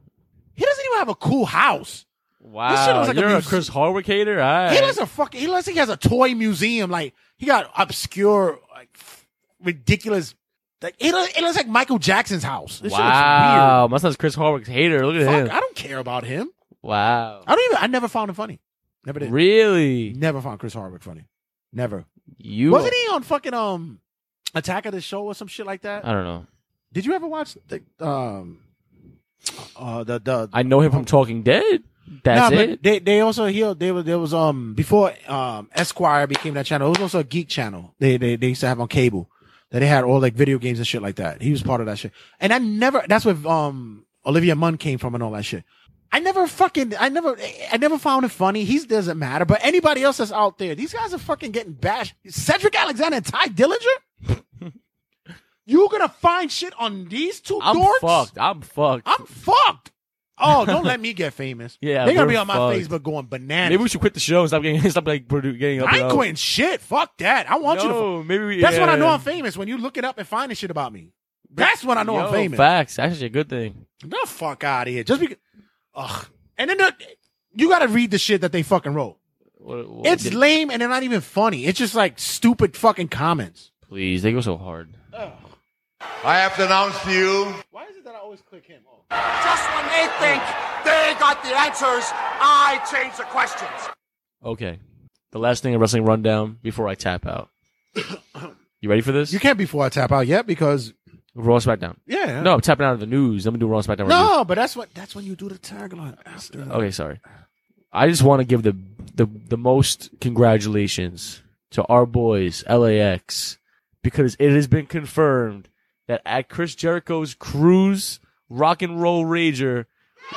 Speaker 3: he doesn't even have a cool house.
Speaker 4: wow.
Speaker 3: this shit looks like a
Speaker 4: You're a,
Speaker 3: muse-
Speaker 4: Chris Hardwick hater. All right.
Speaker 3: He looks a fucking. He looks like he has a toy museum. Like he got obscure, like ridiculous. Like it, loo- it looks like Michael Jackson's house. This shit looks
Speaker 4: wow. My son's Chris Hardwick's hater. Look at
Speaker 3: weird.
Speaker 4: him.
Speaker 3: Fuck, I don't care about him.
Speaker 4: Wow.
Speaker 3: I don't even. I never found him funny. Never did.
Speaker 4: Really?
Speaker 3: Never found Chris Hardwick funny. Never.
Speaker 4: You
Speaker 3: Wasn't he on fucking um Attack of the Show or some shit like that?
Speaker 4: I don't know.
Speaker 3: Did you ever watch the um uh the the
Speaker 4: I know him from Talking Dead. That's
Speaker 3: Nah, but
Speaker 4: it.
Speaker 3: They they also here they was there was um before um Esquire became that channel. It was also a geek channel. They they they used to have on cable that they had all like video games and shit like that. He was part of that shit. And I never that's where um Olivia Munn came from and all that shit. I never fucking I never I never found it funny. He doesn't matter. But anybody else that's out there, these guys are fucking getting bashed. Cedric Alexander and Ty Dillinger. You're gonna find shit on these two
Speaker 4: I'm
Speaker 3: dorks.
Speaker 4: fucked. I'm fucked.
Speaker 3: I'm fucked. Oh, don't let me get famous.
Speaker 4: Yeah,
Speaker 3: they're gonna be
Speaker 4: we're
Speaker 3: on my
Speaker 4: fucked.
Speaker 3: Facebook going bananas.
Speaker 4: Maybe we should quit the show and stop getting stop like produ- getting up.
Speaker 3: I
Speaker 4: and
Speaker 3: ain't
Speaker 4: out.
Speaker 3: quitting shit. Fuck that. I want you
Speaker 4: No,
Speaker 3: to.
Speaker 4: maybe we-
Speaker 3: That's when I know
Speaker 4: yeah.
Speaker 3: I'm famous. When you look it up and finding shit about me. That's when I know
Speaker 4: Yo,
Speaker 3: I'm famous.
Speaker 4: Facts. That's actually a good thing.
Speaker 3: The fuck out of here. Just because. Ugh. And then the, you got to read the shit that they fucking wrote.
Speaker 4: What- what-
Speaker 3: It's
Speaker 4: did-
Speaker 3: lame and they're not even funny. It's just like stupid fucking comments.
Speaker 4: Please, they go so hard.
Speaker 14: I have to announce to you
Speaker 15: Just when they think they got the answers, I change the questions.
Speaker 4: Okay. The last thing a wrestling rundown before I tap out. you ready for this?
Speaker 3: You can't before I tap out yet because.
Speaker 4: Raw SmackDown.
Speaker 3: Yeah.
Speaker 4: No, I'm tapping out of the news. I'm gonna do Raw SmackDown. review.
Speaker 3: No, but that's what that's when you do the tagline. after.
Speaker 4: Okay, sorry. I just want to give the the the most congratulations to our boys LAX because it has been confirmed that at Chris Jericho's Cruise Rock and Roll Rager,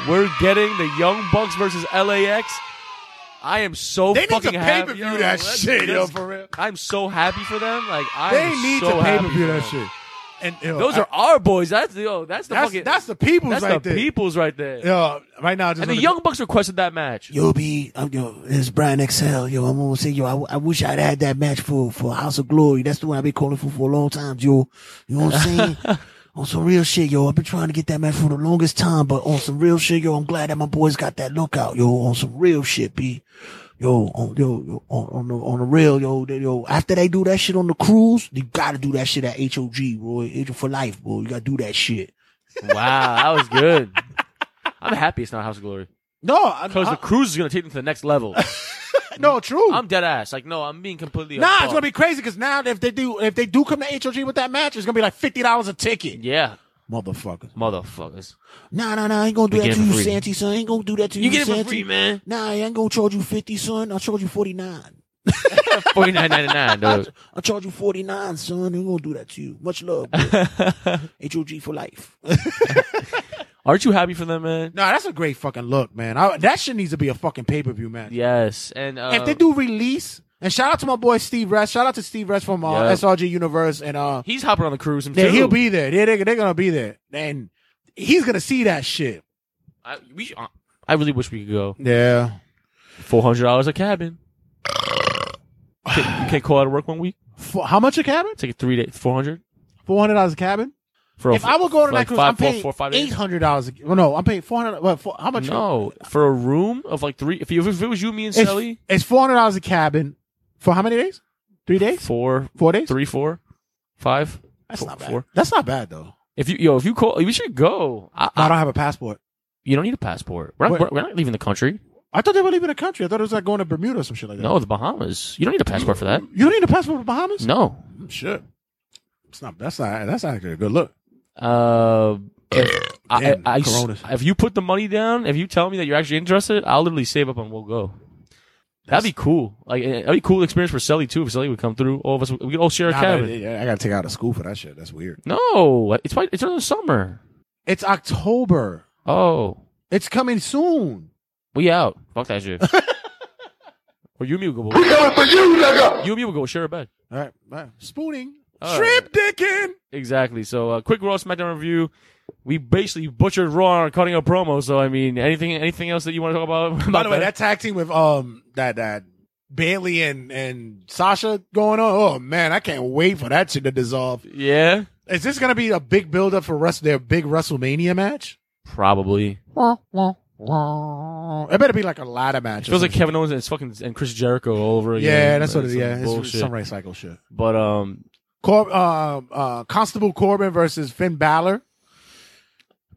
Speaker 4: we're getting the Young Bucks versus LAX. I am so
Speaker 3: They need to
Speaker 4: fucking happy.
Speaker 3: pay-per-view that
Speaker 4: let's-
Speaker 3: shit, yo,
Speaker 4: let's-
Speaker 3: for real.
Speaker 4: I'm so happy for them. Like I
Speaker 3: They
Speaker 4: am
Speaker 3: need
Speaker 4: so
Speaker 3: to pay per
Speaker 4: happy
Speaker 3: view
Speaker 4: for
Speaker 3: that
Speaker 4: them.
Speaker 3: shit. And, yo,
Speaker 4: Those
Speaker 3: I-
Speaker 4: are our boys. That's yo. That's the
Speaker 3: That's-
Speaker 4: fucking.
Speaker 3: that's the peoples
Speaker 4: that's
Speaker 3: right
Speaker 4: the
Speaker 3: there.
Speaker 4: peoples right there.
Speaker 3: Yo, right now, I just
Speaker 4: And the
Speaker 3: wanna-
Speaker 4: Young Bucks requested that match.
Speaker 6: Yo, B, I'm, yo, it's Brian XL. Yo, I'm gonna say, yo, I, I wish I'd had that match for, for House of Glory. That's the one I've been calling for for a long time, yo. You know what I'm saying? on some real shit, yo. I've been trying to get that match for the longest time, but on some real shit, yo, I'm glad that my boys got that lookout, yo. On some real shit, B. Yo, on, yo, yo on, on the on the real, yo, they, yo. After they do that shit on the cruise, you gotta do that shit at HOG, boy. H for life, boy. You gotta do that shit.
Speaker 4: Wow, that was good. I'm happy it's not House of Glory.
Speaker 3: No, I-
Speaker 4: because the
Speaker 3: I-
Speaker 4: cruise is gonna take them to the next level.
Speaker 3: no, true.
Speaker 4: I'm dead ass. Like, no, I'm being completely.
Speaker 3: Nah, it's
Speaker 4: above.
Speaker 3: gonna be crazy because now if they do if they do come to HOG with that match, it's gonna be like fifty dollars a ticket.
Speaker 4: Yeah,
Speaker 3: motherfuckers,
Speaker 4: motherfuckers.
Speaker 6: Nah, nah, nah. I ain't gonna do
Speaker 4: You
Speaker 6: that
Speaker 4: get
Speaker 6: to
Speaker 4: it for
Speaker 6: you,
Speaker 4: free.
Speaker 6: Santy, son. I ain't gonna do that to you.
Speaker 4: You get it for
Speaker 6: Santy.
Speaker 4: free, man.
Speaker 6: Nah, I ain't gonna charge you fifty, son. I'll charge you forty nine.
Speaker 4: Forty nine ninety nine, dude.
Speaker 6: I'll charge you forty nine, son. I ain't gonna do that to you. Much love. H O G for life.
Speaker 4: Aren't you happy for them, man?
Speaker 3: Nah, that's a great fucking look, man. I, that shit needs to be a fucking pay per view match.
Speaker 4: Yes, and uh,
Speaker 3: If they do release, and shout out to my boy Steve Rest, shout out to Steve Rest from uh,
Speaker 4: Yeah.
Speaker 3: SRG Universe, and uh,
Speaker 4: he's hopping on the cruise himself.
Speaker 3: yeah, he'll be there. Yeah, they, they're gonna be there, and he's gonna see that shit.
Speaker 4: I, we, should- uh, I really wish we could go.
Speaker 3: Yeah,
Speaker 4: Four hundred dollars a cabin. Can, you can't call out of work one week.
Speaker 3: For, how much a cabin?
Speaker 4: Take a three day four hundred
Speaker 3: Four hundred dollars a cabin.
Speaker 4: for.
Speaker 3: if I would go to that
Speaker 4: like
Speaker 3: cruise,
Speaker 4: five-
Speaker 3: I'm
Speaker 4: four-
Speaker 3: paying
Speaker 4: four- five days?
Speaker 3: eight hundred dollars. Well, no, I'm paying four hundred. What? Four, how much?
Speaker 4: No, for a room of like three. If, you, if it was you, me, and
Speaker 3: It's,
Speaker 4: Sally,
Speaker 3: it's four hundred dollars a cabin for how many days? Three days.
Speaker 4: four,
Speaker 3: Four days.
Speaker 4: three, four, five.
Speaker 3: That's
Speaker 4: four,
Speaker 3: not bad.
Speaker 4: Four.
Speaker 3: That's not bad though.
Speaker 4: If you yo, if you call, we should go. I,
Speaker 3: I
Speaker 4: I,
Speaker 3: don't have a passport.
Speaker 4: you don't need a passport. We're not,
Speaker 3: What?
Speaker 4: we're not leaving the country.
Speaker 3: I thought they were leaving the country. I thought it was like going to Bermuda or some shit like that.
Speaker 4: No, the Bahamas. You don't need a passport for that.
Speaker 3: you don't need a passport for Bahamas.
Speaker 4: No.
Speaker 3: Mm. shit. It's not. That's not. That's actually a good look.
Speaker 4: Uh, if, I,
Speaker 3: Damn,
Speaker 4: I,
Speaker 3: Coronas.
Speaker 4: if you put the money down, if you tell me that you're actually interested, I'll literally save up and we'll go. That'd be cool. Like eh, that'd be a cool experience for Selly too. If Selly would come through, all of us we could all share a
Speaker 3: Nah,
Speaker 4: cabin.
Speaker 3: but, yeah, I gotta take out of school for that shit. That's weird.
Speaker 4: no, it's why- it's during the summer.
Speaker 3: It's October.
Speaker 4: Oh,
Speaker 3: It's coming soon.
Speaker 4: we out. Fuck that shit. or Yumi would go. We going for you, nigga. Yumi would go share a bed.
Speaker 3: All right, all right. spooning,
Speaker 4: All right.
Speaker 3: shrimp dicking.
Speaker 4: Exactly. So, uh, quick Raw SmackDown review. We basically butchered Raw on cutting a promo. So, I mean, anything, anything else that you want to talk about?
Speaker 3: By the way,
Speaker 4: about
Speaker 3: that tag team with um that that Bailey and and Sasha going on. Oh man, I can't wait for that shit to dissolve.
Speaker 4: Yeah.
Speaker 3: Is this gonna be a big build up for rest their big WrestleMania match?
Speaker 4: Probably.
Speaker 3: It better be like a ladder match. or
Speaker 4: Uh, It feels
Speaker 3: something.
Speaker 4: like Kevin Owens and it's fucking and Chris Jericho all over again.
Speaker 3: Yeah, that's
Speaker 4: Like,
Speaker 3: what it is.
Speaker 4: some
Speaker 3: Yeah, it's
Speaker 4: bullshit.
Speaker 3: some recycle shit.
Speaker 4: But um,
Speaker 3: Cor- uh, uh, Constable Corbin versus Finn Balor.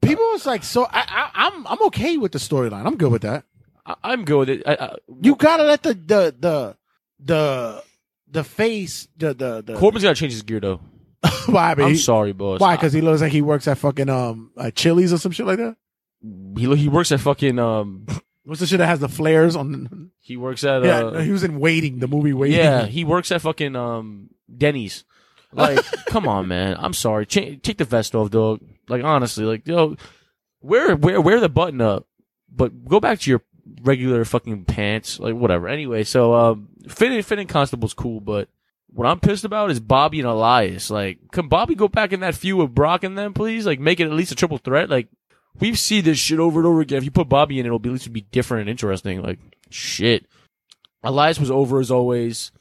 Speaker 3: People was like, so I, I, I'm I'm okay with the storyline. I'm good with that.
Speaker 4: I, I'm good with it. I, I,
Speaker 3: You gotta let the the the the the face the the, the
Speaker 4: Corbin's got to change his gear though.
Speaker 3: Why, but
Speaker 4: I'm
Speaker 3: he-
Speaker 4: sorry, boss.
Speaker 3: Why? Because he looks like he works at fucking um uh, Chili's or some shit like that.
Speaker 4: he he works at fucking um.
Speaker 3: What's the shit that has the flares on?
Speaker 4: He works at
Speaker 3: yeah,
Speaker 4: uh,
Speaker 3: no, he was in Waiting, the movie Waiting.
Speaker 4: Yeah, he works at fucking um Denny's. Like, come on, man. I'm sorry. Cha- take the vest off, dog. Like, honestly, like, yo, wear wear wear the button up, but go back to your regular fucking pants. Like, whatever. Anyway, so um, Finn and Finn and Constable's cool, but what I'm pissed about is Bobby and Elias. Like, can Bobby go back in that feud with Brock and them, please? Like, make it at least a triple threat. Like, we've seen this shit over and over again. If you put Bobby in, it'll be at least be different and interesting. Like, shit. Elias was over as always.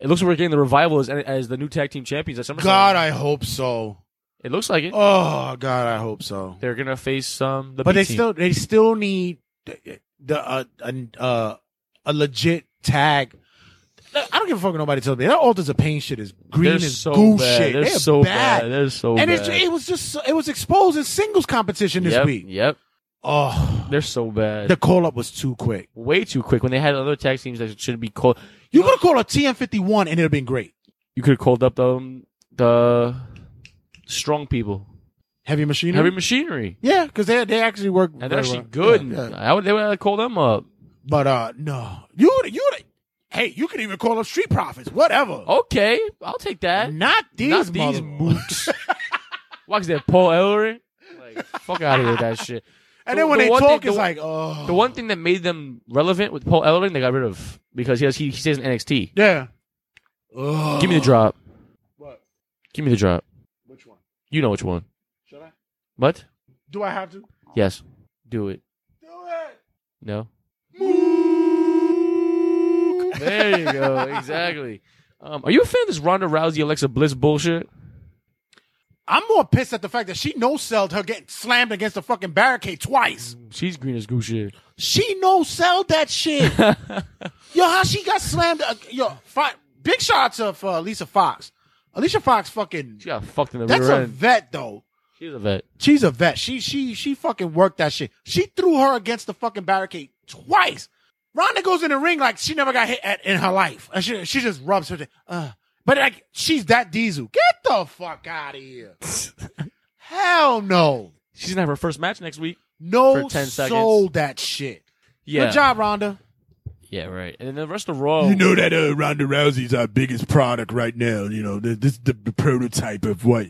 Speaker 4: It looks like we're getting the revival as, as the new tag team champions at SummerSlam.
Speaker 3: God, I hope so.
Speaker 4: It looks like it.
Speaker 3: Oh God, I hope so.
Speaker 4: They're gonna face um the
Speaker 3: but
Speaker 4: B
Speaker 3: they
Speaker 4: team.
Speaker 3: still they still need the, the uh, an- uh, a legit tag. I don't give a fuck what nobody tells me. That alters of pain shit is green
Speaker 4: They're
Speaker 3: and
Speaker 4: so
Speaker 3: goo
Speaker 4: bad.
Speaker 3: shit.
Speaker 4: They're so bad. They're so
Speaker 3: and
Speaker 4: bad.
Speaker 3: It, it was just so- it was exposed in singles competition this
Speaker 4: yep,
Speaker 3: week.
Speaker 4: Yep.
Speaker 3: Oh,
Speaker 4: they're so bad.
Speaker 3: The call up was too quick.
Speaker 4: Way too quick when they had other tag teams that should be called.
Speaker 3: You could have called a TM fifty one and it'd have been great.
Speaker 4: You could have called up the um, the strong people,
Speaker 3: Heavy machinery.
Speaker 4: heavy machinery,
Speaker 3: Yeah, because they they actually work.
Speaker 4: and
Speaker 3: very
Speaker 4: they're actually
Speaker 3: well.
Speaker 4: good.
Speaker 3: Yeah, yeah.
Speaker 4: I would they would have called them up.
Speaker 3: But uh, no, you would- you would- hey, you could even call up street profits, whatever.
Speaker 4: Okay, I'll take that.
Speaker 3: Not these,
Speaker 4: Oh, Not these
Speaker 3: mother-
Speaker 4: mooks. Why is that Paul Ellering? Like fuck out of here with that shit.
Speaker 3: And
Speaker 4: The-
Speaker 3: then when
Speaker 4: the
Speaker 3: they
Speaker 4: one
Speaker 3: talk,
Speaker 4: thing-
Speaker 3: it's
Speaker 4: the-
Speaker 3: like, oh,
Speaker 4: The one thing that made them relevant with Paul Ellering, they got rid of because he has, he, he stays in NXT.
Speaker 3: yeah.
Speaker 4: Give me the drop.
Speaker 3: What?
Speaker 4: Give me the drop.
Speaker 3: Which one?
Speaker 4: You know which one.
Speaker 3: Should I?
Speaker 4: What?
Speaker 3: Do I have to?
Speaker 4: Yes. Do it. No. There you go. Exactly. Um, are you a fan of this Ronda Rousey Alexa Bliss bullshit?
Speaker 3: I'm more pissed at the fact that she no selled her getting slammed against the fucking barricade twice.
Speaker 4: She's green as goo shit.
Speaker 3: She no selled that shit. yo, how she got slammed? Uh, yo, fi- big shots of uh, Lisa Fox. Alicia Fox, fucking.
Speaker 4: She got fucked in the
Speaker 3: That's
Speaker 4: rear
Speaker 3: a
Speaker 4: end.
Speaker 3: vet though.
Speaker 4: She's a vet.
Speaker 3: She's a vet. She she she fucking worked that shit. She threw her against the fucking barricade twice. Ronda goes in the ring like she never got hit at, in her life, and she she just rubs her. thing. Uh, but like she's that diesel. Get the fuck out of here. Hell no.
Speaker 4: She's gonna have her first match next week.
Speaker 3: No
Speaker 4: For 10 seconds.
Speaker 3: sold that shit.
Speaker 4: Yeah.
Speaker 3: Good job, Ronda.
Speaker 4: Yeah, right. And then the rest of Raw.
Speaker 16: You know that uh, Ronda Rousey's our biggest product right now. You know, th- this is the, the prototype of what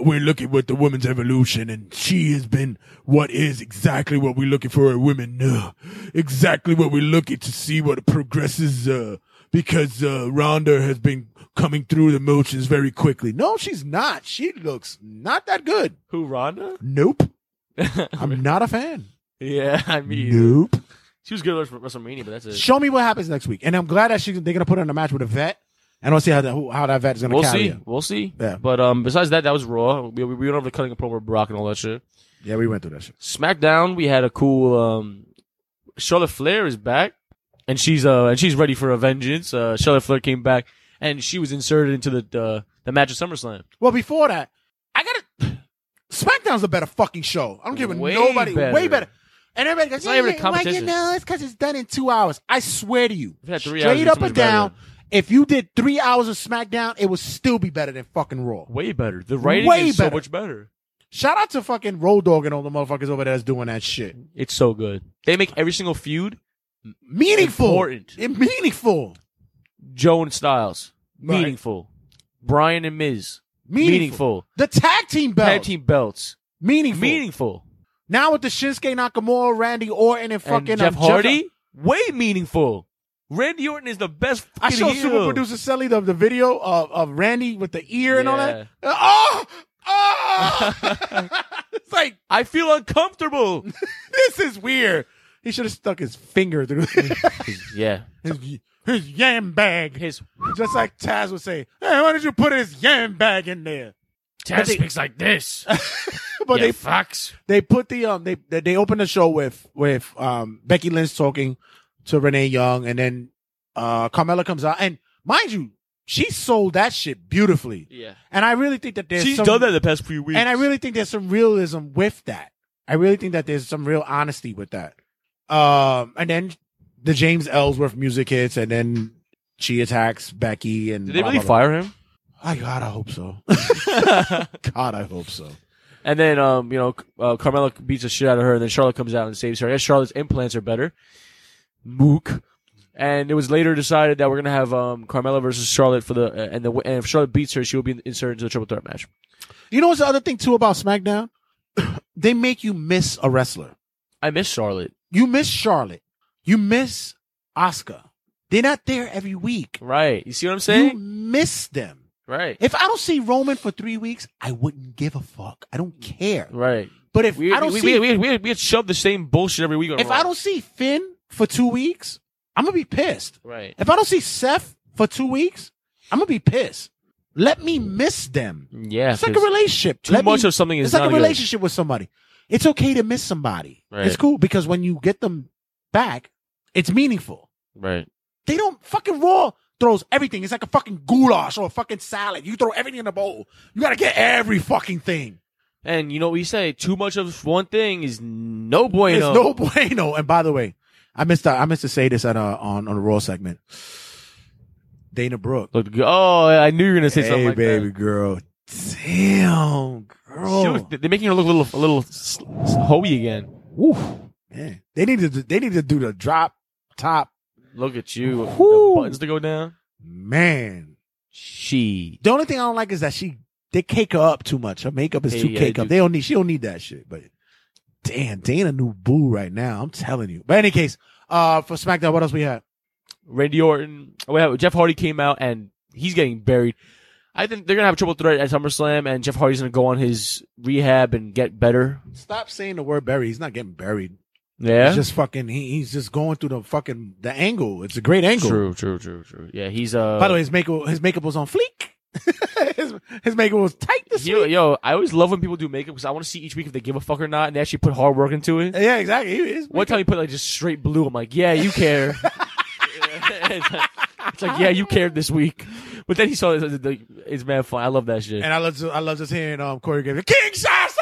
Speaker 16: we're looking with the women's evolution, and she has been what is exactly what we're looking for in women. Uh, exactly what we're looking to see what progresses. Uh, because uh, Ronda has been coming through the motions very quickly. No,
Speaker 3: No, she's not. She looks not that good.
Speaker 4: Who Ronda?
Speaker 3: Nope. I'm not a fan.
Speaker 4: Yeah, I mean,
Speaker 3: Nope.
Speaker 4: she was good at WrestleMania, but that's it.
Speaker 3: Show me what happens next week, and I'm glad that she, they're gonna put her in a match with a vet. And we'll see how that who- how that vet is gonna
Speaker 4: We'll
Speaker 3: carry
Speaker 4: see.
Speaker 3: her.
Speaker 4: We'll see.
Speaker 3: Yeah.
Speaker 4: But um, besides that, that was Raw. We, we went over the cutting a promo with Brock and all that shit.
Speaker 3: Yeah, we went through that shit.
Speaker 4: SmackDown, we had a cool um Charlotte Flair is back and she's uh and she's ready for a vengeance. Uh Charlotte Flair came back and she was inserted into the uh, the match at SummerSlam.
Speaker 3: Well, before that, I gotta. SmackDown's a better fucking show. I don't give a
Speaker 4: Way
Speaker 3: nobody
Speaker 4: better.
Speaker 3: way better. And everybody goes,
Speaker 4: It's not
Speaker 3: yeah,
Speaker 4: even a
Speaker 3: yeah, well, you
Speaker 4: competition.
Speaker 3: know, it's because it's done in two hours. I swear to you,
Speaker 4: If it had three hours,
Speaker 3: straight
Speaker 4: it'd be
Speaker 3: up
Speaker 4: so
Speaker 3: and
Speaker 4: much better.
Speaker 3: down. If you did three hours of SmackDown, it would still be better than fucking Raw.
Speaker 4: Way better. The writing
Speaker 3: Way
Speaker 4: is
Speaker 3: better.
Speaker 4: so much better.
Speaker 3: Shout out to fucking Road Dogg and all the motherfuckers over there that's doing that shit.
Speaker 4: It's so good. They make every single feud
Speaker 3: Meaningful,
Speaker 4: Important.
Speaker 3: It- meaningful,
Speaker 4: Joe and Styles.
Speaker 3: Right.
Speaker 4: Meaningful. Brian and Miz.
Speaker 3: meaningful,
Speaker 4: Meaningful.
Speaker 3: The tag team belt,
Speaker 4: Tag team belts.
Speaker 3: meaningful,
Speaker 4: Meaningful.
Speaker 3: Now with the Shinsuke Nakamura, Randy Orton, and fucking
Speaker 4: and Jeff
Speaker 3: um,
Speaker 4: Hardy. way meaningful. Randy Orton is the best.
Speaker 3: I
Speaker 4: fucking
Speaker 3: showed
Speaker 4: heel.
Speaker 3: super producer Sally the, the video of, of Randy with the ear and all
Speaker 4: Yeah.
Speaker 3: that. Oh, oh! it's like
Speaker 4: I feel uncomfortable.
Speaker 3: this is weird. He should have stuck his finger through. his,
Speaker 4: yeah.
Speaker 3: his yam bag.
Speaker 4: His
Speaker 3: just like Taz would say, "Hey, why did you put his yam bag in there?"
Speaker 17: Taz
Speaker 3: But they-
Speaker 17: speaks like this.
Speaker 3: but
Speaker 17: Yeah,
Speaker 3: they
Speaker 17: fucks.
Speaker 3: They put the um they they, they opened the show with with um Becky Lynch talking to Renee Young, and then uh Carmella comes out, and mind you, she sold that shit beautifully.
Speaker 4: Yeah.
Speaker 3: and I really think that there's
Speaker 4: She's
Speaker 3: some-
Speaker 4: done that the past few weeks.
Speaker 3: and I really think there's some realism with that. I really think that there's some real honesty with that. Um, and then the James Ellsworth music hits, and then she attacks Becky. And
Speaker 4: Did they
Speaker 3: blah,
Speaker 4: really
Speaker 3: blah, blah.
Speaker 4: fire him?
Speaker 3: I God, I hope so. God, I hope so.
Speaker 4: And then, um, you know, uh, Carmella beats the shit out of her, and then Charlotte comes out and saves her. I guess Charlotte's implants are better. Mook. And it was later decided that we're gonna have um, Carmella versus Charlotte for the uh, and the and if Charlotte beats her, she will be inserted into the triple threat match.
Speaker 3: You know what's the other thing too about SmackDown? they make you miss a wrestler.
Speaker 4: I miss Charlotte.
Speaker 3: You miss Charlotte. You miss Oscar. They're not there every week.
Speaker 4: Right. You see what I'm saying?
Speaker 3: You miss them.
Speaker 4: Right.
Speaker 3: If I don't see Roman for three weeks, I wouldn't give a fuck. I don't care.
Speaker 4: Right.
Speaker 3: But if
Speaker 4: We,
Speaker 3: I don't
Speaker 4: we,
Speaker 3: see,
Speaker 4: we, we, we, we shove the same bullshit every week. On
Speaker 3: if
Speaker 4: Raw.
Speaker 3: I don't see Finn for two weeks, I'm gonna be pissed.
Speaker 4: Right.
Speaker 3: If I don't see Seth for two weeks, I'm gonna be pissed. Let me miss them.
Speaker 4: Mm, yeah,
Speaker 3: it's like a
Speaker 4: 'cause
Speaker 3: relationship.
Speaker 4: Too
Speaker 3: Let me-
Speaker 4: much of something is
Speaker 3: It's like
Speaker 4: not
Speaker 3: a
Speaker 4: good.
Speaker 3: relationship with somebody. It's okay to miss somebody.
Speaker 4: Right.
Speaker 3: It's cool because when you get them back, it's meaningful.
Speaker 4: Right.
Speaker 3: They don't fucking raw throws everything. It's like a fucking goulash or a fucking salad. You throw everything in a bowl. You gotta get every fucking thing.
Speaker 4: And you know what we say? Too much of one thing is no
Speaker 3: It's
Speaker 4: bueno.
Speaker 3: no bueno. And by the way, I missed out, I missed to say this at uh, on on the raw segment. Dana Brooke.
Speaker 4: Look, oh, I knew you were gonna say something
Speaker 3: Hey,
Speaker 4: like
Speaker 3: baby
Speaker 4: that.
Speaker 3: girl. Damn, girl.
Speaker 4: She look- they're making her look a little, a little s- s- hoey again.
Speaker 3: Woof. Man, they need to they need to do the drop top.
Speaker 4: Look at you.
Speaker 3: Whew.
Speaker 4: The buttons to go down.
Speaker 3: Man,
Speaker 4: she.
Speaker 3: The only thing I don't like is that she they cake her up too much. Her makeup is
Speaker 4: Hey,
Speaker 3: too
Speaker 4: yeah,
Speaker 3: cake
Speaker 4: they
Speaker 3: up.
Speaker 4: do.
Speaker 3: They don't need she don't need that shit. But damn, Dana new boo right now. I'm telling you. But any case, uh, for SmackDown, what else we had?
Speaker 4: Randy Orton. oh, Wait, Jeff Hardy came out and he's getting buried. I think they're gonna have a triple threat at SummerSlam, and Jeff Hardy's gonna go on his rehab and get better.
Speaker 3: Stop saying the word buried. He's not getting buried.
Speaker 4: Yeah,
Speaker 3: He's just fucking. He, he's just going through the fucking the angle. It's a great angle.
Speaker 4: True, true, true, true. Yeah, he's uh.
Speaker 3: By the way, his makeup his makeup was on fleek. his, his makeup was tight this
Speaker 4: yo,
Speaker 3: week.
Speaker 4: yo, I always love when people do makeup because I want to see each week if they give a fuck or not, and they actually put hard work into it.
Speaker 3: Yeah, exactly. He- his
Speaker 4: One time he put like just straight blue. I'm like, yeah, you care. it's, like, it's like, yeah, you cared this week. But then he saw this. It's, it's mad fun. I love that shit.
Speaker 3: And I love I love just hearing um Corey Graves King Shasta.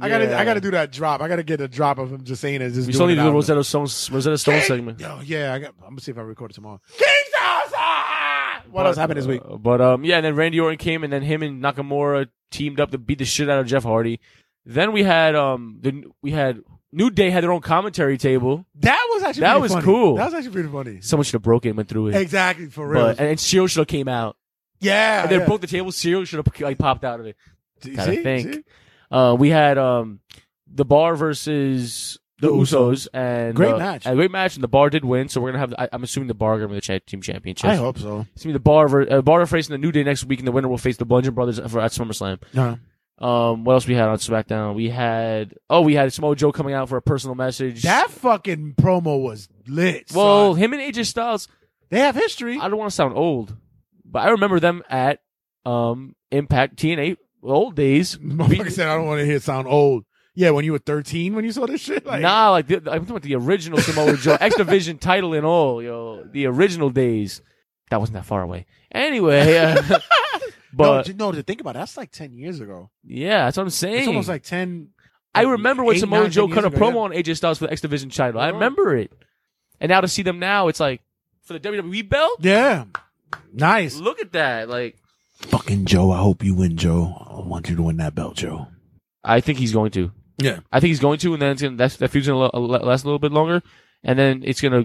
Speaker 3: I gotta
Speaker 4: Yeah.
Speaker 3: I gotta do that drop. I gotta get a drop of him just saying it. Just
Speaker 4: we
Speaker 3: doing
Speaker 4: still need
Speaker 3: it
Speaker 4: to do
Speaker 3: out of-
Speaker 4: the Rosetta Stone, Rosetta Stone segment.
Speaker 3: Yo, yeah, I got, I'm gonna see if I record it tomorrow. King Shasta. What else happened this week?
Speaker 4: Uh, But um, yeah, and then Randy Orton came, and then him and Nakamura teamed up to beat the shit out of Jeff Hardy. Then we had um, the we had New Day had their own commentary table.
Speaker 3: That was actually
Speaker 4: That
Speaker 3: pretty
Speaker 4: was
Speaker 3: funny.
Speaker 4: cool.
Speaker 3: That was actually pretty funny.
Speaker 4: Someone should have broken and went through it.
Speaker 3: Exactly for real.
Speaker 4: But, and, and Cyril should have came out.
Speaker 3: yeah,
Speaker 4: and then
Speaker 3: yeah.
Speaker 4: broke the table. Cyril should have like popped out of it.
Speaker 3: See,
Speaker 4: Gotta
Speaker 3: see?
Speaker 4: think. Uh, we had um, the Bar versus the,
Speaker 3: The
Speaker 4: Usos, and
Speaker 3: Great
Speaker 4: uh,
Speaker 3: match.
Speaker 4: a great match, and the Bar did win. So we're gonna have. The, I, I'm assuming the Bar are gonna win the cha- team championship.
Speaker 3: I hope so.
Speaker 4: It's gonna be the Bar. Ver, uh, bar are facing the New Day next week, and the winner will face the Bludgeon Brothers for, at SummerSlam.
Speaker 3: No.
Speaker 4: Um, what else we had on SmackDown? We had oh, we had Samoa Joe coming out for a personal message.
Speaker 3: That fucking promo was lit.
Speaker 4: well,
Speaker 3: son.
Speaker 4: him and AJ Styles,
Speaker 3: they have history.
Speaker 4: I don't want to sound old, but I remember them at um Impact TNA old days.
Speaker 3: Motherfucker said I don't want to hear it sound old. Yeah, when you were 13 when you saw this shit. Like,
Speaker 4: nah, like the, I'm talking about the original Samoa Joe X Division title and all, yo, the original days. That wasn't that far away. Anyway, uh,
Speaker 3: no,
Speaker 4: but
Speaker 3: you know, to think about it, that's like 10 years ago.
Speaker 4: yeah, that's what I'm saying.
Speaker 3: It's almost like 10.
Speaker 4: I remember when
Speaker 3: eight,
Speaker 4: Samoa
Speaker 3: nine,
Speaker 4: Joe
Speaker 3: 10
Speaker 4: cut a
Speaker 3: years ago,
Speaker 4: promo
Speaker 3: yeah. Uh-huh.
Speaker 4: on AJ Styles for the X Division title. I remember it, and now to see them now, it's like for the WWE belt.
Speaker 3: Yeah. Nice.
Speaker 4: Look at that, like.
Speaker 3: Fucking Joe, I hope you win, Joe. I want you to win that belt, Joe.
Speaker 4: I think he's going to.
Speaker 3: Yeah.
Speaker 4: I think he's going to, and then it's gonna, that's, that feud's gonna lo- lo- last a little bit longer, and then it's gonna,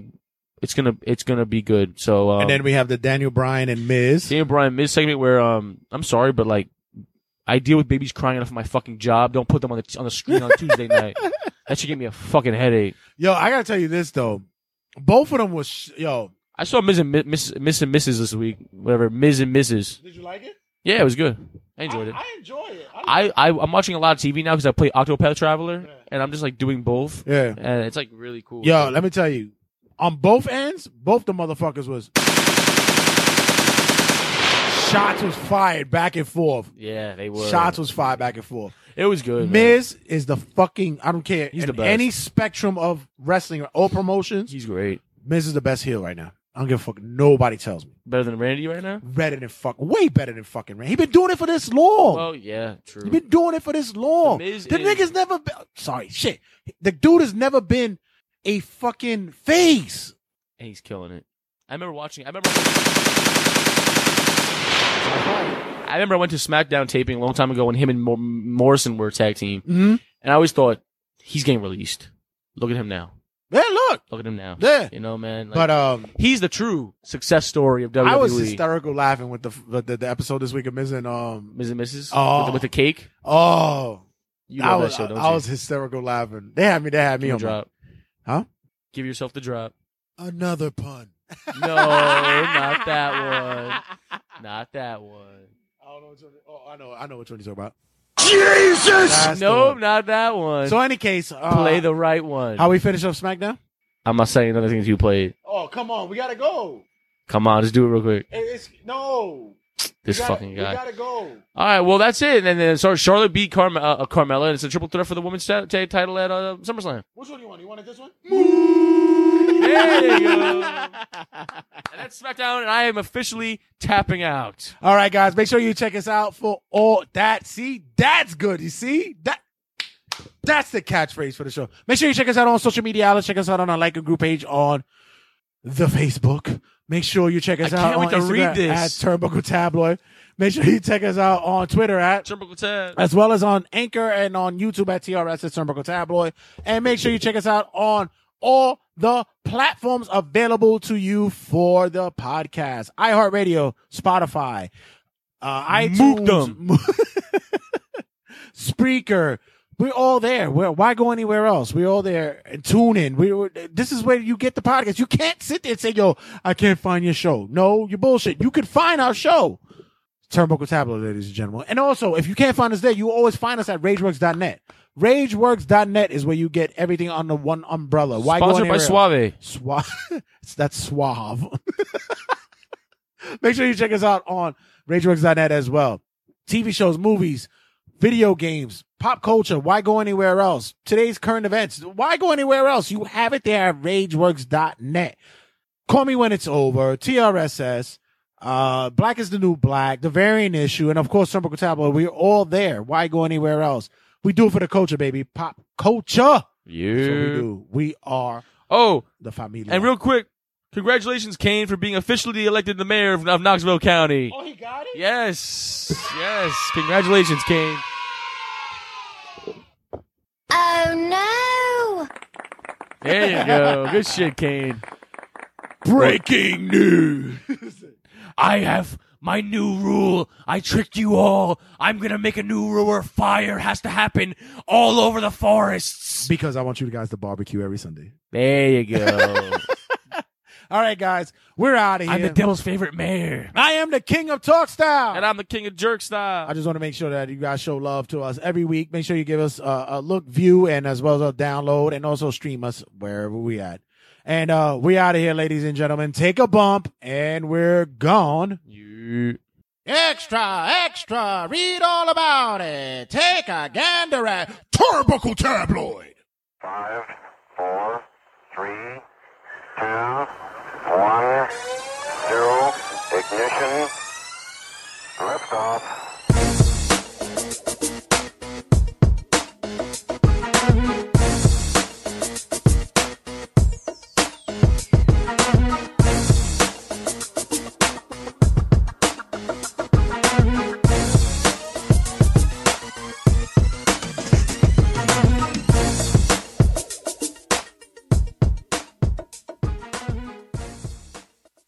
Speaker 4: it's gonna, it's gonna be good. So, um,
Speaker 3: and then we have the Daniel Bryan and Miz.
Speaker 4: Daniel Bryan mid segment where, um, I'm sorry, but like, I deal with babies crying enough of my fucking job. Don't put them on the on the screen on Tuesday night. That should give me a fucking headache.
Speaker 3: Yo, I gotta tell you this though. Both of them was sh- yo.
Speaker 4: I saw Miz and Mi- Miss, Miss and Mrs. this week. Whatever, Miz and Mrs.
Speaker 3: Did you like it?
Speaker 4: Yeah, it was good. I enjoyed it.
Speaker 3: enjoy it.
Speaker 4: I, I I'm watching a lot of TV now because I play Octopath Traveler, and I'm just like doing both.
Speaker 3: Yeah.
Speaker 4: and it's like really cool.
Speaker 3: Yo, let me tell you. on both ends, both the motherfuckers was shots was fired back and forth.
Speaker 4: Yeah, they were.
Speaker 3: Shots was fired back and forth.
Speaker 4: It was good. man.
Speaker 3: Miz is the fucking I don't care.
Speaker 4: He's
Speaker 3: in
Speaker 4: the best.
Speaker 3: Any spectrum of wrestling or all promotions,
Speaker 4: he's great.
Speaker 3: Miz is the best heel right now. I don't give a fuck. Nobody tells me
Speaker 4: Better than Randy right now?
Speaker 3: better than fuck. Way better than fucking Randy. He been doing it for this long.
Speaker 4: Well, yeah, true.
Speaker 3: You've been doing it for this long.
Speaker 4: The
Speaker 3: The,
Speaker 4: Miz is-
Speaker 3: nigga's never been. Sorry, shit. The dude has never been a fucking face.
Speaker 4: and he's killing it. I remember watching. I remember. I remember I went to SmackDown taping a long time ago when him and Mor- Morrison were a tag team,
Speaker 3: Mhm.
Speaker 4: and I always thought he's getting released. Look at him now.
Speaker 3: Yeah, look.
Speaker 4: Look at him now.
Speaker 3: Yeah.
Speaker 4: you know, man. like,
Speaker 3: But um,
Speaker 4: he's the true success story of E. WWE.
Speaker 3: I was uh, hysterical laughing with the with the, the episode this week of Miz and um.
Speaker 4: Ms. and Mrs.
Speaker 3: Oh.
Speaker 4: With, the, with the cake.
Speaker 3: Oh,
Speaker 4: You
Speaker 3: I
Speaker 4: love
Speaker 3: was
Speaker 4: that show, don't
Speaker 3: I,
Speaker 4: you?
Speaker 3: was hysterical laughing. They had me. They had me
Speaker 4: Give me a
Speaker 3: on my-
Speaker 4: drop.
Speaker 3: Huh?
Speaker 4: Give yourself the drop.
Speaker 3: another pun.
Speaker 4: No, not that one. Not that one.
Speaker 3: I don't know. Which one, oh, I know. I know which one you're talking about.
Speaker 18: Jesus!
Speaker 3: That's the
Speaker 4: Nope,
Speaker 3: one.
Speaker 4: not that one.
Speaker 3: So, in any case, uh,
Speaker 4: Play the right one.
Speaker 3: how we finish up SmackDown?
Speaker 4: I'm not saying another thing that you played.
Speaker 3: Oh, come on. We gotta go.
Speaker 4: Come on, just do it real quick.
Speaker 3: It- It's no.
Speaker 4: This
Speaker 3: We gotta-
Speaker 4: fucking guy.
Speaker 3: We gotta go.
Speaker 4: All right, well that's it. And then so Charlotte beat Carm- uh, uh, Carmella, and it's a triple threat for the women's ta- ta- title at uh, SummerSlam.
Speaker 3: Which one do you want? You wanted this one?
Speaker 4: There you go. and that's SmackDown, and I am officially tapping out.
Speaker 3: All right, guys, make sure you check us out for all that. See, that's good. You see that. That's the catchphrase for the show. Make sure you check us out on social media outlets. Check us out on our like and group page on the Facebook. Make sure you check us
Speaker 4: I
Speaker 3: out
Speaker 4: can't
Speaker 3: on
Speaker 4: wait to
Speaker 3: Instagram
Speaker 4: read this.
Speaker 3: at Turnbuckle Tabloid. Make sure you check us out on Twitter at
Speaker 4: Triple Tab.
Speaker 3: as well as on Anchor and on YouTube at TRS at Turnbuckle Tabloid. And make sure you check us out on all the platforms available to you for the podcast. iHeartRadio, Spotify, uh, iTunes, Spreaker. We're all there. Where why go anywhere else? We're all there. And tune in. We we- this is where you get the podcast. You can't sit there and say, "Yo, I can't find your show." No, you're bullshit. You can find our show. Turnbuckle Tablet, ladies and gentlemen. And also, if you can't find us there, you always find us at RageWorks.net. RageWorks.net is where you get everything under one umbrella. Why go
Speaker 4: Sponsored
Speaker 3: anywhere
Speaker 4: by
Speaker 3: else?
Speaker 4: Suave.
Speaker 3: Suave. That's suave. Make sure you check us out on RageWorks.net as well. TV shows, movies, video games, pop culture. Why go anywhere else? Today's current events. Why go anywhere else? You have it there at RageWorks.net. Call me when it's over. TRSS. Uh, Black is the new black. The variant issue, and of course, Turnbuckle Tabloid. We're all there. Why go anywhere else? We do it for the culture, baby. Pop culture.
Speaker 4: You.
Speaker 3: That's what we do. We are
Speaker 4: Oh,
Speaker 3: the familia.
Speaker 4: and real quick, congratulations, Kane, for being officially elected the mayor of, of Knoxville County.
Speaker 3: oh, he got it.
Speaker 4: Yes, yes, congratulations, Kane.
Speaker 19: Oh no!
Speaker 4: There you go. Good shit, Kane.
Speaker 20: Breaking news.
Speaker 4: I have my new rule. I tricked you all. I'm gonna make a new rule where fire has to happen all over the forests.
Speaker 3: Because I want you guys to barbecue every Sunday.
Speaker 4: There you go.
Speaker 3: All right, guys, we're out of here.
Speaker 4: I'm the devil's favorite mayor.
Speaker 3: I am the king of talk style.
Speaker 4: And I'm the king of jerk style.
Speaker 3: I just want to make sure that you guys show love to us every week. Make sure you give us uh, a look, view, and as well as a download, and also stream us wherever we at. And uh, we out of here, ladies and gentlemen. Take a bump, and we're gone.
Speaker 4: You.
Speaker 3: Extra, extra. Read all about it. Take a gander at Turbuckle Tabloid.
Speaker 2: Five, four, three, two, one, zero, ignition, liftoff.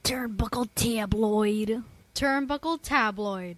Speaker 21: Turnbuckle tabloid. Turnbuckle tabloid.